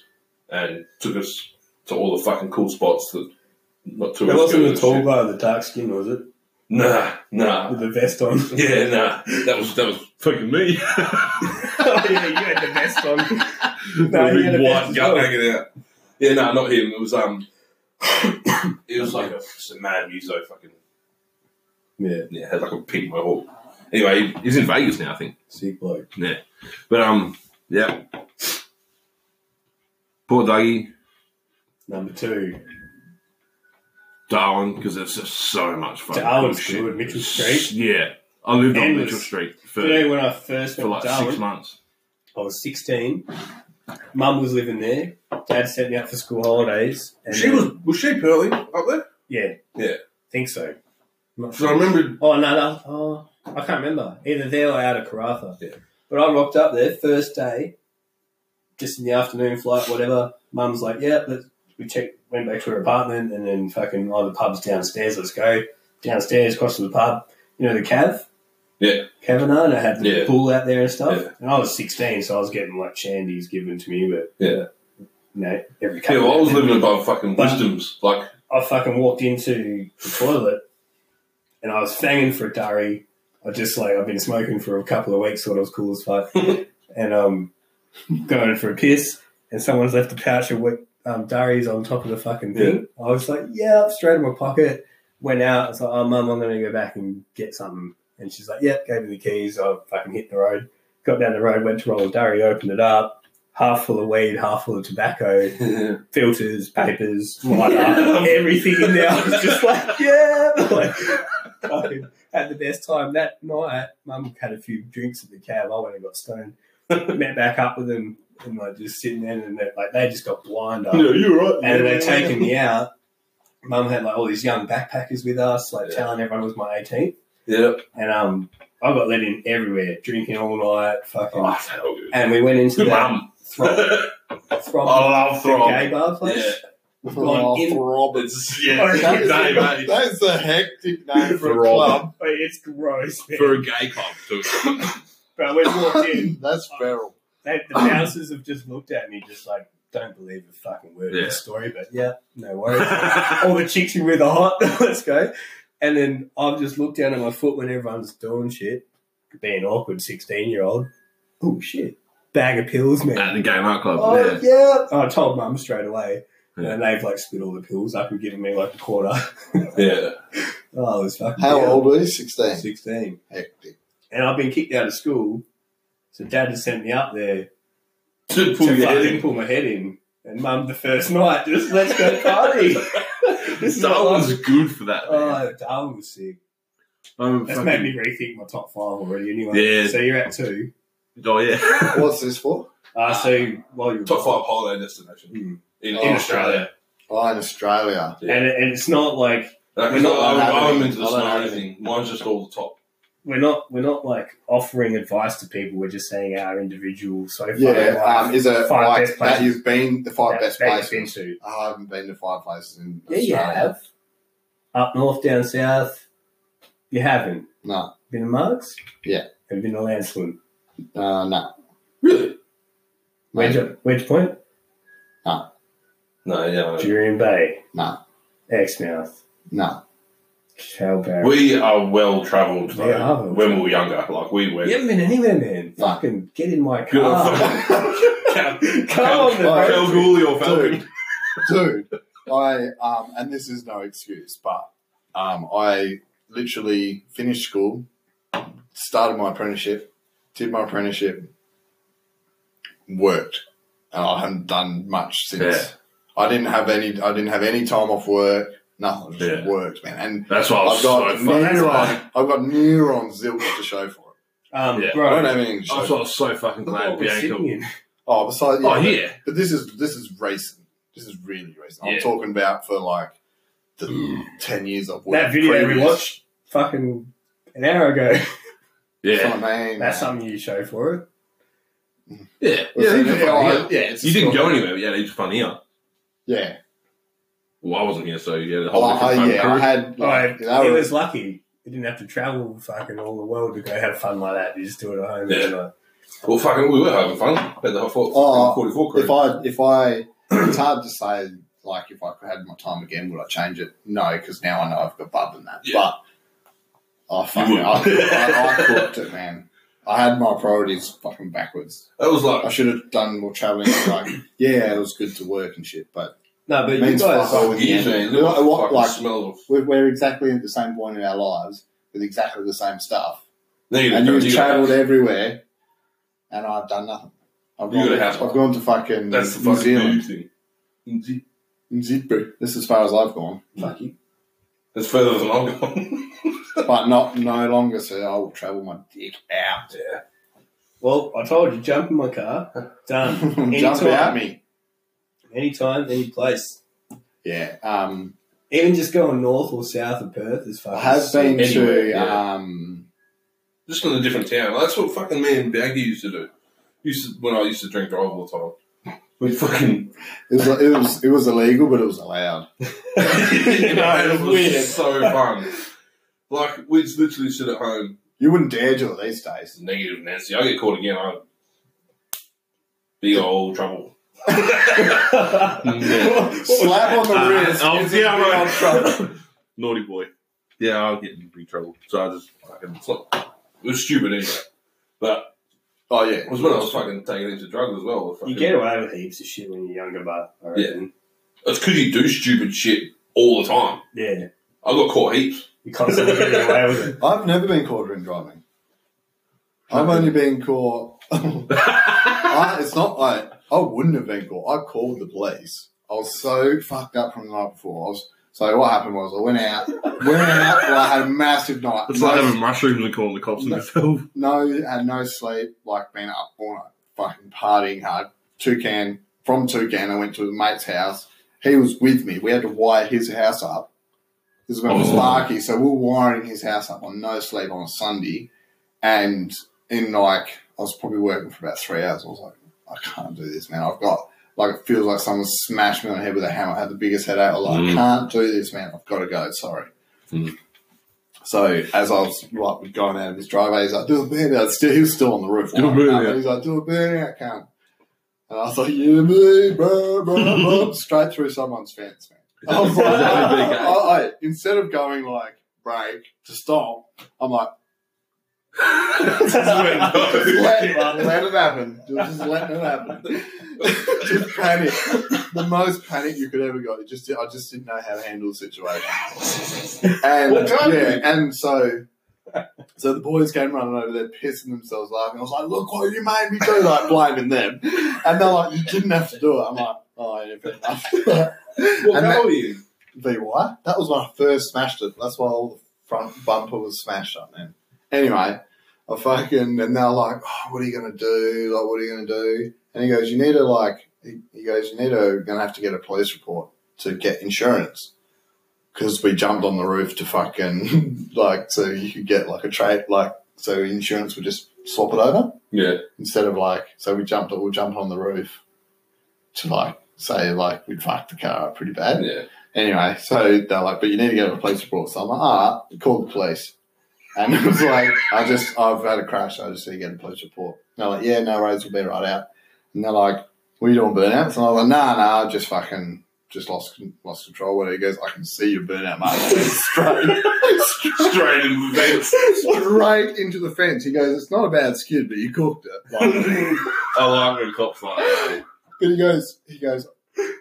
[SPEAKER 1] and took us to all the fucking cool spots that not too.
[SPEAKER 2] It wasn't the tall guy with the dark skin, was it?
[SPEAKER 1] Nah, nah. *laughs*
[SPEAKER 2] With the vest on.
[SPEAKER 1] Yeah, nah. That was that was fucking me.
[SPEAKER 2] oh yeah, you had the vest on. *laughs* No,
[SPEAKER 1] With
[SPEAKER 2] you
[SPEAKER 1] a
[SPEAKER 2] had a
[SPEAKER 1] big white
[SPEAKER 2] vest
[SPEAKER 1] gut
[SPEAKER 2] as well.
[SPEAKER 1] hanging out. Yeah, no, not him. It was um, *coughs* it was like a, just a mad muso fucking
[SPEAKER 2] Yeah,
[SPEAKER 1] yeah had like a pink mohawk. Anyway, he- he's in Vegas now, I think.
[SPEAKER 2] sick bloke.
[SPEAKER 1] Yeah, but um, yeah. Poor Dougie,
[SPEAKER 2] Number two,
[SPEAKER 1] Darwin, because there's just so much fun.
[SPEAKER 2] Darwin's good, Mitchell Street.
[SPEAKER 1] Yeah, I lived on
[SPEAKER 2] Endless.
[SPEAKER 1] Mitchell Street
[SPEAKER 2] You know,
[SPEAKER 1] for,
[SPEAKER 2] when I first
[SPEAKER 1] for
[SPEAKER 2] went
[SPEAKER 1] like
[SPEAKER 2] to
[SPEAKER 1] six
[SPEAKER 2] Darwin,
[SPEAKER 1] months.
[SPEAKER 2] I was 16. Mum was living there. Dad sent me up for school holidays. And then-
[SPEAKER 1] was she pearly up there?
[SPEAKER 2] Yeah.
[SPEAKER 1] Yeah.
[SPEAKER 2] think so. Not
[SPEAKER 1] So I
[SPEAKER 2] sure.
[SPEAKER 1] remember
[SPEAKER 2] Oh, no, no. Oh, I can't remember. Either there or out of Karatha.
[SPEAKER 1] Yeah.
[SPEAKER 2] But I rocked up there first day, just in the afternoon flight, whatever. Mum's like, yeah, let's, we checked, went back to her apartment, and then fucking, oh, the pub's downstairs, let's go. Downstairs, across to the pub. You know, the Cav?
[SPEAKER 1] Yeah.
[SPEAKER 2] Kavanaugh, and I had the
[SPEAKER 1] Yeah.
[SPEAKER 2] bull out there and stuff.
[SPEAKER 1] Yeah.
[SPEAKER 2] And I was 16, so I was getting like shandies given to me, but
[SPEAKER 1] Yeah.
[SPEAKER 2] you know, every
[SPEAKER 1] yeah,
[SPEAKER 2] couple
[SPEAKER 1] well, I was
[SPEAKER 2] of-
[SPEAKER 1] living above fucking
[SPEAKER 2] But-
[SPEAKER 1] Wisdoms, *laughs* like
[SPEAKER 2] I fucking walked into the toilet and I was fanging for a durry. I just like I've been smoking for a couple of weeks, thought I was cool as fuck, and um, going for a piss, and someone's left a pouch of wet um, Dari's on top of the fucking thing. I was like, yeah, straight in my pocket. Went out. I was like, oh, mum, I'm going to go back and get something. And she's like, yep, gave me the keys. I fucking hit the road. Got down the road, went to roll Dari, opened it up. Half full of weed, half full of tobacco, filters,
[SPEAKER 1] *laughs*
[SPEAKER 2] papers, lighter, everything in *laughs* there. I was just like, yeah.
[SPEAKER 1] *laughs*
[SPEAKER 2] Like, fucking had the best time that night. Mum had a few drinks in the cab. I went and got stoned. Met back up with them and like just sitting there and they like they just got blind up.
[SPEAKER 1] you're right.
[SPEAKER 2] And they're taking me out. Mum had like all these young backpackers with us, like
[SPEAKER 1] Yeah.
[SPEAKER 2] telling everyone it was my 18th.
[SPEAKER 1] Yep.
[SPEAKER 2] And um, I got let in everywhere, drinking all night, fucking.
[SPEAKER 1] Oh, that's hell good.
[SPEAKER 2] And we went into
[SPEAKER 1] Good
[SPEAKER 2] that
[SPEAKER 1] mum. *laughs*
[SPEAKER 2] throb,
[SPEAKER 1] I
[SPEAKER 2] throb
[SPEAKER 1] love
[SPEAKER 2] the
[SPEAKER 1] Throb.
[SPEAKER 2] gay bar place.
[SPEAKER 1] Yeah.
[SPEAKER 2] We've gone in-
[SPEAKER 1] It's, yeah,
[SPEAKER 2] Oh,
[SPEAKER 1] it's a
[SPEAKER 3] That
[SPEAKER 1] good *laughs*
[SPEAKER 3] is
[SPEAKER 1] day,
[SPEAKER 3] a-
[SPEAKER 1] mate.
[SPEAKER 3] that is a
[SPEAKER 2] *laughs*
[SPEAKER 3] hectic name for a
[SPEAKER 1] Throb.
[SPEAKER 3] club.
[SPEAKER 2] Wait, it's gross, man.
[SPEAKER 1] For a gay club,
[SPEAKER 2] *laughs*
[SPEAKER 1] too.
[SPEAKER 2] but when we *laughs* walked in,
[SPEAKER 3] That's feral.
[SPEAKER 2] they,
[SPEAKER 1] *coughs*
[SPEAKER 2] the bouncers have just looked at me, just like, don't believe a fucking word of
[SPEAKER 1] Yeah.
[SPEAKER 2] this story, but yeah, no
[SPEAKER 1] *laughs*
[SPEAKER 2] worries. all the chicks you with are hot. *laughs* Let's go. And then I've just looked down at my foot when everyone's doing shit, being awkward, sixteen year old. Oh shit! Bag of pills,
[SPEAKER 1] At
[SPEAKER 2] man.
[SPEAKER 1] the gay nightclub.
[SPEAKER 2] Oh
[SPEAKER 1] yeah.
[SPEAKER 2] yeah. I told mum straight away,
[SPEAKER 1] Yeah.
[SPEAKER 2] and they've like split all the pills up and given me like a quarter. *laughs*
[SPEAKER 1] Yeah.
[SPEAKER 2] oh, it was fucking
[SPEAKER 3] How
[SPEAKER 2] down.
[SPEAKER 3] old were you? 16.
[SPEAKER 2] Sixteen.
[SPEAKER 3] Hectic.
[SPEAKER 2] And I've been kicked out of school, so dad has sent me up there
[SPEAKER 1] To
[SPEAKER 2] to
[SPEAKER 1] pull your head
[SPEAKER 2] fucking
[SPEAKER 1] in.
[SPEAKER 2] pull my head in. And mum, the first night, just let's go
[SPEAKER 1] *laughs*
[SPEAKER 2] party. this is what
[SPEAKER 1] Darwin's
[SPEAKER 2] life-
[SPEAKER 1] good for that. man.
[SPEAKER 2] Oh, Darwin was sick.
[SPEAKER 1] I'm
[SPEAKER 2] That's
[SPEAKER 1] fucking-
[SPEAKER 2] made me rethink my top five already. Anyway,
[SPEAKER 1] Yeah.
[SPEAKER 2] So you're at two. *laughs*
[SPEAKER 1] Oh, yeah.
[SPEAKER 3] What's this for?
[SPEAKER 2] Uh,
[SPEAKER 3] Ah.
[SPEAKER 2] so well, you're
[SPEAKER 1] Top five holiday destination
[SPEAKER 2] Mm.
[SPEAKER 1] in,
[SPEAKER 3] Oh,
[SPEAKER 1] in Australia.
[SPEAKER 3] Oh, in Australia.
[SPEAKER 1] Yeah.
[SPEAKER 2] and and it's not like
[SPEAKER 1] Like,
[SPEAKER 2] We're not
[SPEAKER 1] I'm,
[SPEAKER 3] allowed
[SPEAKER 1] I'm
[SPEAKER 3] to-
[SPEAKER 1] into the
[SPEAKER 3] allowed
[SPEAKER 1] scenario
[SPEAKER 3] to-
[SPEAKER 1] thing. Mine's just all the top.
[SPEAKER 2] we're not we're not like offering advice to people. We're just saying our individual so far. in life,
[SPEAKER 3] Yeah, um, is it
[SPEAKER 2] Five
[SPEAKER 3] like
[SPEAKER 2] best
[SPEAKER 3] that
[SPEAKER 2] places.
[SPEAKER 3] you've been the five
[SPEAKER 2] that-
[SPEAKER 3] best
[SPEAKER 2] that you've
[SPEAKER 3] places?
[SPEAKER 2] been to.
[SPEAKER 3] Oh, I haven't been to five places in
[SPEAKER 2] Yeah, you
[SPEAKER 3] Australia.
[SPEAKER 2] have. Up north, down south. You haven't
[SPEAKER 3] No,
[SPEAKER 2] been to Marks.
[SPEAKER 3] Yeah.
[SPEAKER 2] Have you been to Landswim?
[SPEAKER 3] uh, no.
[SPEAKER 1] Really?
[SPEAKER 2] Wedge Wedge Point,
[SPEAKER 1] No, yeah.
[SPEAKER 2] Durian Bay,
[SPEAKER 3] No,
[SPEAKER 2] Exmouth,
[SPEAKER 3] no.
[SPEAKER 2] Calbarry.
[SPEAKER 1] We are well travelled
[SPEAKER 2] We are well
[SPEAKER 1] though. when we were younger. Like, we were.
[SPEAKER 2] You haven't been anywhere, man.
[SPEAKER 3] No.
[SPEAKER 2] Fucking get in my
[SPEAKER 1] Good old
[SPEAKER 2] car.
[SPEAKER 1] *laughs* Cal-
[SPEAKER 2] *laughs*
[SPEAKER 1] Cal-
[SPEAKER 2] on, man.
[SPEAKER 1] Cal Gooley or Falcon.
[SPEAKER 3] Dude, I, um, and this is no excuse, but um, I literally finished school, started my apprenticeship, did my apprenticeship, worked, and I haven't done much since.
[SPEAKER 1] Yeah.
[SPEAKER 3] I didn't have any. I didn't have any time off work. Nothing. Just
[SPEAKER 1] Yeah.
[SPEAKER 3] worked, man. And
[SPEAKER 1] That's why I was
[SPEAKER 3] I've got
[SPEAKER 1] so fucking.
[SPEAKER 3] neuron. I've got neuron zilch to show for it.
[SPEAKER 2] Um,
[SPEAKER 1] Yeah.
[SPEAKER 3] I don't
[SPEAKER 2] bro,
[SPEAKER 3] have anything to show.
[SPEAKER 1] That's why I was so fucking
[SPEAKER 2] look what
[SPEAKER 1] glad
[SPEAKER 2] we're sitting
[SPEAKER 1] Bianca.
[SPEAKER 2] in.
[SPEAKER 3] Oh, besides, yeah,
[SPEAKER 1] Oh, yeah.
[SPEAKER 3] But this is this is recent. This is really recent. I'm
[SPEAKER 1] Yeah. Mm.
[SPEAKER 3] talking about for like the ten years I've worked.
[SPEAKER 2] That video we
[SPEAKER 3] previous.
[SPEAKER 2] watched fucking an hour ago.
[SPEAKER 3] That's
[SPEAKER 1] Yeah.
[SPEAKER 3] what I mean.
[SPEAKER 2] That's something you show for it.
[SPEAKER 1] Yeah.
[SPEAKER 3] Was
[SPEAKER 1] Yeah.
[SPEAKER 3] it-
[SPEAKER 1] these are
[SPEAKER 3] oh,
[SPEAKER 1] fun here.
[SPEAKER 3] yeah, it's
[SPEAKER 1] You didn't
[SPEAKER 3] still-
[SPEAKER 1] go anywhere, but yeah, they just fun here.
[SPEAKER 3] Yeah.
[SPEAKER 1] Well, I wasn't here, so yeah, the whole
[SPEAKER 3] Oh, I-
[SPEAKER 1] different
[SPEAKER 3] yeah. I
[SPEAKER 1] fucking crew.
[SPEAKER 3] had like,
[SPEAKER 2] Like,
[SPEAKER 3] you know,
[SPEAKER 2] he was lucky. He didn't have to travel fucking all the world to go have fun like that. You just do it at home.
[SPEAKER 1] Yeah.
[SPEAKER 2] and, like,
[SPEAKER 1] Well, fucking, we were having fun. Had the whole four-
[SPEAKER 3] Oh,
[SPEAKER 1] 44 crew.
[SPEAKER 3] if I if I it's hard to say like if I could had my time again would I change it? No, because now I know I've got bub in that.
[SPEAKER 1] Yeah.
[SPEAKER 3] But oh fuck,
[SPEAKER 1] You
[SPEAKER 3] it.
[SPEAKER 1] would.
[SPEAKER 3] I, I, I cooked it, man. I had my priorities fucking backwards.
[SPEAKER 1] that was like
[SPEAKER 3] I should have done more traveling. Like, yeah, it was good to work and shit, but
[SPEAKER 2] No, but
[SPEAKER 3] it
[SPEAKER 2] you
[SPEAKER 3] means
[SPEAKER 2] guys,
[SPEAKER 3] fuck all in the
[SPEAKER 1] Yeah,
[SPEAKER 3] end.
[SPEAKER 1] man,
[SPEAKER 3] We're like-
[SPEAKER 1] the
[SPEAKER 3] what-
[SPEAKER 1] fucking
[SPEAKER 3] like,
[SPEAKER 1] smell of.
[SPEAKER 3] we're, we're exactly at the same point in our lives with exactly the same stuff.
[SPEAKER 1] Negative,
[SPEAKER 3] And you've
[SPEAKER 1] you
[SPEAKER 3] travelled everywhere, and I've done nothing. I've
[SPEAKER 1] You
[SPEAKER 3] gone,
[SPEAKER 1] gotta have-
[SPEAKER 3] I've gone to fucking
[SPEAKER 1] That's the
[SPEAKER 3] New
[SPEAKER 1] fucking
[SPEAKER 3] Zealand.
[SPEAKER 1] noob thing. Indeed.
[SPEAKER 3] Zipper. This is as far as I've gone,
[SPEAKER 2] fuck you.
[SPEAKER 1] That's further than I've gone. *laughs*
[SPEAKER 3] but not no longer. So I will travel my dick out.
[SPEAKER 2] Well, I told you, jump in my car. Done.
[SPEAKER 3] *laughs* Jump out me.
[SPEAKER 2] Anytime, any place.
[SPEAKER 3] Yeah. Um,
[SPEAKER 2] Even just going north or south of Perth is fucking.
[SPEAKER 3] I have
[SPEAKER 2] sick. *laughs*
[SPEAKER 3] been
[SPEAKER 1] anywhere,
[SPEAKER 3] to
[SPEAKER 1] yeah.
[SPEAKER 3] um,
[SPEAKER 1] Just in a different town. That's what fucking me and Baggy used to do. Used to, when I used to drink drive all the time.
[SPEAKER 3] *laughs*
[SPEAKER 1] We fucking.
[SPEAKER 3] it was it was it was illegal, but it was allowed.
[SPEAKER 1] *laughs* you know,
[SPEAKER 3] *laughs*
[SPEAKER 1] it was
[SPEAKER 2] Weird.
[SPEAKER 1] so fun. Like we'd literally sit at home.
[SPEAKER 3] You wouldn't dare do it these
[SPEAKER 1] It's
[SPEAKER 3] days.
[SPEAKER 1] negative Nancy. I get caught again. I big old trouble.
[SPEAKER 2] *laughs*
[SPEAKER 1] *laughs*
[SPEAKER 3] Slap on the wrist.
[SPEAKER 1] Uh, I'll-
[SPEAKER 3] is a
[SPEAKER 1] yeah,
[SPEAKER 3] big
[SPEAKER 1] right. *laughs*
[SPEAKER 3] old trouble.
[SPEAKER 1] Naughty boy. Yeah, I'll get in big trouble. So I just fucking. It's not, it was stupid anyway. But
[SPEAKER 3] Oh yeah,
[SPEAKER 1] It was when I was fucking taking into drugs as well.
[SPEAKER 2] You
[SPEAKER 1] fucking-
[SPEAKER 2] get away with heaps of shit when you're younger, but I reckon.
[SPEAKER 1] It's because you do stupid shit all the time.
[SPEAKER 2] Yeah.
[SPEAKER 1] I got caught heaps.
[SPEAKER 2] You constantly getting away with it.
[SPEAKER 3] I've never been caught drink driving. I've only been caught. *laughs* I, it's not like I wouldn't have been caught. I called the police. I was so fucked up from the night before. I was, so what happened was I went out, went out. Well, I had a massive night.
[SPEAKER 5] It's
[SPEAKER 3] no,
[SPEAKER 5] like having mushrooms and calling the cops on
[SPEAKER 3] No.
[SPEAKER 5] yourself.
[SPEAKER 3] *laughs*
[SPEAKER 1] *laughs*
[SPEAKER 3] no, had no sleep. Like been up all night, fucking partying hard. Toucan from Toucan, I went to a mate's house. He was with me. We had to wire his house up. This is when it was
[SPEAKER 1] Oh.
[SPEAKER 3] Sparky, so we we're wiring his house up on no sleep on a Sunday, and in like I was probably working for about three hours. I was like, I can't do this, man. I've got like it feels like someone smashed me on the head with a hammer. I had the biggest headache. I was like, I
[SPEAKER 1] Mm.
[SPEAKER 3] can't do this, man. I've got to go. Sorry.
[SPEAKER 1] Mm.
[SPEAKER 3] So as I was like going out of his driveway, he's like, "Do a burnout." Still, he was still on the roof.
[SPEAKER 5] Do a
[SPEAKER 3] like,
[SPEAKER 5] burnout.
[SPEAKER 3] and He's like, "Do a burnout, cunt." And I was like, "You me, bro, bro,
[SPEAKER 5] *laughs*
[SPEAKER 3] bro," straight through someone's fence, man. I was like,
[SPEAKER 1] That would be
[SPEAKER 3] I,
[SPEAKER 1] great.
[SPEAKER 3] *laughs* I, instead of going like break to stop, I'm like, just let, let it happen. Just let it happen. just panic. The most panic you could ever go. It Just I just didn't know how to handle the situation. And
[SPEAKER 1] What time
[SPEAKER 3] yeah, and so so the boys came running over there pissing themselves laughing. I was like, look what you made me do, like blaming them. And they're like, you didn't have to do it. I'm like, oh yeah, fair enough.
[SPEAKER 1] *laughs* What
[SPEAKER 3] And
[SPEAKER 1] how
[SPEAKER 3] that-
[SPEAKER 1] are you?
[SPEAKER 3] VY. That was when I first smashed it. That's why all the front bumper was smashed up, man. Anyway, I fucking and they're like, oh, "What are you gonna do? Like, what are you gonna do?" And he goes, "You need to like." He he goes, "You need to you're gonna have to get a police report to get insurance because we jumped on the roof to fucking *laughs* like so you could get like a trade like so insurance would just swap it over."
[SPEAKER 1] Yeah.
[SPEAKER 3] instead of like so we jumped we jumped on the roof to like say like we'd fucked the car up pretty bad.
[SPEAKER 1] Yeah.
[SPEAKER 3] Anyway, so they're like, but you need to get a police report. So I'm like, ah, call the police. And *laughs* it was like, I just I've had a crash, I just need to get a police report. And they're like, yeah, no worries, we'll be right out. And they're like, What are you doing, burnouts? And I was like, nah, nah, I just fucking just lost lost control. Whatever he goes, I can see your burnout mark. *laughs* straight,
[SPEAKER 1] Straight in the vents.
[SPEAKER 3] straight into the fence. He goes, It's not a bad skid, but you cooked it. Like,
[SPEAKER 1] I like when cops like that.
[SPEAKER 3] But he goes, he goes,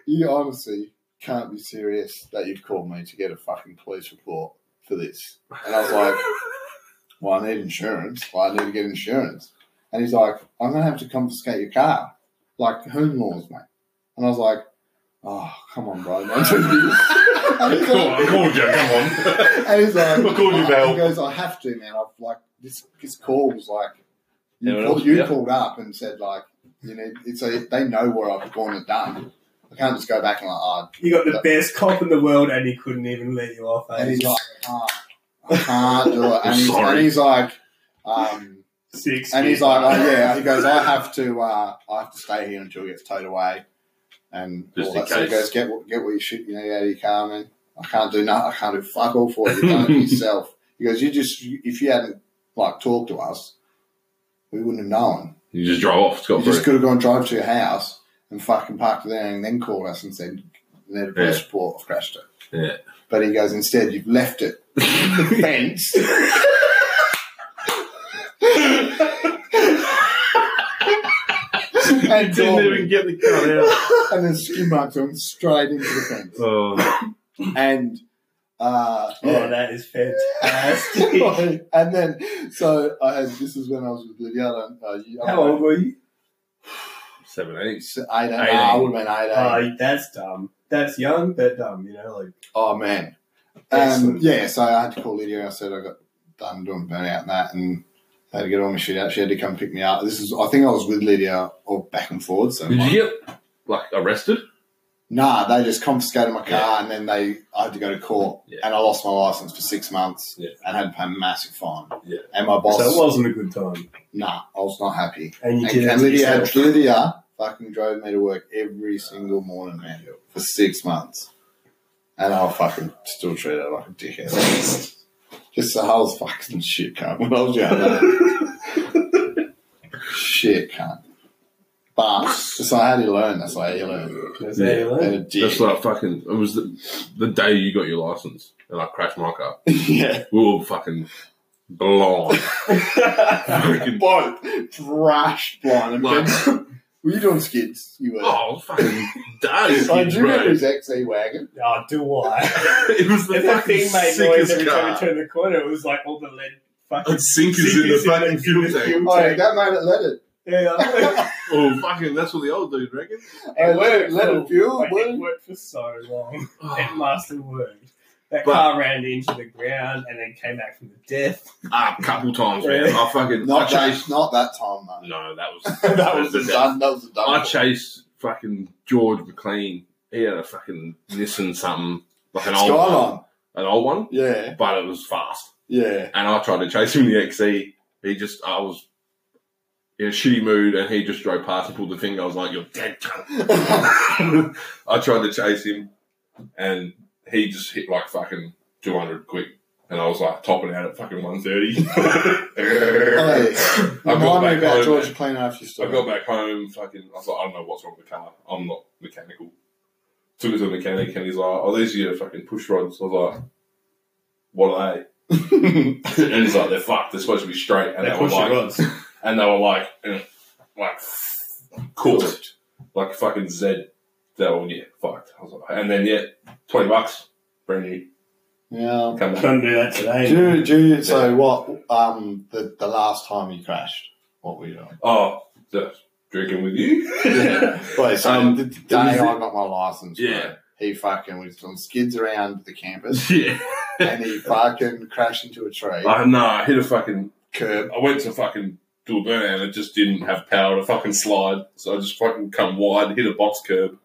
[SPEAKER 3] you honestly can't be serious that you've called me to get a fucking police report for this. And I was like, well, I need insurance. Well, I need to get insurance. And he's like, I'm going to have to confiscate your car. Like, home laws, mate. And I was like, oh, come on, bro. Don't do this. And he's
[SPEAKER 1] Come on, I
[SPEAKER 3] like,
[SPEAKER 1] called you, come on.
[SPEAKER 3] *laughs* and he's like
[SPEAKER 1] We'll call you,
[SPEAKER 3] he
[SPEAKER 1] Val.
[SPEAKER 3] goes, I have to, man. I've like, this, this call was like, you,
[SPEAKER 1] Anyone
[SPEAKER 3] called,
[SPEAKER 1] else?
[SPEAKER 3] you
[SPEAKER 1] Yeah.
[SPEAKER 3] called up and said, like, you know, it's a, they know what I've gone and done. I can't just go back and like, ah.
[SPEAKER 2] *laughs* You got the best cop in the world, and he couldn't even let you off. eh?
[SPEAKER 3] and he's like, ah, I can't do it. And, he's,
[SPEAKER 5] Sorry.
[SPEAKER 3] and he's like, um,
[SPEAKER 2] six.
[SPEAKER 3] and he's
[SPEAKER 2] years.
[SPEAKER 3] like, oh yeah. He goes, I have to, uh, I have to stay here until it gets towed away, and
[SPEAKER 1] Just
[SPEAKER 3] all
[SPEAKER 1] in
[SPEAKER 3] that. So he
[SPEAKER 1] case.
[SPEAKER 3] goes, get what, get what you shit, you know, out of your car, man. I can't do nothing. I can't do fuck all for you. You've done it yourself. He goes, you just, if you hadn't like talked to us, we wouldn't have known.
[SPEAKER 1] You just drove off,
[SPEAKER 3] You
[SPEAKER 1] Scott
[SPEAKER 3] just could have gone drive to your house and fucking parked there and then called us and said, need a police report, I've crashed it.
[SPEAKER 1] Yeah.
[SPEAKER 3] But he goes, instead, you've left it in the fence. and,
[SPEAKER 5] Didn't even
[SPEAKER 3] gone.
[SPEAKER 5] get the car out.
[SPEAKER 3] and then skin marks went straight into the fence.
[SPEAKER 5] Oh,
[SPEAKER 3] And, uh,
[SPEAKER 2] *laughs* Oh,
[SPEAKER 3] yeah.
[SPEAKER 2] that is fantastic.
[SPEAKER 3] *laughs* and then, so I had, this is when I was with Lydia. Uh, you- I
[SPEAKER 2] How old were you?
[SPEAKER 1] Seven, eight.
[SPEAKER 3] was Eight, eight, I would have been eight, eight.
[SPEAKER 2] Oh, that's dumb. That's young, but dumb. You know, like
[SPEAKER 3] Oh man. Um,
[SPEAKER 2] Excellent.
[SPEAKER 3] yeah, so I had to call Lydia. I said I got done doing burnout and that, and I had to get all my shit out. She had to come pick me up. This is, I think I was with Lydia or back and forth. So
[SPEAKER 1] Did
[SPEAKER 3] like-
[SPEAKER 1] you get like arrested?
[SPEAKER 3] Nah, they just confiscated my car and then they I had to go to court
[SPEAKER 1] Yeah.
[SPEAKER 3] and I lost my license for six months
[SPEAKER 1] Yeah.
[SPEAKER 3] and had to pay a massive fine.
[SPEAKER 1] Yeah.
[SPEAKER 3] And my boss,
[SPEAKER 2] so it wasn't a good time.
[SPEAKER 3] nah, I was not happy.
[SPEAKER 2] And you
[SPEAKER 3] And,
[SPEAKER 2] did
[SPEAKER 3] and
[SPEAKER 2] it
[SPEAKER 3] Lydia,
[SPEAKER 2] yourself.
[SPEAKER 3] had, Lydia fucking drove me to work every single morning, man, for six months. And I fucking still treat her like a dickhead. Just the whole fucking shit cunt when I was young.
[SPEAKER 5] *laughs*
[SPEAKER 3] man. shit cunt. But that's like how do you learn. That's like how you learn.
[SPEAKER 2] That's how you learn.
[SPEAKER 3] Being a dick.
[SPEAKER 5] that's like fucking. It was the, the day you got your license, and I crashed my car.
[SPEAKER 3] *laughs* yeah.
[SPEAKER 5] We were fucking
[SPEAKER 1] *laughs* blind. Freaking
[SPEAKER 3] Blind, trash blind. And
[SPEAKER 5] Like-
[SPEAKER 3] Ben- were you doing skids? You were.
[SPEAKER 5] Oh, fucking daddy.
[SPEAKER 3] Like, do you remember
[SPEAKER 5] bro.
[SPEAKER 3] his XE wagon?
[SPEAKER 2] *laughs* Oh, do I?
[SPEAKER 5] It was the
[SPEAKER 2] And that
[SPEAKER 5] fucking
[SPEAKER 2] thing made noise
[SPEAKER 5] sickest
[SPEAKER 2] every time
[SPEAKER 5] car.
[SPEAKER 2] we turned the corner. It was like all the lead fucking.
[SPEAKER 5] And sinkers in the
[SPEAKER 2] sinkers
[SPEAKER 5] fucking fuel tank.
[SPEAKER 3] Oh, yeah, that made it let it.
[SPEAKER 2] *laughs* Yeah,
[SPEAKER 5] Oh, fucking, that's what the old dude reckons.
[SPEAKER 3] Hey, let it, let it fuel.
[SPEAKER 2] Like,
[SPEAKER 3] let
[SPEAKER 2] it
[SPEAKER 3] it-
[SPEAKER 2] worked for so
[SPEAKER 5] *laughs*
[SPEAKER 2] long. It
[SPEAKER 5] Oh,
[SPEAKER 2] must have worked. That
[SPEAKER 5] But-
[SPEAKER 2] car ran into the ground and then came back from the death.
[SPEAKER 5] ah, a couple times, man. I fucking,
[SPEAKER 3] Not
[SPEAKER 5] I chased.
[SPEAKER 3] that, not that time,
[SPEAKER 1] *laughs*
[SPEAKER 3] though.
[SPEAKER 5] No, that was
[SPEAKER 3] that was the
[SPEAKER 5] death.
[SPEAKER 3] done. That was the done.
[SPEAKER 5] I chased fucking George McLean. He had a fucking Nissan something, like an old one,
[SPEAKER 3] Skyline.
[SPEAKER 5] an old one,
[SPEAKER 3] Yeah,
[SPEAKER 5] but it was fast.
[SPEAKER 1] *laughs*
[SPEAKER 3] yeah.
[SPEAKER 5] And I tried to chase him in the XE. He just, I was in a shitty mood, and he just drove past and pulled the finger. I was like, "You're dead." cunt." *laughs* I tried to chase him, and he just hit like fucking two hundred quick. And I was like topping out at fucking one thirty. *laughs* I
[SPEAKER 3] Hey,
[SPEAKER 5] got
[SPEAKER 3] remind me
[SPEAKER 5] back
[SPEAKER 3] about
[SPEAKER 5] home.
[SPEAKER 3] George McLean after you
[SPEAKER 1] So I
[SPEAKER 3] story.
[SPEAKER 1] got back home, fucking, I was like, I don't know what's wrong with the car. I'm not mechanical. Took it to a mechanic and he's like, oh, these are your fucking push rods. I was like, what are they? *laughs* and he's like, they're fucked. They're supposed to be straight. And they, were like,
[SPEAKER 2] rods.
[SPEAKER 1] and they were like, eh, like, cooked. Like fucking Z. They were, yeah, fucked. I was like, and then, yeah, 20 bucks. Brand new.
[SPEAKER 3] *laughs* Yeah.
[SPEAKER 1] Come
[SPEAKER 2] *laughs*
[SPEAKER 1] back.
[SPEAKER 2] *laughs* Couldn't do that today.
[SPEAKER 3] Do, do you, so what? Um, the, the last time you crashed, what were you doing?
[SPEAKER 1] Oh, so, drinking with you? *laughs*
[SPEAKER 3] Yeah. Wait, so
[SPEAKER 5] Um,
[SPEAKER 3] the day I
[SPEAKER 5] it was-
[SPEAKER 3] got my license, bro,
[SPEAKER 5] Yeah.
[SPEAKER 3] he fucking was doing skids around the campus *laughs*
[SPEAKER 5] yeah.
[SPEAKER 3] and he fucking crashed into a tree.
[SPEAKER 1] Oh, no, I hit a fucking
[SPEAKER 3] Curb.
[SPEAKER 1] I went to fucking do a burnout and it just didn't have power to fucking slide. So I just fucking come wide, hit a box curb,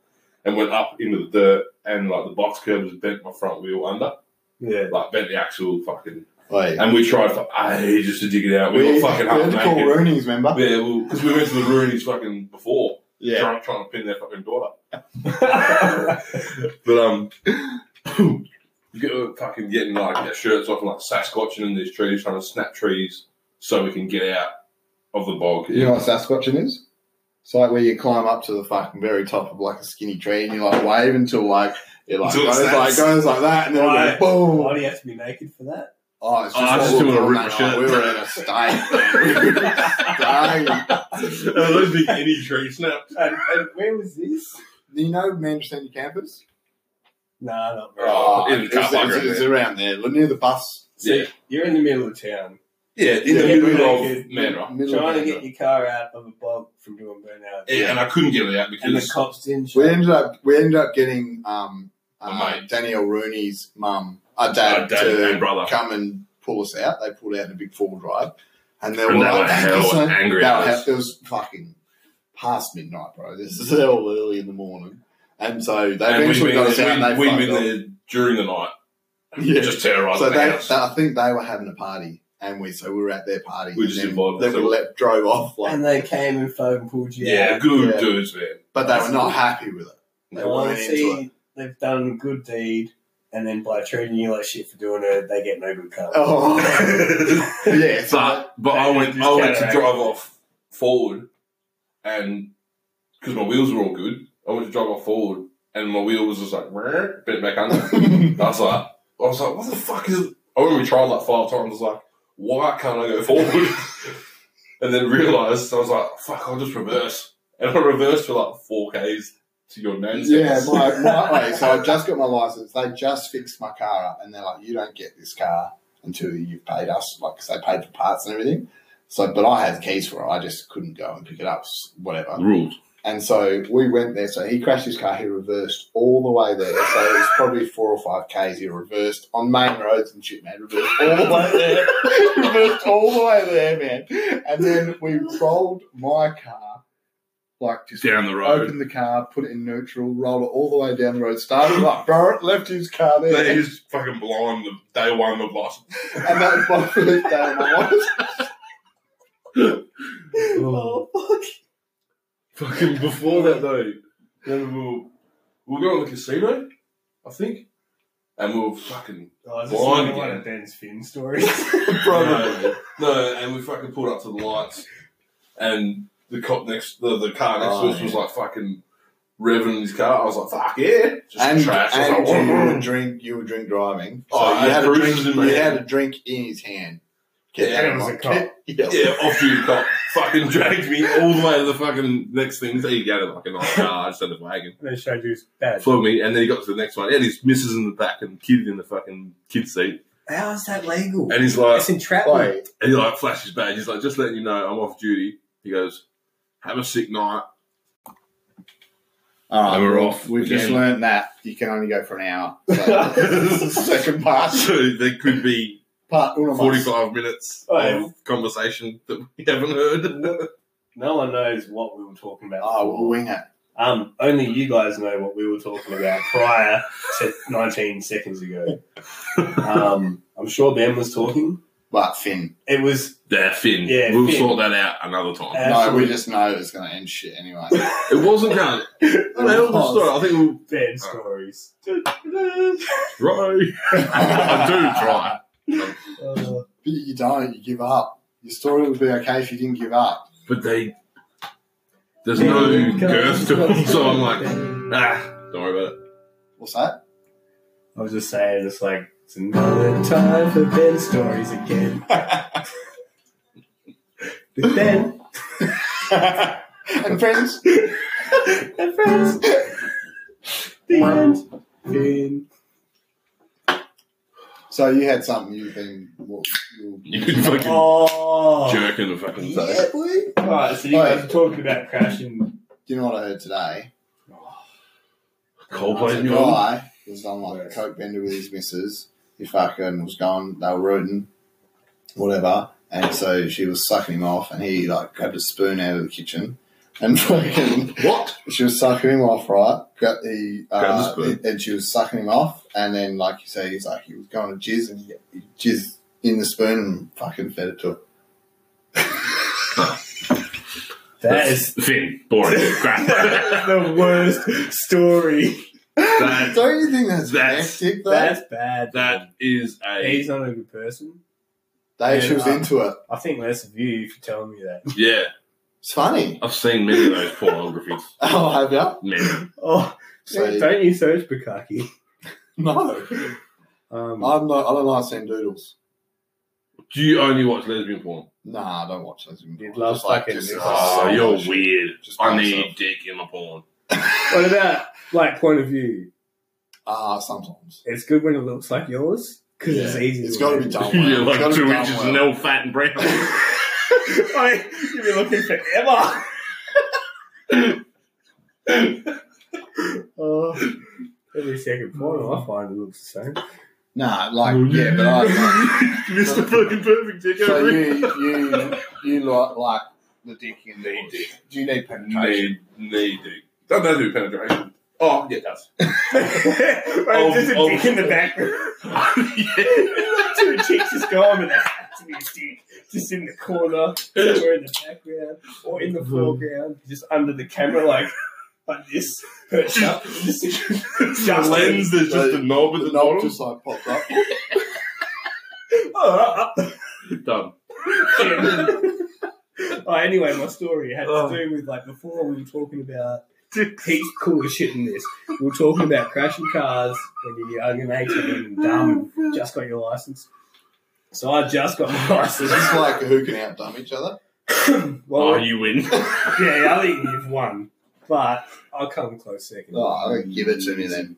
[SPEAKER 1] and went up into the dirt. And like the box curb has bent my front wheel under,
[SPEAKER 3] *laughs*
[SPEAKER 2] Yeah.
[SPEAKER 1] like bent the axle fucking.
[SPEAKER 3] Wait.
[SPEAKER 1] And we tried for ages to dig it out. We,
[SPEAKER 3] we,
[SPEAKER 1] got fucking
[SPEAKER 3] we had
[SPEAKER 1] half
[SPEAKER 3] to call
[SPEAKER 1] naked.
[SPEAKER 3] Rooney's, remember?
[SPEAKER 1] Yeah, well, because we went to the Rooney's fucking before,
[SPEAKER 3] Yeah.
[SPEAKER 1] trying, trying to pin their fucking daughter. but
[SPEAKER 5] *laughs*
[SPEAKER 1] um, you get, uh, fucking getting like their shirts off and like sasquatching in these trees, trying to snap trees so we can get out of the bog.
[SPEAKER 3] You know
[SPEAKER 1] *laughs*
[SPEAKER 3] what Sasquatching is? It's like where you climb up to the fucking very top of like a skinny tree and you like wave until like it like
[SPEAKER 5] Until it
[SPEAKER 3] goes like
[SPEAKER 5] snaps.
[SPEAKER 3] goes like that and then
[SPEAKER 2] Right.
[SPEAKER 3] it goes boom.
[SPEAKER 2] Why do you have to be naked for that?
[SPEAKER 3] Oh, it's
[SPEAKER 5] Oh, I just
[SPEAKER 3] what
[SPEAKER 5] didn't
[SPEAKER 3] we're
[SPEAKER 5] wanna
[SPEAKER 3] doing,
[SPEAKER 5] rip
[SPEAKER 3] mate.
[SPEAKER 5] my
[SPEAKER 3] We
[SPEAKER 5] shirt.
[SPEAKER 3] were in a *laughs* state.
[SPEAKER 1] I don't think any tree snapped.
[SPEAKER 2] And, and where was this?
[SPEAKER 3] Do you know Manchester campus?
[SPEAKER 2] Nah, not very.
[SPEAKER 1] Oh, in the
[SPEAKER 3] it's,
[SPEAKER 1] car
[SPEAKER 3] it's,
[SPEAKER 1] park
[SPEAKER 3] it's,
[SPEAKER 1] right there.
[SPEAKER 3] around there, near the bus.
[SPEAKER 1] Yeah.
[SPEAKER 2] You're in the middle of town,
[SPEAKER 1] Yeah, in
[SPEAKER 2] Yeah,
[SPEAKER 1] the middle of
[SPEAKER 2] naked.
[SPEAKER 1] Mandra.
[SPEAKER 3] Middle of
[SPEAKER 2] trying to
[SPEAKER 3] Mandurah.
[SPEAKER 2] get your car out of a bog from doing burnout.
[SPEAKER 1] Yeah, and I couldn't get it out
[SPEAKER 2] And the
[SPEAKER 1] because
[SPEAKER 2] cops didn't show
[SPEAKER 3] We
[SPEAKER 2] up.
[SPEAKER 3] ended up we ended up getting um, uh,
[SPEAKER 1] Oh, mate.
[SPEAKER 3] Danielle Rooney's mum, our dad,
[SPEAKER 5] Our dad
[SPEAKER 3] to
[SPEAKER 5] and brother.
[SPEAKER 3] come and pull us out. They pulled out in a big four wheel drive, and they
[SPEAKER 5] And
[SPEAKER 3] were
[SPEAKER 5] they were
[SPEAKER 3] like, "Thank you,
[SPEAKER 5] hell
[SPEAKER 3] son."
[SPEAKER 5] angry
[SPEAKER 3] They
[SPEAKER 5] at
[SPEAKER 3] were
[SPEAKER 5] us.
[SPEAKER 3] he- It was fucking past midnight, bro. This is hell early in the morning, and so they
[SPEAKER 1] and we've
[SPEAKER 3] eventually
[SPEAKER 1] been,
[SPEAKER 3] got us out.
[SPEAKER 1] there,
[SPEAKER 3] and
[SPEAKER 1] we,
[SPEAKER 3] they
[SPEAKER 1] we've been
[SPEAKER 3] fucked off.
[SPEAKER 1] there during the night,
[SPEAKER 3] Yeah.
[SPEAKER 1] just terrorising
[SPEAKER 3] So
[SPEAKER 1] the
[SPEAKER 3] they,
[SPEAKER 1] house.
[SPEAKER 3] they, I think they were having a party, and we so we were at their party.
[SPEAKER 1] We
[SPEAKER 3] and
[SPEAKER 1] just
[SPEAKER 3] then,
[SPEAKER 1] invited
[SPEAKER 3] then we
[SPEAKER 1] ourselves.
[SPEAKER 3] let, drove off, like,
[SPEAKER 2] And they came and phone pulled you
[SPEAKER 1] yeah,
[SPEAKER 2] out.
[SPEAKER 1] good
[SPEAKER 3] Yeah.
[SPEAKER 1] dudes, man.
[SPEAKER 3] but they were not happy with it. They
[SPEAKER 2] Well,
[SPEAKER 3] weren't
[SPEAKER 2] see,
[SPEAKER 3] into it.
[SPEAKER 2] they've done a good deed, and then by treating you like shit for doing it, they get no good cut.
[SPEAKER 3] Oh, *laughs* yeah. So
[SPEAKER 5] But but I went I went to drive off
[SPEAKER 1] forward, and because my wheels were all good, I went to drive off forward, and my wheel was just like *laughs* "Rrr," bent back under. I was like, I was like, what the fuck is? I remember trying like five times. I was like, why can't I go forward? *laughs* and then realised I was like, fuck, I'll just reverse, and I reversed for like four k's to your nan's.
[SPEAKER 3] Yeah,
[SPEAKER 1] house.
[SPEAKER 3] my, my wait, so I've just got my license. They just fixed my car up, and they're like, "You don't get this car until you've paid us, like 'cause they paid for parts and everything." So, but I had the keys for it. I just couldn't go and pick it up, s- whatever.
[SPEAKER 5] rules.
[SPEAKER 3] And so we went there. So he crashed his car. He reversed all the way there. So it was probably four or five k's. He reversed on main roads and shit, man. Reversed all the way there. *laughs* reversed all the way there, man. And then we rolled my car like just
[SPEAKER 5] down the road.
[SPEAKER 3] opened the car, put it in neutral, rolled it all the way down the road, started like burnt, left his car there,
[SPEAKER 1] That is fucking blind. The day one of life.
[SPEAKER 3] and that was my first day of my life.
[SPEAKER 2] *laughs*
[SPEAKER 1] *laughs*
[SPEAKER 2] Oh, fuck.
[SPEAKER 1] Fucking before that though, then we were, we were going to the casino, I think, and we were fucking
[SPEAKER 2] Oh, is this
[SPEAKER 1] Blind
[SPEAKER 2] another one
[SPEAKER 1] again.
[SPEAKER 2] of Ben's Finn stories?
[SPEAKER 1] no, no, and we fucking pulled up to the lights, and the cop next, the, the car next to
[SPEAKER 3] Oh,
[SPEAKER 1] us was
[SPEAKER 3] yeah.
[SPEAKER 1] like fucking revving his car. I was like, fuck yeah, just
[SPEAKER 3] And,
[SPEAKER 1] trash. I
[SPEAKER 3] and
[SPEAKER 1] was like,
[SPEAKER 3] you were
[SPEAKER 1] "Whoa."
[SPEAKER 3] drink, you were drink driving. So
[SPEAKER 1] Oh, I
[SPEAKER 3] you
[SPEAKER 1] had
[SPEAKER 3] had a
[SPEAKER 1] bruises
[SPEAKER 3] drink,
[SPEAKER 1] in my
[SPEAKER 3] you
[SPEAKER 1] hand.
[SPEAKER 3] had a drink in his hand.
[SPEAKER 8] Get
[SPEAKER 2] Yeah,
[SPEAKER 8] out
[SPEAKER 2] it
[SPEAKER 8] of
[SPEAKER 2] was
[SPEAKER 8] my
[SPEAKER 2] a cop.
[SPEAKER 8] pit. Yeah.
[SPEAKER 1] Yeah, off you cop. fucking dragged me all the way to the fucking next thing. So he got it like a nice car instead of wagon.
[SPEAKER 2] *laughs* They showed you his bad.
[SPEAKER 1] Flew me, and then he got to the next one. He had his missus in the back and kid in the fucking kid seat.
[SPEAKER 2] How is that legal?
[SPEAKER 1] And he's like,
[SPEAKER 2] It's entrapment.
[SPEAKER 8] Like,
[SPEAKER 1] And he like flashes badge. He's like, just letting you know, I'm off duty. He goes, have a sick night. *laughs*
[SPEAKER 3] All right,
[SPEAKER 1] And we're
[SPEAKER 3] well,
[SPEAKER 1] off
[SPEAKER 3] We've just
[SPEAKER 1] again.
[SPEAKER 3] learned that you can only go for an hour. So
[SPEAKER 1] *laughs*
[SPEAKER 3] this is the second part.
[SPEAKER 1] So there could be
[SPEAKER 3] Part one of us.
[SPEAKER 1] 45 minutes
[SPEAKER 2] Oh.
[SPEAKER 1] of conversation that we haven't *laughs* heard.
[SPEAKER 2] No one knows what we were talking about.
[SPEAKER 3] Oh, we'll wing it.
[SPEAKER 2] Um, only you guys know what we were talking about prior to *laughs* 19 seconds ago. Um, I'm sure Ben was talking.
[SPEAKER 3] But Finn,
[SPEAKER 2] It was
[SPEAKER 1] there, Finn.
[SPEAKER 2] Yeah,
[SPEAKER 1] we'll
[SPEAKER 2] Finn.
[SPEAKER 1] sort that out another time.
[SPEAKER 2] Uh,
[SPEAKER 3] no, we
[SPEAKER 2] Absolutely.
[SPEAKER 3] just know it's going to end shit anyway.
[SPEAKER 1] *laughs* it wasn't kind of.
[SPEAKER 2] *laughs*
[SPEAKER 1] I mean, it was a story. I think we'll
[SPEAKER 2] Ben stories. *laughs*
[SPEAKER 1] try. *laughs* I do try.
[SPEAKER 2] Uh,
[SPEAKER 3] But you don't. You give up. Your story would be okay if you didn't give up.
[SPEAKER 1] But they. There's no girth to them. So I'm like, ah, don't worry about it.
[SPEAKER 3] What's that?
[SPEAKER 2] I was just saying, it's like, it's another time for Ben stories
[SPEAKER 1] *laughs*
[SPEAKER 2] again. With Ben
[SPEAKER 3] and friends,
[SPEAKER 2] and friends. The end. Finn.
[SPEAKER 3] so you had something you've been. Well, you-
[SPEAKER 1] You can fucking
[SPEAKER 2] Oh.
[SPEAKER 1] jerk in the fucking day.
[SPEAKER 3] Yeah, boy.
[SPEAKER 2] Alright, so you guys are talking about crashing.
[SPEAKER 3] Do you know what I heard today?
[SPEAKER 1] Coldplay
[SPEAKER 5] Oh,
[SPEAKER 3] a
[SPEAKER 1] new album.
[SPEAKER 3] guy was on like a coke bender with his missus. He fucking was going. They were rooting, whatever. And so she was sucking him off, and he like grabbed a spoon out of the kitchen, and *laughs* fucking
[SPEAKER 1] What?
[SPEAKER 3] she was sucking him off, right? Got the,
[SPEAKER 1] Grabbed the
[SPEAKER 3] uh,
[SPEAKER 1] spoon.
[SPEAKER 3] and she was sucking him off, and then like you say, he's like he was going to jizz, and he, he jizzed in the spoon and fucking fed it to her.
[SPEAKER 2] That
[SPEAKER 1] *laughs*
[SPEAKER 2] is
[SPEAKER 1] Finn. Boring.
[SPEAKER 5] *laughs*
[SPEAKER 1] Crap.
[SPEAKER 2] the worst story.
[SPEAKER 1] That-
[SPEAKER 3] Don't you think that's
[SPEAKER 1] that's-
[SPEAKER 3] romantic? Though?
[SPEAKER 2] That's bad.
[SPEAKER 1] That is a
[SPEAKER 2] He's not a good person.
[SPEAKER 3] they, she
[SPEAKER 2] yeah,
[SPEAKER 3] was
[SPEAKER 2] um,
[SPEAKER 3] into it.
[SPEAKER 2] I think less of you for telling me that.
[SPEAKER 1] yeah.
[SPEAKER 3] It's funny. *laughs*
[SPEAKER 1] I've seen many of those pornographies.
[SPEAKER 3] Oh, have you?
[SPEAKER 1] Many.
[SPEAKER 2] Oh,
[SPEAKER 3] So-
[SPEAKER 2] don't you search Bukaki?
[SPEAKER 3] *laughs* No,
[SPEAKER 2] Um,
[SPEAKER 3] I'm not. I don't like seeing doodles.
[SPEAKER 1] Do you only watch lesbian porn?
[SPEAKER 3] Nah, I don't watch those.
[SPEAKER 2] You'd love
[SPEAKER 3] Just like-
[SPEAKER 2] fucking
[SPEAKER 3] just-
[SPEAKER 2] niggas.
[SPEAKER 1] Oh,
[SPEAKER 3] so
[SPEAKER 1] you're
[SPEAKER 3] much.
[SPEAKER 1] weird.
[SPEAKER 3] Just by
[SPEAKER 1] I need
[SPEAKER 3] myself.
[SPEAKER 1] dick in my porn.
[SPEAKER 2] what about like point of view?
[SPEAKER 3] Ah, sometimes.
[SPEAKER 2] It's good when it looks like yours because it's
[SPEAKER 3] Yeah,
[SPEAKER 2] easy.
[SPEAKER 3] It's
[SPEAKER 2] to
[SPEAKER 3] got to be
[SPEAKER 2] manage.
[SPEAKER 3] *laughs*
[SPEAKER 5] Oh,
[SPEAKER 1] *laughs*
[SPEAKER 3] done. Well.
[SPEAKER 1] You're like
[SPEAKER 3] It's gotta be
[SPEAKER 1] two
[SPEAKER 3] done
[SPEAKER 1] inches
[SPEAKER 3] well.
[SPEAKER 1] and all fat and
[SPEAKER 5] *laughs*
[SPEAKER 1] brown.
[SPEAKER 2] I mean, you've been looking
[SPEAKER 5] *laughs*
[SPEAKER 2] forever. oh, *laughs* every second porno I find it looks *laughs* the same.
[SPEAKER 3] Nah, *laughs* like yeah, but *laughs* I.
[SPEAKER 1] Mr. Fucking Perfect Dick
[SPEAKER 3] So
[SPEAKER 1] over here.
[SPEAKER 3] you you you like like the dick in the dick. Do you need penetration?
[SPEAKER 1] Need, need dick. Don't that do penetration? Oh, yeah, it does.
[SPEAKER 2] Right, there's a
[SPEAKER 1] Oh,
[SPEAKER 2] dick
[SPEAKER 1] oh.
[SPEAKER 2] in the background. *laughs* Two chicks just going, but that's actually a dick just in the corner, somewhere in the background or in the foreground, just under the camera, like like this, perched up. Just,
[SPEAKER 1] The
[SPEAKER 2] just
[SPEAKER 1] lens, there's just a knob at
[SPEAKER 3] The
[SPEAKER 1] the
[SPEAKER 3] knob
[SPEAKER 1] bottom.
[SPEAKER 3] just like popped up.
[SPEAKER 2] *laughs* Oh, uh, uh,
[SPEAKER 1] Done.
[SPEAKER 2] shit. Oh, anyway, my story had
[SPEAKER 1] Oh.
[SPEAKER 2] to do with like before we were talking
[SPEAKER 1] *laughs*
[SPEAKER 2] about heaps cool as shit in this. We were talking about crashing cars when you're young and 18 and dumb, and just got your license. So I just got my
[SPEAKER 3] Is
[SPEAKER 2] license.
[SPEAKER 1] *laughs*
[SPEAKER 3] this like who can outdumb each other?
[SPEAKER 2] Well,
[SPEAKER 1] Oh, you win.
[SPEAKER 2] yeah, I think you've won, but I'll come close second.
[SPEAKER 3] Oh, I reckon give it to me then.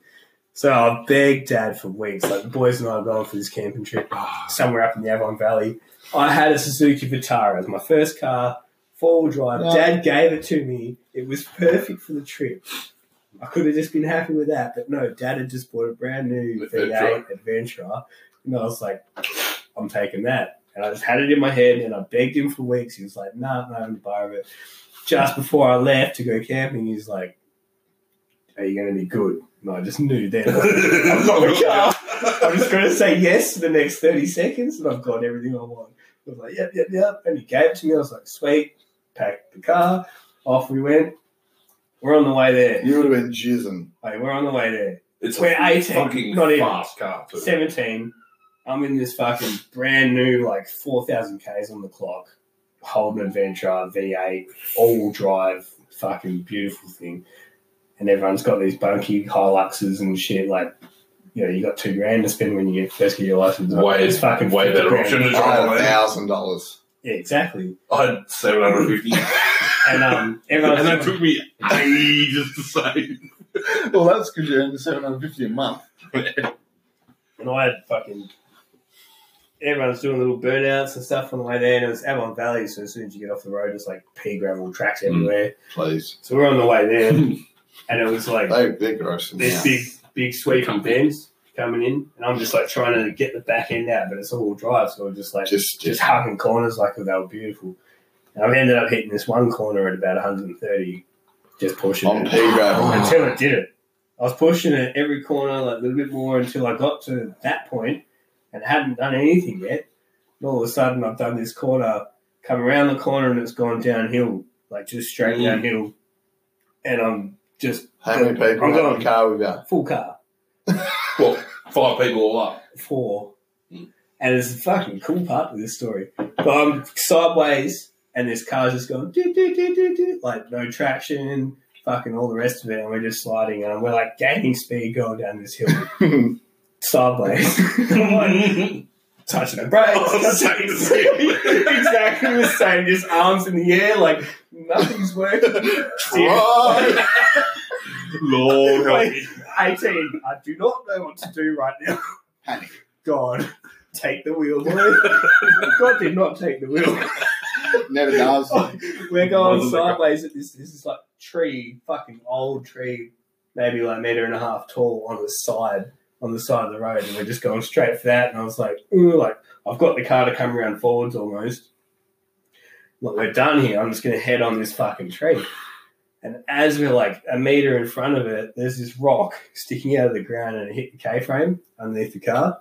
[SPEAKER 2] So I begged Dad for weeks. Like the boys and I were going for this camping trip somewhere up in the Avon Valley. I had a Suzuki Vitara as my first car, four wheel drive.
[SPEAKER 3] Yeah.
[SPEAKER 2] Dad gave it to me. It was perfect for the trip. I could have just been happy with that, but no. Dad had just bought a brand new
[SPEAKER 1] Adventurer.
[SPEAKER 2] V8 Adventurer, and I was like, I'm taking that. And I just had it in my head, and I begged him for weeks. He was like, Nah, I'm not going to borrow it. Just before I left to go camping, he's like, Are you going to be good? And I just knew then. I'm not a car. I'm just going to say yes for the next 30 seconds, and I've got everything I want. I was like, Yep, yep, yep. And he gave it to me. I was like, Sweet. Packed the car. Off we went. We're on the way there.
[SPEAKER 3] You would have been jizzing.
[SPEAKER 2] Like, we're on the way there.
[SPEAKER 1] *laughs* It's
[SPEAKER 2] We're 18,
[SPEAKER 1] fucking
[SPEAKER 2] not even.
[SPEAKER 1] fast car. Too.
[SPEAKER 2] 17. I'm in this fucking brand new, like 4,000 Ks on the clock, Holden Adventure, V8, all drive, fucking beautiful thing. And everyone's got these bunky Hiluxes and shit, like you know, you got two grand to spend when you get, first get your license.
[SPEAKER 1] Way-
[SPEAKER 2] It's fucking
[SPEAKER 1] way
[SPEAKER 2] 50
[SPEAKER 1] better
[SPEAKER 2] grand.
[SPEAKER 1] option to
[SPEAKER 3] I
[SPEAKER 1] drive
[SPEAKER 3] had a
[SPEAKER 1] away.
[SPEAKER 3] thousand dollars.
[SPEAKER 2] Yeah, exactly.
[SPEAKER 1] I had 750.
[SPEAKER 2] And
[SPEAKER 1] *laughs*
[SPEAKER 2] um,
[SPEAKER 5] And
[SPEAKER 2] everyone's
[SPEAKER 5] that took me ages to say.
[SPEAKER 3] Well, that's because you're earning seven hundred fifty a month.
[SPEAKER 2] and I had fucking everyone's doing little burnouts and stuff on the way there, and it was Avon Valley. So as soon as you get off the road, it's like pea gravel
[SPEAKER 1] Mm.
[SPEAKER 2] tracks everywhere.
[SPEAKER 3] Please,
[SPEAKER 2] So we're on the way there, and it was like
[SPEAKER 3] they they're gross.
[SPEAKER 2] this
[SPEAKER 3] now.
[SPEAKER 2] big, big sweeping bends coming in, and I'm just like trying to get the back end out, but it's all drive, so I'm just like just,
[SPEAKER 3] Just, just
[SPEAKER 2] hugging corners like they were beautiful. And I've ended up hitting this one corner at about 130, just pushing
[SPEAKER 3] on
[SPEAKER 2] it
[SPEAKER 3] pea
[SPEAKER 1] Oh.
[SPEAKER 3] gravel.
[SPEAKER 2] until it did it. I was pushing it every corner like a little bit more until I got to that point and hadn't done anything yet. And all of a sudden, I've done this corner, come around the corner, and it's gone downhill, like just straight
[SPEAKER 1] Mm.
[SPEAKER 2] downhill. And I'm just
[SPEAKER 3] How many people
[SPEAKER 2] I'm
[SPEAKER 3] in
[SPEAKER 2] going.
[SPEAKER 3] the car with you?
[SPEAKER 2] *laughs* full car,
[SPEAKER 1] well, five people all up.
[SPEAKER 2] four.
[SPEAKER 1] Mm.
[SPEAKER 2] And it's a fucking cool part of this story. But I'm sideways, and this car's just going, do, do, do, do, do, like no traction, fucking all the rest of it. And we're just sliding, and we're like gaining speed going down this hill. sideways. *laughs* I'm
[SPEAKER 1] *laughs*
[SPEAKER 2] like, touching the brakes. touching the *laughs* exactly the same, just arms in the air, like nothing's working.
[SPEAKER 3] Try.
[SPEAKER 5] Lord, help me.
[SPEAKER 2] 18. I do not know what to do right now.
[SPEAKER 6] Panic.
[SPEAKER 2] God, take the wheel, boy. God did not take the wheel.
[SPEAKER 6] Never
[SPEAKER 2] *laughs*
[SPEAKER 6] does.
[SPEAKER 5] *laughs*
[SPEAKER 2] We're going
[SPEAKER 5] Wasn't it?
[SPEAKER 2] sideways at this. This is like tree, fucking old tree, maybe like meter and a half tall on the side, on the side of the road, and we're just going straight for that. And I was like, ooh, like I've got the car to come around forwards almost. Look, we're done here. I'm just gonna head on this fucking tree. And as we're like a meter in front of it, there's this rock sticking out of the ground and it hit the K-frame underneath the car.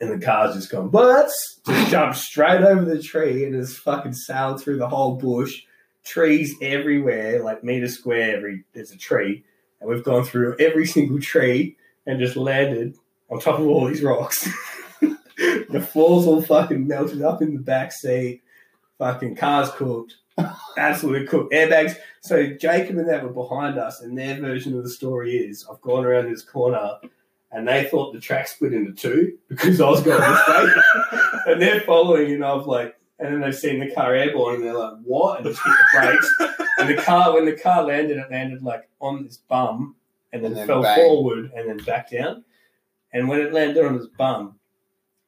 [SPEAKER 2] And the car's just gone, butts! Just jumped straight over the tree and has fucking sailed through the whole bush. Trees everywhere, like meter square, every there's a tree. And we've gone through every *laughs* single tree and just landed on top of all these rocks. *laughs* the floor's all fucking melted up in the back seat. Fucking car's cooked. Absolutely cooked. Airbags. So Jacob and that were behind us, and their version of the story is I've gone around this corner and they thought the track split into two because I was going this way. *laughs* and they're following, and I was like, and then they've seen the car airborne and they're like, what? And just hit the brakes. and the car, when the car landed, it landed like on this bum and then,
[SPEAKER 6] And then
[SPEAKER 2] fell
[SPEAKER 6] bang.
[SPEAKER 2] forward and then back down. And when it landed on his bum,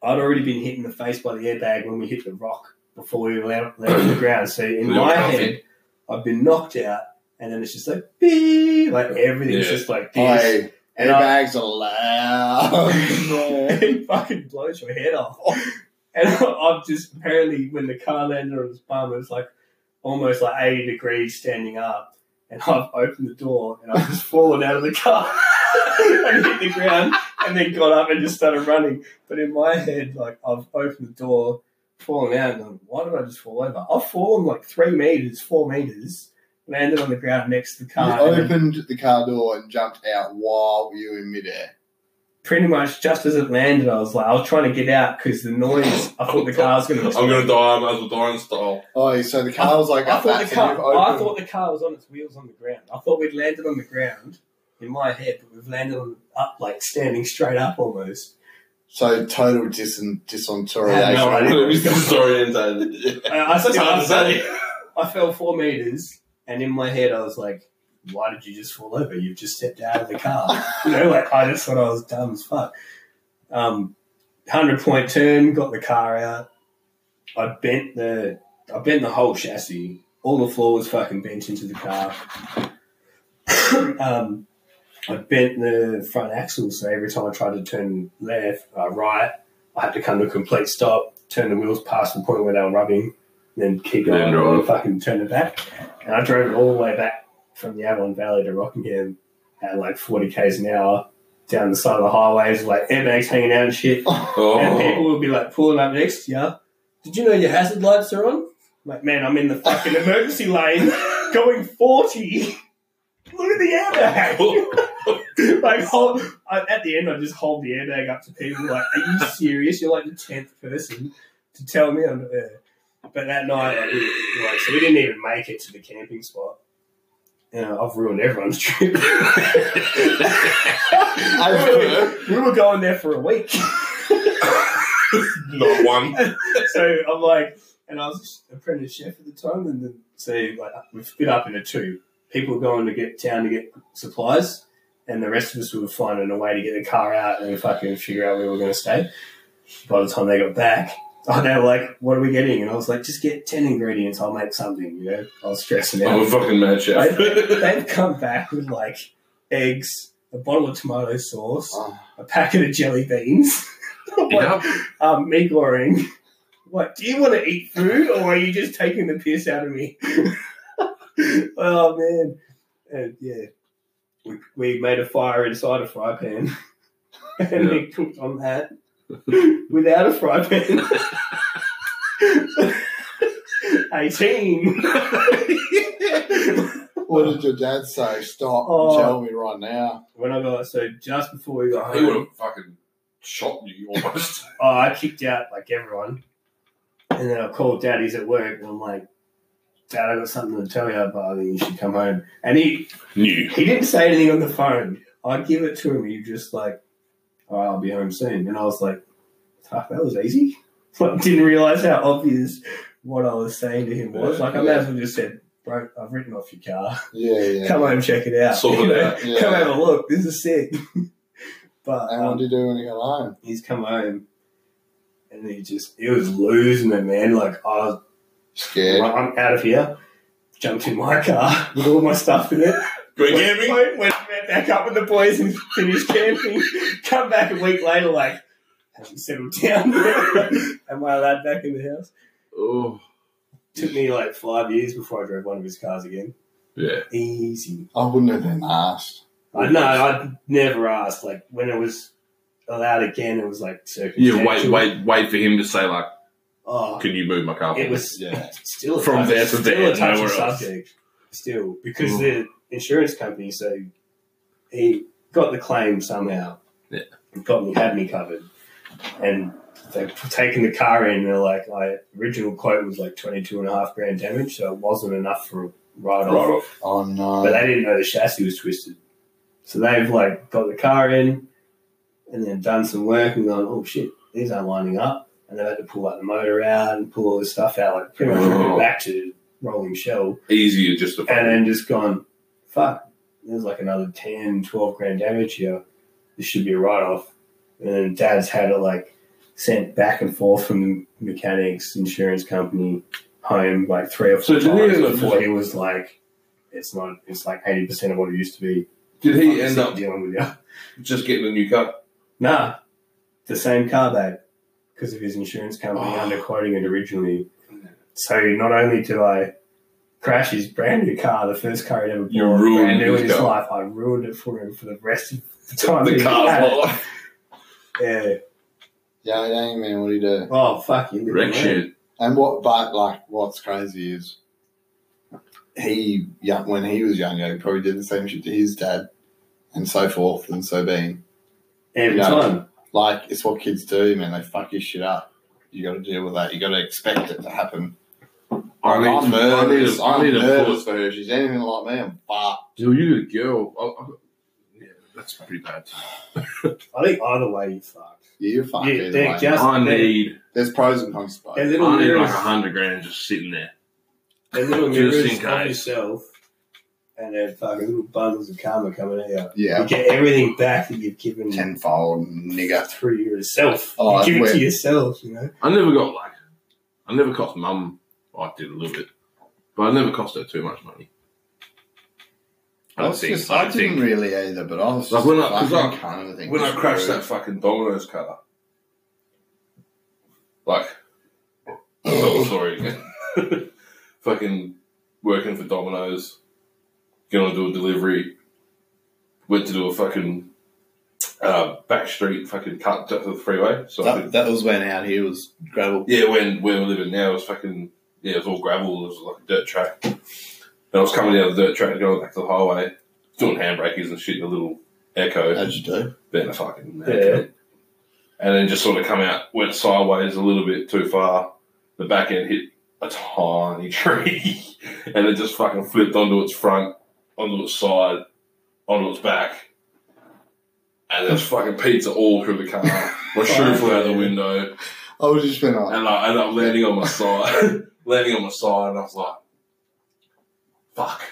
[SPEAKER 2] I'd already been hit in the face by the airbag when we hit the rock before we landed on the ground. So in
[SPEAKER 1] We
[SPEAKER 2] my
[SPEAKER 1] were healthy.
[SPEAKER 2] head, I've been knocked out, and then it's just like beep, like everything's
[SPEAKER 1] Yeah.
[SPEAKER 2] just like this.
[SPEAKER 6] Hey,
[SPEAKER 2] And I-
[SPEAKER 6] airbags
[SPEAKER 2] *laughs*
[SPEAKER 6] are loud.
[SPEAKER 2] it Um, fucking blows your head off. And *laughs* I've just apparently when the car landed on his bum, it was like almost like eighty degrees standing up. And I've opened the door and I've just fallen out of the car *laughs* and hit the ground and then got up and just started running. But in my head, like I've opened the door, fallen out, and I'm, why did I just fall over? I've fallen like three meters, four meters, landed on the ground next to the
[SPEAKER 6] you
[SPEAKER 2] car. and then-
[SPEAKER 6] opened the car door and jumped out while you were in midair.
[SPEAKER 2] pretty much just as it landed, I was like, I was trying to get out because the noise. I thought the car was going to.
[SPEAKER 1] I'm going to die. I might as well die in style.
[SPEAKER 6] Oh, so the car was like
[SPEAKER 2] I
[SPEAKER 6] up
[SPEAKER 2] thought
[SPEAKER 6] that, so
[SPEAKER 2] the car.
[SPEAKER 6] you've opened-
[SPEAKER 2] I thought the car was on its wheels on the ground. I thought we'd landed on the ground in my head, but we've landed on up like standing straight up almost.
[SPEAKER 6] So total dis-
[SPEAKER 2] I had
[SPEAKER 6] disorientation.
[SPEAKER 2] no idea.
[SPEAKER 1] It was disorientated.
[SPEAKER 2] I, I,
[SPEAKER 1] That's
[SPEAKER 2] still,
[SPEAKER 1] hard
[SPEAKER 2] I,
[SPEAKER 1] to say.
[SPEAKER 2] fell, I fell four meters, and in my head, I was like. Why did you just fall over? You've just stepped out of the car. you know, like I just thought I was dumb as fuck. um, hundred point turn, got the car out. I bent the I bent the whole chassis. All the floor was fucking bent into the car. *coughs* um, I bent the front axle, so every time I tried to turn left, uh, right, I had to come to a complete stop, turn the wheels past the point where they were rubbing, then keep
[SPEAKER 5] Then
[SPEAKER 2] going and
[SPEAKER 5] drive.
[SPEAKER 2] fucking turn it back. And I drove it all the way back from the Avon Valley to Rockingham at like forty k's an hour down the side of the highways, like airbags hanging out and shit. And people
[SPEAKER 1] Oh.
[SPEAKER 2] will be like pulling up next to you. Did you know your hazard lights are on? I'm Like, man, I'm in the fucking emergency lane going 40. Look at the airbag. *laughs* like, hold, I, at the end, I just hold the airbag up to people. Like, are you serious? You're like the 10th person to tell me I'm there. But that night, I didn't, like, so we didn't even make it to the camping spot. you know, I've ruined everyone's trip.
[SPEAKER 3] As per,
[SPEAKER 2] *laughs* we were going there for a week.
[SPEAKER 1] Not one.
[SPEAKER 2] *laughs* so I'm like, and I was an apprentice chef at the time, and then, so like we split up into two. People were going to get town to get supplies, and the rest of us were finding a way to get the car out and fucking figure out where we were going to stay. By the time they got back, *laughs* oh, they were like, "What are we getting?" And I was like, "Just get ten ingredients. I'll make something." You know, I was stressing out.
[SPEAKER 1] I'm a fucking mad chef.
[SPEAKER 2] *laughs* They- They've come back with like eggs, a bottle of tomato sauce,
[SPEAKER 6] Oh.
[SPEAKER 2] a packet of jelly beans,
[SPEAKER 5] Yeah.
[SPEAKER 2] um, me goreng. What do you want to eat food, or are you just taking the piss out of me? *laughs* oh man, and yeah, we, we made a fire inside a fry pan, *laughs* and we cooked on that *laughs* without a fry pan. *laughs* Eighteen.
[SPEAKER 6] *laughs*
[SPEAKER 2] *laughs*
[SPEAKER 6] What did your dad say? Stop
[SPEAKER 2] Oh.
[SPEAKER 6] and tell me right now.
[SPEAKER 2] when I got so just before we got
[SPEAKER 1] He would
[SPEAKER 2] home,
[SPEAKER 1] have fucking shot you almost.
[SPEAKER 2] oh, I kicked out like everyone, and then I called Dad. He's at work, and I'm like, Dad, I got something to tell you about. I think you should come home. And he
[SPEAKER 1] New.
[SPEAKER 2] he didn't say anything on the phone. I give it to him. He just like, oh, I'll be home soon. And I was like, fuck, that was easy. *laughs* Like, didn't realize how obvious what I was saying to him was. Like, I might as well just said, bro, I've written off your car.
[SPEAKER 6] Yeah, yeah.
[SPEAKER 2] Come home, check it out. *laughs*
[SPEAKER 1] Sort it out.
[SPEAKER 6] Yeah.
[SPEAKER 2] Come have a look. This is sick. *laughs* but
[SPEAKER 6] And
[SPEAKER 2] um,
[SPEAKER 6] what did you do when you got home?
[SPEAKER 2] he's come home and he just he was losing it, man. Like I was
[SPEAKER 6] Scared.
[SPEAKER 2] like, I'm out of here. Jumped in my car *laughs* with all my stuff in it.
[SPEAKER 1] Green
[SPEAKER 2] Went-
[SPEAKER 1] camping?
[SPEAKER 2] Went, went back up with the boys and finished camping. *laughs* Come back a week later, like have you settled down? *laughs* Am I allowed back in the house?
[SPEAKER 5] Oh.
[SPEAKER 2] Took me like five years before I drove one of his cars again.
[SPEAKER 5] Yeah.
[SPEAKER 2] Easy.
[SPEAKER 6] I wouldn't have been asked.
[SPEAKER 2] I know. I never asked. Like when it was allowed again, it was like circumstantial.
[SPEAKER 5] Yeah, wait, wait, wait for him to say, like,
[SPEAKER 2] Oh,
[SPEAKER 5] can you move my car? for
[SPEAKER 2] it
[SPEAKER 5] me?"
[SPEAKER 2] was
[SPEAKER 6] Yeah.
[SPEAKER 2] still a
[SPEAKER 5] From
[SPEAKER 2] touchy-
[SPEAKER 5] there to
[SPEAKER 2] still
[SPEAKER 5] there,
[SPEAKER 2] a touchy
[SPEAKER 5] nowhere else.
[SPEAKER 2] subject, still because
[SPEAKER 5] Ooh.
[SPEAKER 2] the insurance company. So he got the claim somehow.
[SPEAKER 5] Yeah.
[SPEAKER 2] got me, had me covered, and they've taken the car in. And they're like, my original quote was like twenty two and a half grand damage, so it wasn't enough for a write
[SPEAKER 1] Right
[SPEAKER 2] off.
[SPEAKER 1] off.
[SPEAKER 6] Oh no.
[SPEAKER 2] But they didn't know the chassis was twisted, so they've like got the car in, and then done some work and gone, oh shit, these aren't lining up. And they had to pull like the motor out and pull all this stuff out, like pretty much
[SPEAKER 5] Oh.
[SPEAKER 2] back to rolling shell,
[SPEAKER 1] Easier just to
[SPEAKER 2] and
[SPEAKER 1] fucking.
[SPEAKER 2] then just gone, fuck, there's like another 10, 12 grand damage here. This should be a write off. And then dad's had it like sent back and forth from the mechanics, insurance company, home like three or four
[SPEAKER 1] So did he
[SPEAKER 2] times
[SPEAKER 1] end up
[SPEAKER 2] before
[SPEAKER 1] just-
[SPEAKER 2] he was like, it's not, it's like 80% of what it used to be.
[SPEAKER 1] Did
[SPEAKER 2] I'm
[SPEAKER 1] he end
[SPEAKER 2] sick
[SPEAKER 1] up
[SPEAKER 2] dealing with you?
[SPEAKER 1] just getting a new car?
[SPEAKER 2] Nah, the same car babe, because of his insurance company
[SPEAKER 1] Oh.
[SPEAKER 2] underquoting it originally. So not only did I crash his brand new car, the first car he'd ever
[SPEAKER 1] You
[SPEAKER 2] bought,
[SPEAKER 1] ruined
[SPEAKER 2] brand new
[SPEAKER 1] his
[SPEAKER 2] in his
[SPEAKER 1] car.
[SPEAKER 2] life, I ruined it for him for the rest of
[SPEAKER 5] *laughs*
[SPEAKER 2] the time.
[SPEAKER 1] The
[SPEAKER 2] he
[SPEAKER 1] car's
[SPEAKER 2] had it.
[SPEAKER 1] not like.
[SPEAKER 2] Yeah.
[SPEAKER 6] Yeah, yeah, man, what do you do?
[SPEAKER 2] Oh fuck you.
[SPEAKER 5] wreck shit.
[SPEAKER 6] And what, but like, what's crazy is he, young, when he was younger, he probably did the same shit to his dad and so forth and so being.
[SPEAKER 2] Every
[SPEAKER 6] Yeah.
[SPEAKER 2] time.
[SPEAKER 6] Like, it's what kids do, man. They fuck your shit up. You got to deal with that. You got to expect it to happen.
[SPEAKER 5] I
[SPEAKER 6] I'm,
[SPEAKER 5] need to- I need
[SPEAKER 6] nervous.
[SPEAKER 5] to-
[SPEAKER 6] I
[SPEAKER 5] I
[SPEAKER 6] am
[SPEAKER 5] need to
[SPEAKER 6] nervous for her. She's anything like me. I'm fucked.
[SPEAKER 5] Dude, you a girl. Oh, oh, yeah, that's pretty bad.
[SPEAKER 2] I think either way you fucked.
[SPEAKER 6] Yeah, you're fucked.
[SPEAKER 2] Yeah,
[SPEAKER 6] either
[SPEAKER 2] they're
[SPEAKER 6] way.
[SPEAKER 2] just-
[SPEAKER 5] I
[SPEAKER 2] They-
[SPEAKER 5] need,
[SPEAKER 6] There's pros and cons to both.
[SPEAKER 2] Their little
[SPEAKER 5] I need like
[SPEAKER 2] mirrors,
[SPEAKER 5] a hundred grand just sitting there.
[SPEAKER 2] their little
[SPEAKER 5] Just
[SPEAKER 2] mirrors
[SPEAKER 5] in
[SPEAKER 2] of
[SPEAKER 5] case.
[SPEAKER 2] yourself, and their fucking little bundles of karma coming at you. You
[SPEAKER 6] Yeah,
[SPEAKER 2] get everything back that you've given
[SPEAKER 6] tenfold, nigga.
[SPEAKER 2] through yourself.
[SPEAKER 6] Oh,
[SPEAKER 2] you give it
[SPEAKER 6] where-
[SPEAKER 2] to yourself, you know.
[SPEAKER 5] I never got like, I never cost mum. I did a little bit, but I never cost her too much money. I don't
[SPEAKER 6] was
[SPEAKER 5] think.
[SPEAKER 6] just-
[SPEAKER 5] I
[SPEAKER 6] I
[SPEAKER 5] don't
[SPEAKER 6] didn't
[SPEAKER 5] think.
[SPEAKER 6] really either, but I was
[SPEAKER 5] Like,
[SPEAKER 6] just
[SPEAKER 5] when I- 'cause
[SPEAKER 6] fucking
[SPEAKER 5] I-
[SPEAKER 6] kind of thing.
[SPEAKER 1] When I crashed that fucking Domino's car, like, oh, sorry again. *laughs* fucking working for Domino's, going to do a delivery, went to do a fucking uh, back street fucking cut to the freeway. So I
[SPEAKER 6] That, that was when out here was gravel.
[SPEAKER 1] Yeah, when where we're living now, it's fucking yeah, it was all gravel. It was like a dirt track. And I was coming down the dirt track, going back to the highway, doing handbrakies and shit. A little echo,
[SPEAKER 6] How'd you do?
[SPEAKER 1] then a fucking
[SPEAKER 2] Yeah.
[SPEAKER 1] echo. and then just sort of come out, went sideways a little bit too far. The *laughs* back end hit a tiny tree, and it just fucking flipped onto its front. onto its side, onto its back, and there's fucking pizza all through the car. My shoe flew out the window,
[SPEAKER 3] I was just been like,
[SPEAKER 1] and I ended up landing on my side, *laughs* landing on my side, and I was like, "Fuck,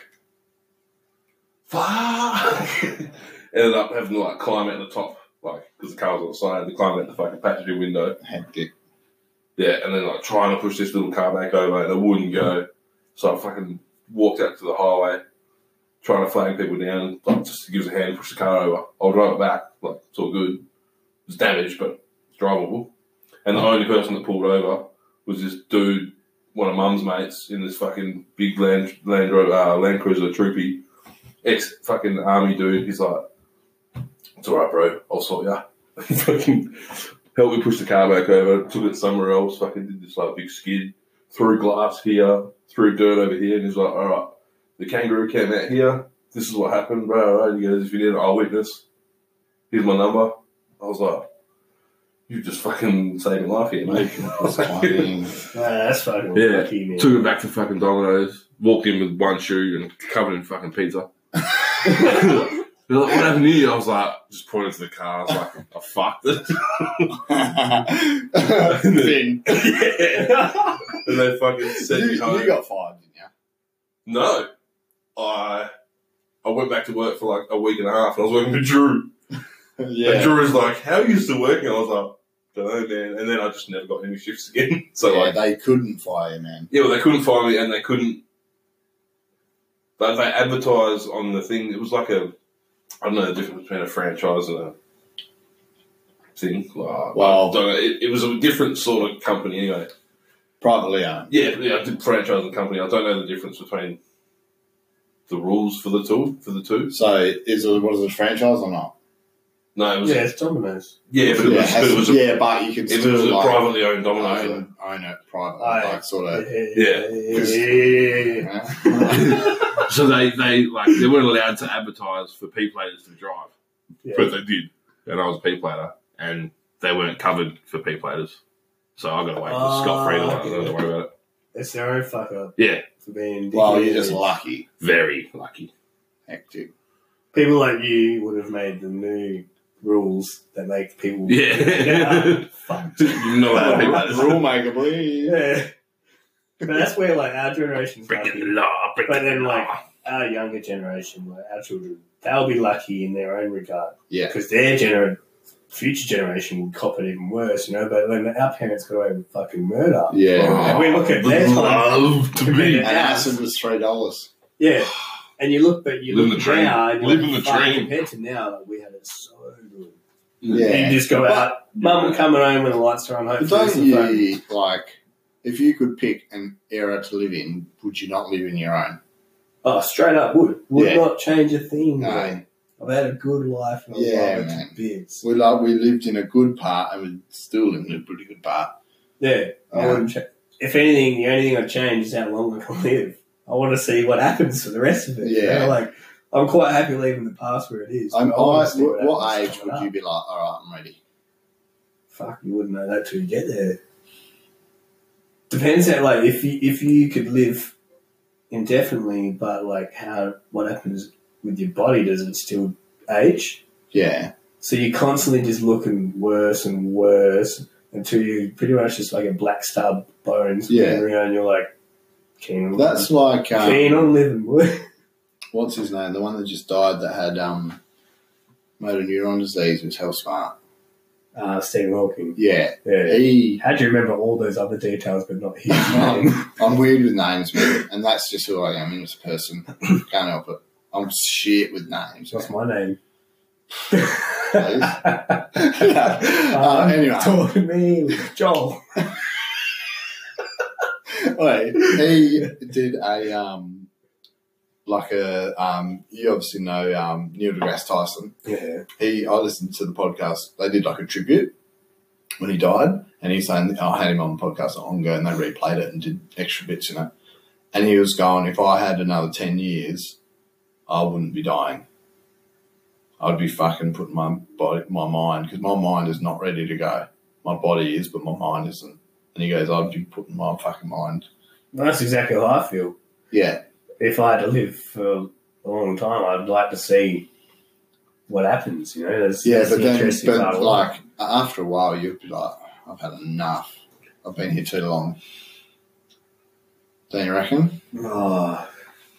[SPEAKER 1] fuck!" *laughs* ended up having to like climb out the top, like because the car was on the side, had to climb out the fucking passenger window. *laughs*
[SPEAKER 3] hectic.
[SPEAKER 1] Yeah, and then like trying to push this little car back over, and it wouldn't go. So I fucking walked out to the highway, trying to flag people down, like just to give us a hand, push the car over. I'll drive it back. Like it's all good. It's damaged, but it's drivable. And the only person that pulled over was this dude, one of Mum's mates, in this fucking big Land Land Rover, uh, Land Cruiser Troopy, ex fucking army dude. He's like, "It's all right, bro. I'll sort ya." *laughs* fucking helped me push the car back over, took it somewhere else, fucking did this like big skid, threw glass here, threw dirt over here, and he's like, all right, the kangaroo came out here, this is what happened, bro. And he goes, if you need an eyewitness, here's my number. I was like, you just fucking saved my life here, mate. I was like, *laughs*
[SPEAKER 3] Climbing.
[SPEAKER 2] that's fucking
[SPEAKER 5] Yeah.
[SPEAKER 2] lucky, man.
[SPEAKER 5] Took it back to fucking Domino's, walked in with one shoe and covered in fucking
[SPEAKER 3] *laughs*
[SPEAKER 5] pizza. They're like, what happened to you? I was like, just pointed to the car. I was like, I fucked
[SPEAKER 3] *laughs*
[SPEAKER 5] it.
[SPEAKER 3] Thing.
[SPEAKER 1] and they fucking sent
[SPEAKER 3] you,
[SPEAKER 1] me
[SPEAKER 3] you
[SPEAKER 1] home.
[SPEAKER 3] got fired, didn't you?
[SPEAKER 1] No, I I went back to work for like a week and a half, and I was working for Drew. And Drew was like, How are you still working? I was like, Don't know, man. And then I just never got any shifts again. *laughs* So,
[SPEAKER 3] yeah,
[SPEAKER 1] like,
[SPEAKER 3] they couldn't fire you, man.
[SPEAKER 1] yeah, well, they couldn't find me and they couldn't. But they advertised on the thing. It was like a. I don't know the difference between a franchise and a thing. Like, I
[SPEAKER 3] Well,
[SPEAKER 1] don't know. It, it was a different sort of company anyway.
[SPEAKER 3] privately owned.
[SPEAKER 1] Yeah, yeah, I did franchise and company. I don't know the difference between the rules for the two. For the two.
[SPEAKER 3] So, is it was it a franchise or not?
[SPEAKER 1] No, it was.
[SPEAKER 2] yeah,
[SPEAKER 1] Yeah,
[SPEAKER 2] it's Domino's.
[SPEAKER 1] but it
[SPEAKER 3] yeah,
[SPEAKER 1] was, but it was a,
[SPEAKER 3] yeah, but you could
[SPEAKER 1] it
[SPEAKER 3] still
[SPEAKER 1] was a
[SPEAKER 3] like,
[SPEAKER 1] privately owned Domino's.
[SPEAKER 3] own, own it privately,
[SPEAKER 2] Aye.
[SPEAKER 3] like sort
[SPEAKER 2] Yeah,
[SPEAKER 3] of.
[SPEAKER 1] Yeah.
[SPEAKER 2] yeah, yeah, yeah, yeah.
[SPEAKER 5] *laughs* *laughs* So they, they like they weren't allowed to advertise for P platers to drive,
[SPEAKER 2] Yeah.
[SPEAKER 5] but they did, and I was a P plater, and they weren't covered for P platers, so I got away
[SPEAKER 2] Ah,
[SPEAKER 5] scot free. I
[SPEAKER 2] okay.
[SPEAKER 5] don't have to worry about it.
[SPEAKER 2] It's their own fuck up
[SPEAKER 5] Yeah,
[SPEAKER 2] for being.
[SPEAKER 3] *laughs* well,
[SPEAKER 2] dickheads.
[SPEAKER 3] you're just lucky.
[SPEAKER 5] very lucky.
[SPEAKER 3] Hectic.
[SPEAKER 2] people like you would have made the new rules that make
[SPEAKER 5] *laughs*
[SPEAKER 2] people.
[SPEAKER 5] Yeah,
[SPEAKER 2] fuck.
[SPEAKER 5] you know that P platers.
[SPEAKER 3] Rule *laughs* maker, please.
[SPEAKER 2] Yeah. But that's where like our generation's
[SPEAKER 5] Breaking the
[SPEAKER 2] lucky.
[SPEAKER 5] law, breaking
[SPEAKER 2] But then
[SPEAKER 5] the
[SPEAKER 2] like
[SPEAKER 5] law.
[SPEAKER 2] our younger generation, like our children, they'll be lucky in their own regard
[SPEAKER 3] Yeah.
[SPEAKER 2] because their gener- future generation will cop it even worse, you know. But then our parents got away with fucking murder.
[SPEAKER 3] Yeah.
[SPEAKER 2] And we look at
[SPEAKER 5] The
[SPEAKER 2] their time
[SPEAKER 5] Oh, love to
[SPEAKER 2] compared
[SPEAKER 5] be
[SPEAKER 2] to
[SPEAKER 3] And
[SPEAKER 2] ours.
[SPEAKER 3] acid was three dollars.
[SPEAKER 2] Yeah. And you look, but you
[SPEAKER 5] Living
[SPEAKER 2] look
[SPEAKER 5] the dream.
[SPEAKER 2] now, and you're
[SPEAKER 5] Living
[SPEAKER 2] like,
[SPEAKER 5] the
[SPEAKER 2] "Fuck,
[SPEAKER 5] dream."
[SPEAKER 2] Compared to now, like, we had it so good.
[SPEAKER 3] Yeah.
[SPEAKER 2] You just go
[SPEAKER 3] But-
[SPEAKER 2] out. Mum will come home when the lights are on.
[SPEAKER 3] But
[SPEAKER 2] Hopefully, it's
[SPEAKER 3] don't
[SPEAKER 2] the phone.
[SPEAKER 3] you like? If you could pick an era to live in, would you not live in your own?
[SPEAKER 2] Oh, straight up would would
[SPEAKER 3] Yeah.
[SPEAKER 2] not change a thing.
[SPEAKER 3] No.
[SPEAKER 2] man. I've had a good life and I
[SPEAKER 3] Yeah,
[SPEAKER 2] love it
[SPEAKER 3] man.
[SPEAKER 2] to bits.
[SPEAKER 3] We like we lived in a good part, and we still live in a pretty good part. Um,
[SPEAKER 2] Yeah, I
[SPEAKER 3] Yeah.
[SPEAKER 2] wouldn't. Cha- if anything, the only thing I'd change is how long I can live. I want to see what happens for the rest of it. you
[SPEAKER 3] Yeah.
[SPEAKER 2] know, like I'm quite happy leaving the past where it is.
[SPEAKER 3] I'm, I,
[SPEAKER 2] but I wanna
[SPEAKER 3] what,
[SPEAKER 2] see what
[SPEAKER 3] what
[SPEAKER 2] happens
[SPEAKER 3] age
[SPEAKER 2] coming
[SPEAKER 3] would
[SPEAKER 2] up.
[SPEAKER 3] you be like? All right, I'm ready.
[SPEAKER 2] Fuck, you wouldn't know that till you get there. Depends how, like, if you if you could live indefinitely, but like, how what happens with your body? Does it still age?
[SPEAKER 3] Yeah,
[SPEAKER 2] So you're constantly just looking worse and worse until you pretty much just like a black stub bones.
[SPEAKER 3] Yeah.
[SPEAKER 2] moving around, you're like keen on
[SPEAKER 3] that's like
[SPEAKER 2] living. keen
[SPEAKER 3] um,
[SPEAKER 2] on living. *laughs* boy.
[SPEAKER 3] what's his name? The one that just died that had um, motor neuron disease was hell smart.
[SPEAKER 2] uh, Stephen Hawking.
[SPEAKER 3] Yeah,
[SPEAKER 2] Yeah.
[SPEAKER 3] he.
[SPEAKER 2] How do you remember all those other details but not
[SPEAKER 3] *laughs*
[SPEAKER 2] his name?
[SPEAKER 3] I'm, I'm weird with names, man, and that's just who I am as a person. Can't help it. I'm shit with names. *laughs*
[SPEAKER 2] What's my name? *laughs*
[SPEAKER 3] uh, anyway,
[SPEAKER 2] Um, Talk to me, Joel.
[SPEAKER 3] Wait, he did a um, like a um, you obviously know um, Neil deGrasse Tyson.
[SPEAKER 2] Yeah.
[SPEAKER 3] He, I listened to the podcast. They did like a tribute when he died, and he's saying I had him on the podcast not long ago, and they replayed it and did extra bits in it. And he was going, if I had another ten years, I wouldn't be dying. I'd be fucking putting my body, my mind, because my mind is not ready to go. My body is, but my mind isn't. And he goes, I'd be putting my fucking mind.
[SPEAKER 2] That's exactly how I feel.
[SPEAKER 3] Yeah,
[SPEAKER 2] If I had to live for a long time. I'd like to see what happens. You know, that's,
[SPEAKER 3] Yeah,
[SPEAKER 2] that's
[SPEAKER 3] but
[SPEAKER 2] the
[SPEAKER 3] then,
[SPEAKER 2] interesting part
[SPEAKER 3] but
[SPEAKER 2] of life.
[SPEAKER 3] like after a while, you'd be like, I've had enough. I've been here too long. Don't you reckon?
[SPEAKER 2] Oh,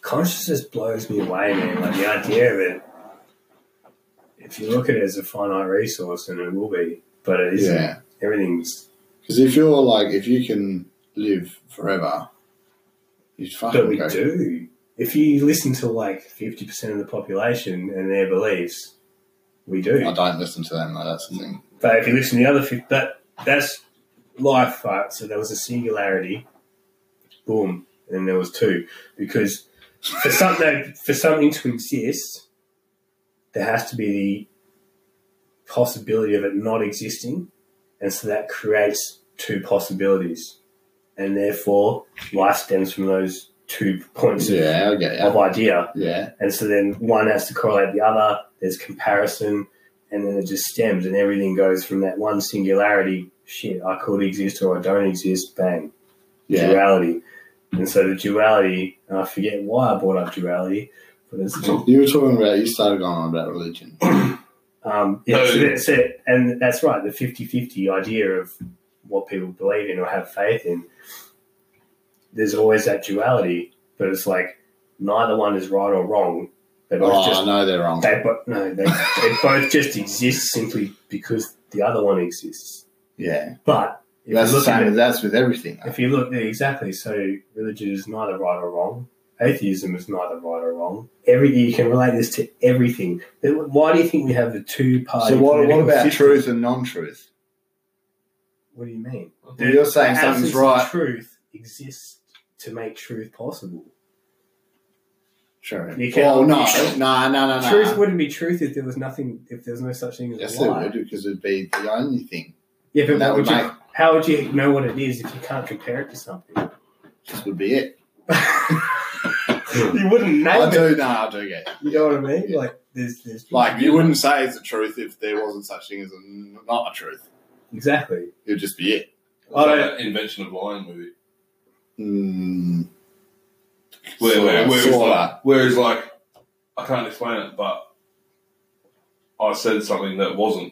[SPEAKER 2] consciousness blows me away, man. Like the idea of it. If you look at it as a finite resource, and it will be, but it isn't.
[SPEAKER 3] Yeah,
[SPEAKER 2] Everything's
[SPEAKER 3] because if you're like, if you can live forever, you'd fucking
[SPEAKER 2] But we
[SPEAKER 3] go.
[SPEAKER 2] do. If you listen to like fifty percent of the population and their beliefs, we
[SPEAKER 3] I
[SPEAKER 2] do.
[SPEAKER 3] don't listen to them though. That's the thing.
[SPEAKER 2] But if you listen to the other fifty, that that's life, right? So there was a singularity, boom, and then there was two. Because for something for something to exist, there has to be the possibility of it not existing, and so that creates two possibilities, and therefore life stems from those two points of
[SPEAKER 3] Yeah, I get
[SPEAKER 2] of
[SPEAKER 3] you.
[SPEAKER 2] idea.
[SPEAKER 3] Yeah,
[SPEAKER 2] And so then one has to correlate the other, there's comparison, and then it just stems and everything goes from that one singularity shit, I could exist or I don't exist, bang,
[SPEAKER 3] yeah.
[SPEAKER 2] duality. And so the duality, and I forget why I brought up duality, but it's.
[SPEAKER 3] *laughs* You were talking about. You started going on about religion.
[SPEAKER 2] Um, yeah, so
[SPEAKER 1] No.
[SPEAKER 2] that's it. And that's right, the 50 50 idea of what people believe in or have faith in. There's always that duality, but it's like neither one is right or wrong. They both
[SPEAKER 3] Oh,
[SPEAKER 2] just
[SPEAKER 3] I know they're wrong.
[SPEAKER 2] They both no, they, they both just exist simply because the other one exists.
[SPEAKER 3] Yeah,
[SPEAKER 2] But if
[SPEAKER 3] that's
[SPEAKER 2] you
[SPEAKER 3] the
[SPEAKER 2] look at
[SPEAKER 3] same.
[SPEAKER 2] it,
[SPEAKER 3] That's with everything.
[SPEAKER 2] if you look yeah, exactly, so religion is neither right or wrong. Atheism is neither right or wrong. Every you can relate this to everything. Then Why do you think we have the two party?
[SPEAKER 3] So what, what about truth and non-truth?
[SPEAKER 2] What do you mean?
[SPEAKER 3] Well, you're saying
[SPEAKER 2] The
[SPEAKER 3] something's
[SPEAKER 2] absence of
[SPEAKER 3] right.
[SPEAKER 2] Truth exists to make truth possible.
[SPEAKER 3] Sure.
[SPEAKER 2] You
[SPEAKER 3] Well,
[SPEAKER 2] can't-
[SPEAKER 3] Oh, no, no, no, no, no.
[SPEAKER 2] Truth wouldn't be truth if there was nothing. If there's no such thing as
[SPEAKER 3] yes,
[SPEAKER 2] a
[SPEAKER 3] it
[SPEAKER 2] lie.
[SPEAKER 3] would because it'd be the only thing.
[SPEAKER 2] Yeah, but
[SPEAKER 3] And that
[SPEAKER 2] what
[SPEAKER 3] would
[SPEAKER 2] would you,
[SPEAKER 3] make-
[SPEAKER 2] how would you know what it is if you can't compare it to something?
[SPEAKER 3] This would be it.
[SPEAKER 2] you wouldn't
[SPEAKER 3] I
[SPEAKER 2] name it.
[SPEAKER 3] do, no, I do get. It.
[SPEAKER 2] You know what I mean?
[SPEAKER 3] Yeah.
[SPEAKER 2] Like there's there's
[SPEAKER 3] Like you wouldn't say it's a truth if there wasn't such thing as a, not a truth.
[SPEAKER 2] exactly. *laughs*
[SPEAKER 3] It would just be it.
[SPEAKER 2] I
[SPEAKER 1] like
[SPEAKER 2] don't-
[SPEAKER 1] that Invention of Lying movie.
[SPEAKER 3] Mm,
[SPEAKER 1] Where,
[SPEAKER 3] Saw
[SPEAKER 1] where,
[SPEAKER 3] that,
[SPEAKER 1] where,
[SPEAKER 3] saw
[SPEAKER 1] he's like,
[SPEAKER 3] that.
[SPEAKER 1] where he's like, I can't explain it, but I said something that wasn't.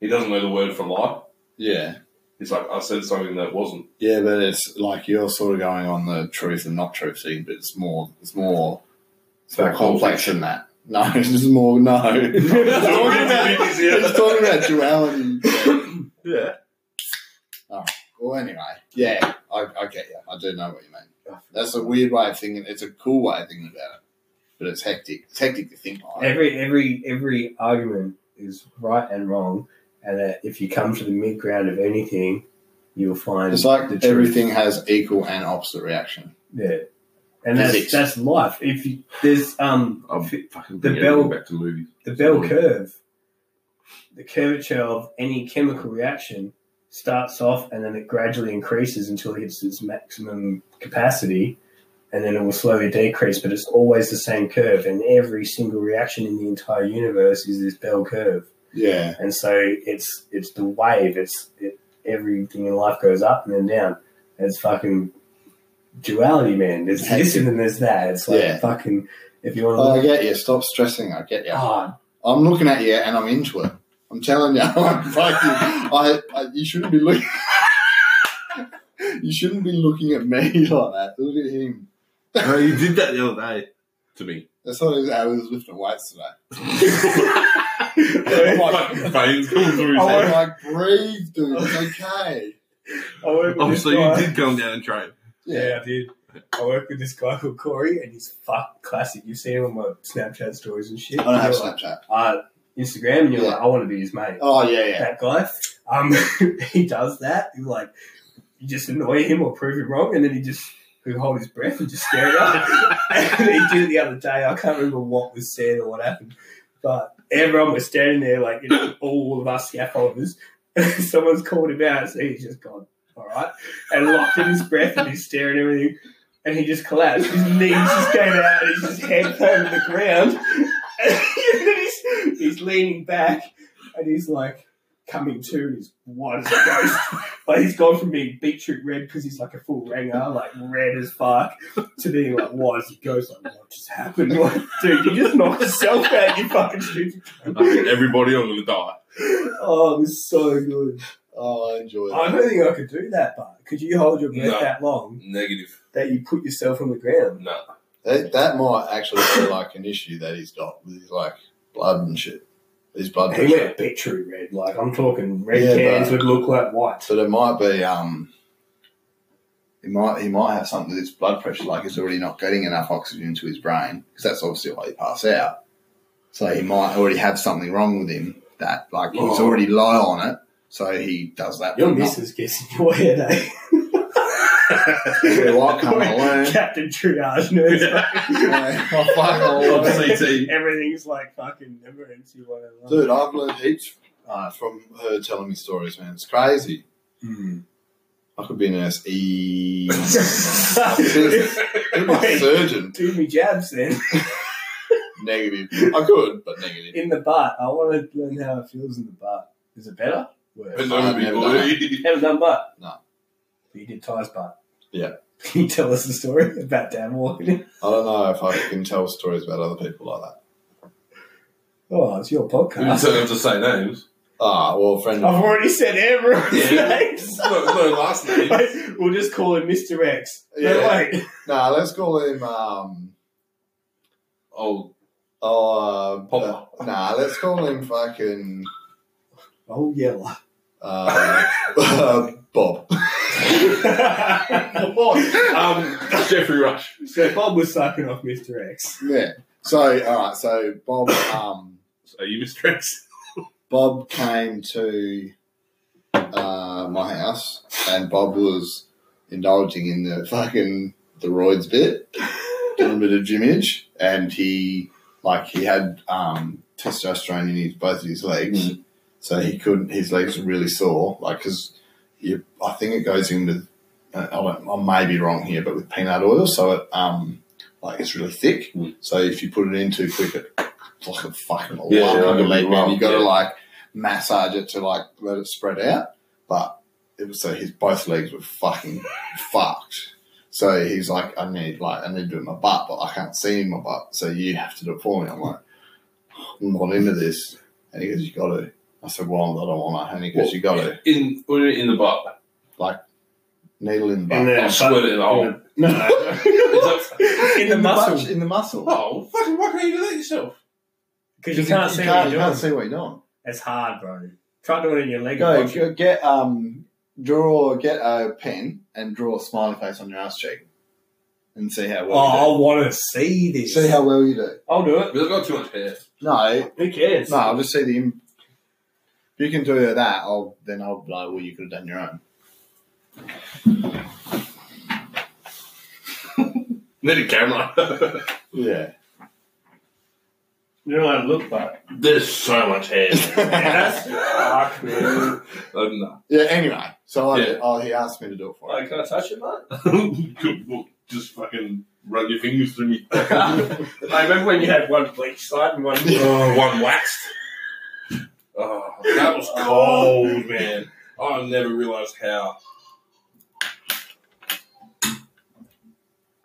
[SPEAKER 1] He doesn't know the word for lie.
[SPEAKER 3] yeah,
[SPEAKER 1] He's like, I said something that wasn't.
[SPEAKER 3] yeah, but it's like you're sort of going on the truth and not truth thing, but it's more, it's more, it's more
[SPEAKER 1] Back
[SPEAKER 3] complex than that. *laughs* No, it's just more. No, it's talking about, it's talking about duality.
[SPEAKER 2] Yeah.
[SPEAKER 3] Well, anyway, yeah, I, I get you. I do know what you mean. That's a weird way of thinking. It's a cool way of thinking about it, but it's hectic. It's hectic to think like.
[SPEAKER 2] Every every every argument is right and wrong, and that if you come to the mid ground of anything, you'll find
[SPEAKER 3] It's like
[SPEAKER 2] the truth.
[SPEAKER 3] everything has equal and opposite reaction.
[SPEAKER 2] Yeah. And that's
[SPEAKER 3] Physics.
[SPEAKER 2] that's life. If you, there's um
[SPEAKER 5] I'm
[SPEAKER 2] fi-
[SPEAKER 5] fucking
[SPEAKER 2] the
[SPEAKER 5] bringing everything
[SPEAKER 2] bell-
[SPEAKER 5] back to movies.
[SPEAKER 2] the bell
[SPEAKER 5] Sorry.
[SPEAKER 2] curve, the curvature of any chemical reaction starts off and then it gradually increases until it hits its maximum capacity and then it will slowly decrease, but it's always the same curve. And every single reaction in the entire universe is this bell curve.
[SPEAKER 3] Yeah,
[SPEAKER 2] And so it's it's the wave, it's it, everything in life goes up and then down. It's fucking duality, man. There's this and then there's that. It's like
[SPEAKER 3] Yeah. Oh,
[SPEAKER 2] fucking if you want to
[SPEAKER 3] I
[SPEAKER 2] look,
[SPEAKER 3] get you. Stop stressing. I get you.
[SPEAKER 2] Ah,
[SPEAKER 3] I'm looking at you and I'm into it. I'm telling you, *laughs* I'm fucking. I, I you shouldn't be looking. *laughs* you shouldn't be looking at me *laughs* like that. Look at him.
[SPEAKER 5] No, you did that the other day to me.
[SPEAKER 3] That's what it was. I was lifting weights today.
[SPEAKER 5] My fucking veins coming through his
[SPEAKER 3] I'm
[SPEAKER 5] head.
[SPEAKER 3] like, breathe, Oh, dude. It's okay.
[SPEAKER 2] I won't
[SPEAKER 5] Oh, so you
[SPEAKER 2] describe-
[SPEAKER 5] did come down and train.
[SPEAKER 2] *laughs* Yeah, I did. I work with this guy called Corey, and he's fuck classic. You see him on my Snapchat stories and shit.
[SPEAKER 3] I don't have
[SPEAKER 2] You're like,
[SPEAKER 3] Snapchat.
[SPEAKER 2] Uh, Instagram, and you're
[SPEAKER 3] Yeah.
[SPEAKER 2] like, I want to be his mate.
[SPEAKER 3] Oh yeah, yeah.
[SPEAKER 2] That guy, um, *laughs* he does that. You like, you just annoy him or prove him wrong, and then he just he'll hold his breath and just stare at us. *laughs* and he did it the other day. I can't remember what was said or what happened, but everyone was standing there, like you know, all of us scaffolders. *laughs* And someone's called him out, so he's just gone, all right, and locked in his breath, and he's staring at everything. And he just collapsed. His knees just came out, and his head fell to the *laughs* ground. and he's, he's leaning back, and he's like, coming to and he's white as a ghost. like he's gone from being beetroot red because he's like a full ranger, like red as fuck, to being like white as a ghost. Like what just happened? Like, dude, you just knocked yourself out. You fucking stupid.
[SPEAKER 1] I hate everybody, I'm gonna die.
[SPEAKER 2] Oh, it was so good.
[SPEAKER 9] Oh, I enjoy
[SPEAKER 2] I
[SPEAKER 9] that.
[SPEAKER 2] don't think I could do that, but could you hold your breath
[SPEAKER 10] No.
[SPEAKER 2] that long
[SPEAKER 10] Negative.
[SPEAKER 2] that you put yourself on the ground?
[SPEAKER 10] No.
[SPEAKER 9] That, that might actually be like an issue that he's got with his like blood and shit. His
[SPEAKER 3] Oh,
[SPEAKER 9] blood
[SPEAKER 2] He
[SPEAKER 9] pressure.
[SPEAKER 2] went beetroot red. Like I'm talking red
[SPEAKER 9] Yeah,
[SPEAKER 2] cans
[SPEAKER 9] but-
[SPEAKER 2] would look like white.
[SPEAKER 9] But it might be um
[SPEAKER 3] He might he might have something with his blood pressure, like he's already not getting enough oxygen to his brain, because that's obviously why he passed out. So he might already have something wrong with him that like he's
[SPEAKER 2] Oh.
[SPEAKER 3] already low on it, so he does that.
[SPEAKER 2] Your
[SPEAKER 3] but not-
[SPEAKER 2] missus gets in your head, eh?
[SPEAKER 3] Yeah, what kind
[SPEAKER 9] *laughs*
[SPEAKER 3] of
[SPEAKER 2] *laughs*
[SPEAKER 3] learn?
[SPEAKER 2] Captain Triage knows
[SPEAKER 3] Yeah.
[SPEAKER 9] Oh, fuck, I love it.
[SPEAKER 1] CT.
[SPEAKER 2] everything's like fucking emergency whatever.
[SPEAKER 9] Dude, I've learned heaps uh, from her telling me stories, man. It's crazy. I could be an e- *laughs* SE. I'm a surgeon.
[SPEAKER 2] *laughs* Do me jabs then
[SPEAKER 9] Negative. I could, but negative.
[SPEAKER 2] in the butt. I want to learn how it feels in the butt. Is it better? Worse.
[SPEAKER 1] But no,
[SPEAKER 9] I've
[SPEAKER 1] we
[SPEAKER 9] never done
[SPEAKER 1] boy.
[SPEAKER 2] *laughs* Never done butt.
[SPEAKER 9] No.
[SPEAKER 2] But you did Ty's butt.
[SPEAKER 9] Yeah.
[SPEAKER 2] *laughs* Can you tell us the story about Dan walking in?
[SPEAKER 9] I don't know if I can tell stories about other people like that.
[SPEAKER 2] Oh, it's your
[SPEAKER 1] We didn't *laughs*
[SPEAKER 2] podcast.
[SPEAKER 1] tell them to say names.
[SPEAKER 9] Ah, well, a friend.
[SPEAKER 2] I've
[SPEAKER 9] of-
[SPEAKER 2] already said everyone's
[SPEAKER 1] Yeah.
[SPEAKER 2] names.
[SPEAKER 1] No, no last name.
[SPEAKER 2] Wait, *laughs* we'll just call him Mr. X. No,
[SPEAKER 9] Yeah.
[SPEAKER 2] wait.
[SPEAKER 9] Nah, let's call him. Um,
[SPEAKER 1] Oh,
[SPEAKER 9] oh, uh,
[SPEAKER 1] Popper.
[SPEAKER 9] nah, let's call him fucking
[SPEAKER 2] Oh, *laughs* yellow.
[SPEAKER 9] uh, *laughs* Bob.
[SPEAKER 1] um, Jeffrey Rush.
[SPEAKER 2] so Bob was sucking off Mr. *laughs* X.
[SPEAKER 3] Yeah.
[SPEAKER 9] So, all right. So Bob, um,
[SPEAKER 1] Are you Mr. X?
[SPEAKER 3] Bob came to uh, my house and Bob was indulging in the fucking the roids bit, doing a bit of gymage, and he like he had um, testosterone in his both of his legs, so he couldn't. His legs were really sore, like because I think it goes in with uh, I, don't, I may be wrong here, but with peanut oil, so it um like it's really thick.
[SPEAKER 1] Mm.
[SPEAKER 3] So if you put it in too quick, it *laughs* it's like a fucking lump
[SPEAKER 1] Yeah,
[SPEAKER 3] on
[SPEAKER 1] yeah,
[SPEAKER 3] your
[SPEAKER 1] I
[SPEAKER 3] leg,
[SPEAKER 1] remember
[SPEAKER 3] man.
[SPEAKER 1] well,
[SPEAKER 3] You got to
[SPEAKER 1] yeah.
[SPEAKER 3] like massage it to like let it spread out. But it was so his both legs were fucking *laughs* fucked. So he's like, I need like I need to do it in my butt, but I can't see in my butt. So you have to do it for me. I'm like, I'm not into this. And he goes, you got to. I said, well, I don't want to. And he goes, you got to
[SPEAKER 1] In, what do you mean in the butt.
[SPEAKER 3] needle in the butt.
[SPEAKER 2] And then-
[SPEAKER 1] I'll squirt it in the hole.
[SPEAKER 2] No, no.
[SPEAKER 1] Is that-
[SPEAKER 2] *laughs* in the muscle.
[SPEAKER 3] in the muscle.
[SPEAKER 1] Oh, fucking, why can't you do that yourself?
[SPEAKER 2] Because you can't see
[SPEAKER 3] you
[SPEAKER 2] what
[SPEAKER 3] can't,
[SPEAKER 2] you're
[SPEAKER 3] you can't
[SPEAKER 2] doing.
[SPEAKER 3] see what you're doing.
[SPEAKER 2] It's hard, bro. Try doing it in your leg. and
[SPEAKER 3] Go,
[SPEAKER 2] watch it.
[SPEAKER 3] go get um, draw, get a pen and draw a smiley face on your ass cheek, and see how
[SPEAKER 2] Oh,
[SPEAKER 3] well.
[SPEAKER 2] I
[SPEAKER 3] you
[SPEAKER 2] want to see
[SPEAKER 3] do.
[SPEAKER 2] this.
[SPEAKER 3] See how well you do.
[SPEAKER 2] I'll do it.
[SPEAKER 1] Because I've got too much hair.
[SPEAKER 3] No,
[SPEAKER 2] Who cares?
[SPEAKER 3] no, I'll just see the. Im- if you can do that, I'll then I'll be like, well, you could have done your own.
[SPEAKER 1] Need a camera.
[SPEAKER 3] Yeah.
[SPEAKER 2] *laughs* You know how to look *laughs* like.
[SPEAKER 1] *laughs* There's so much *laughs* hair.
[SPEAKER 2] That's fuck, man.
[SPEAKER 1] Um, no.
[SPEAKER 3] Yeah. Anyway, so I,
[SPEAKER 1] Yeah.
[SPEAKER 3] oh, he asked me to do it for him.
[SPEAKER 2] Like, can I touch it, *laughs* mate?
[SPEAKER 1] Good book. Just fucking run your fingers through me.
[SPEAKER 2] I remember when you had one bleach side and one.
[SPEAKER 3] *laughs*
[SPEAKER 1] oh, one waxed. Oh, that was cold, man. I never realised how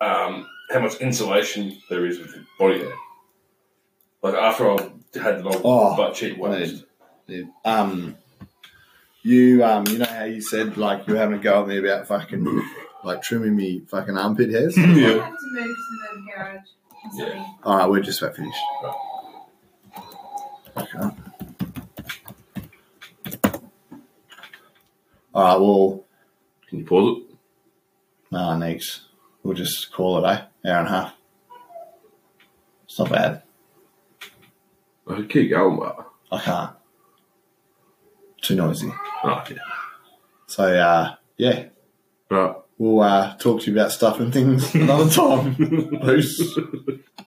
[SPEAKER 1] um, how much insulation there is with your body hair. Like after I had the old
[SPEAKER 3] Oh,
[SPEAKER 1] butt cheek waxed,
[SPEAKER 3] Um, you um, you know how you said like you were having a go at me about fucking like trimming me fucking armpit hairs.
[SPEAKER 1] Yeah.
[SPEAKER 11] I have to move to the garage. or something.
[SPEAKER 3] All right, we're just about finished. All right, well,
[SPEAKER 1] can you pause it?
[SPEAKER 3] nah, next. We'll just call it a hour and a half. It's not bad.
[SPEAKER 1] I could keep going, but
[SPEAKER 3] I can't. Too noisy.
[SPEAKER 1] oh, yeah.
[SPEAKER 3] So, uh, yeah,
[SPEAKER 1] Right.
[SPEAKER 3] *laughs* we'll uh, talk to you about stuff and things another time. Peace.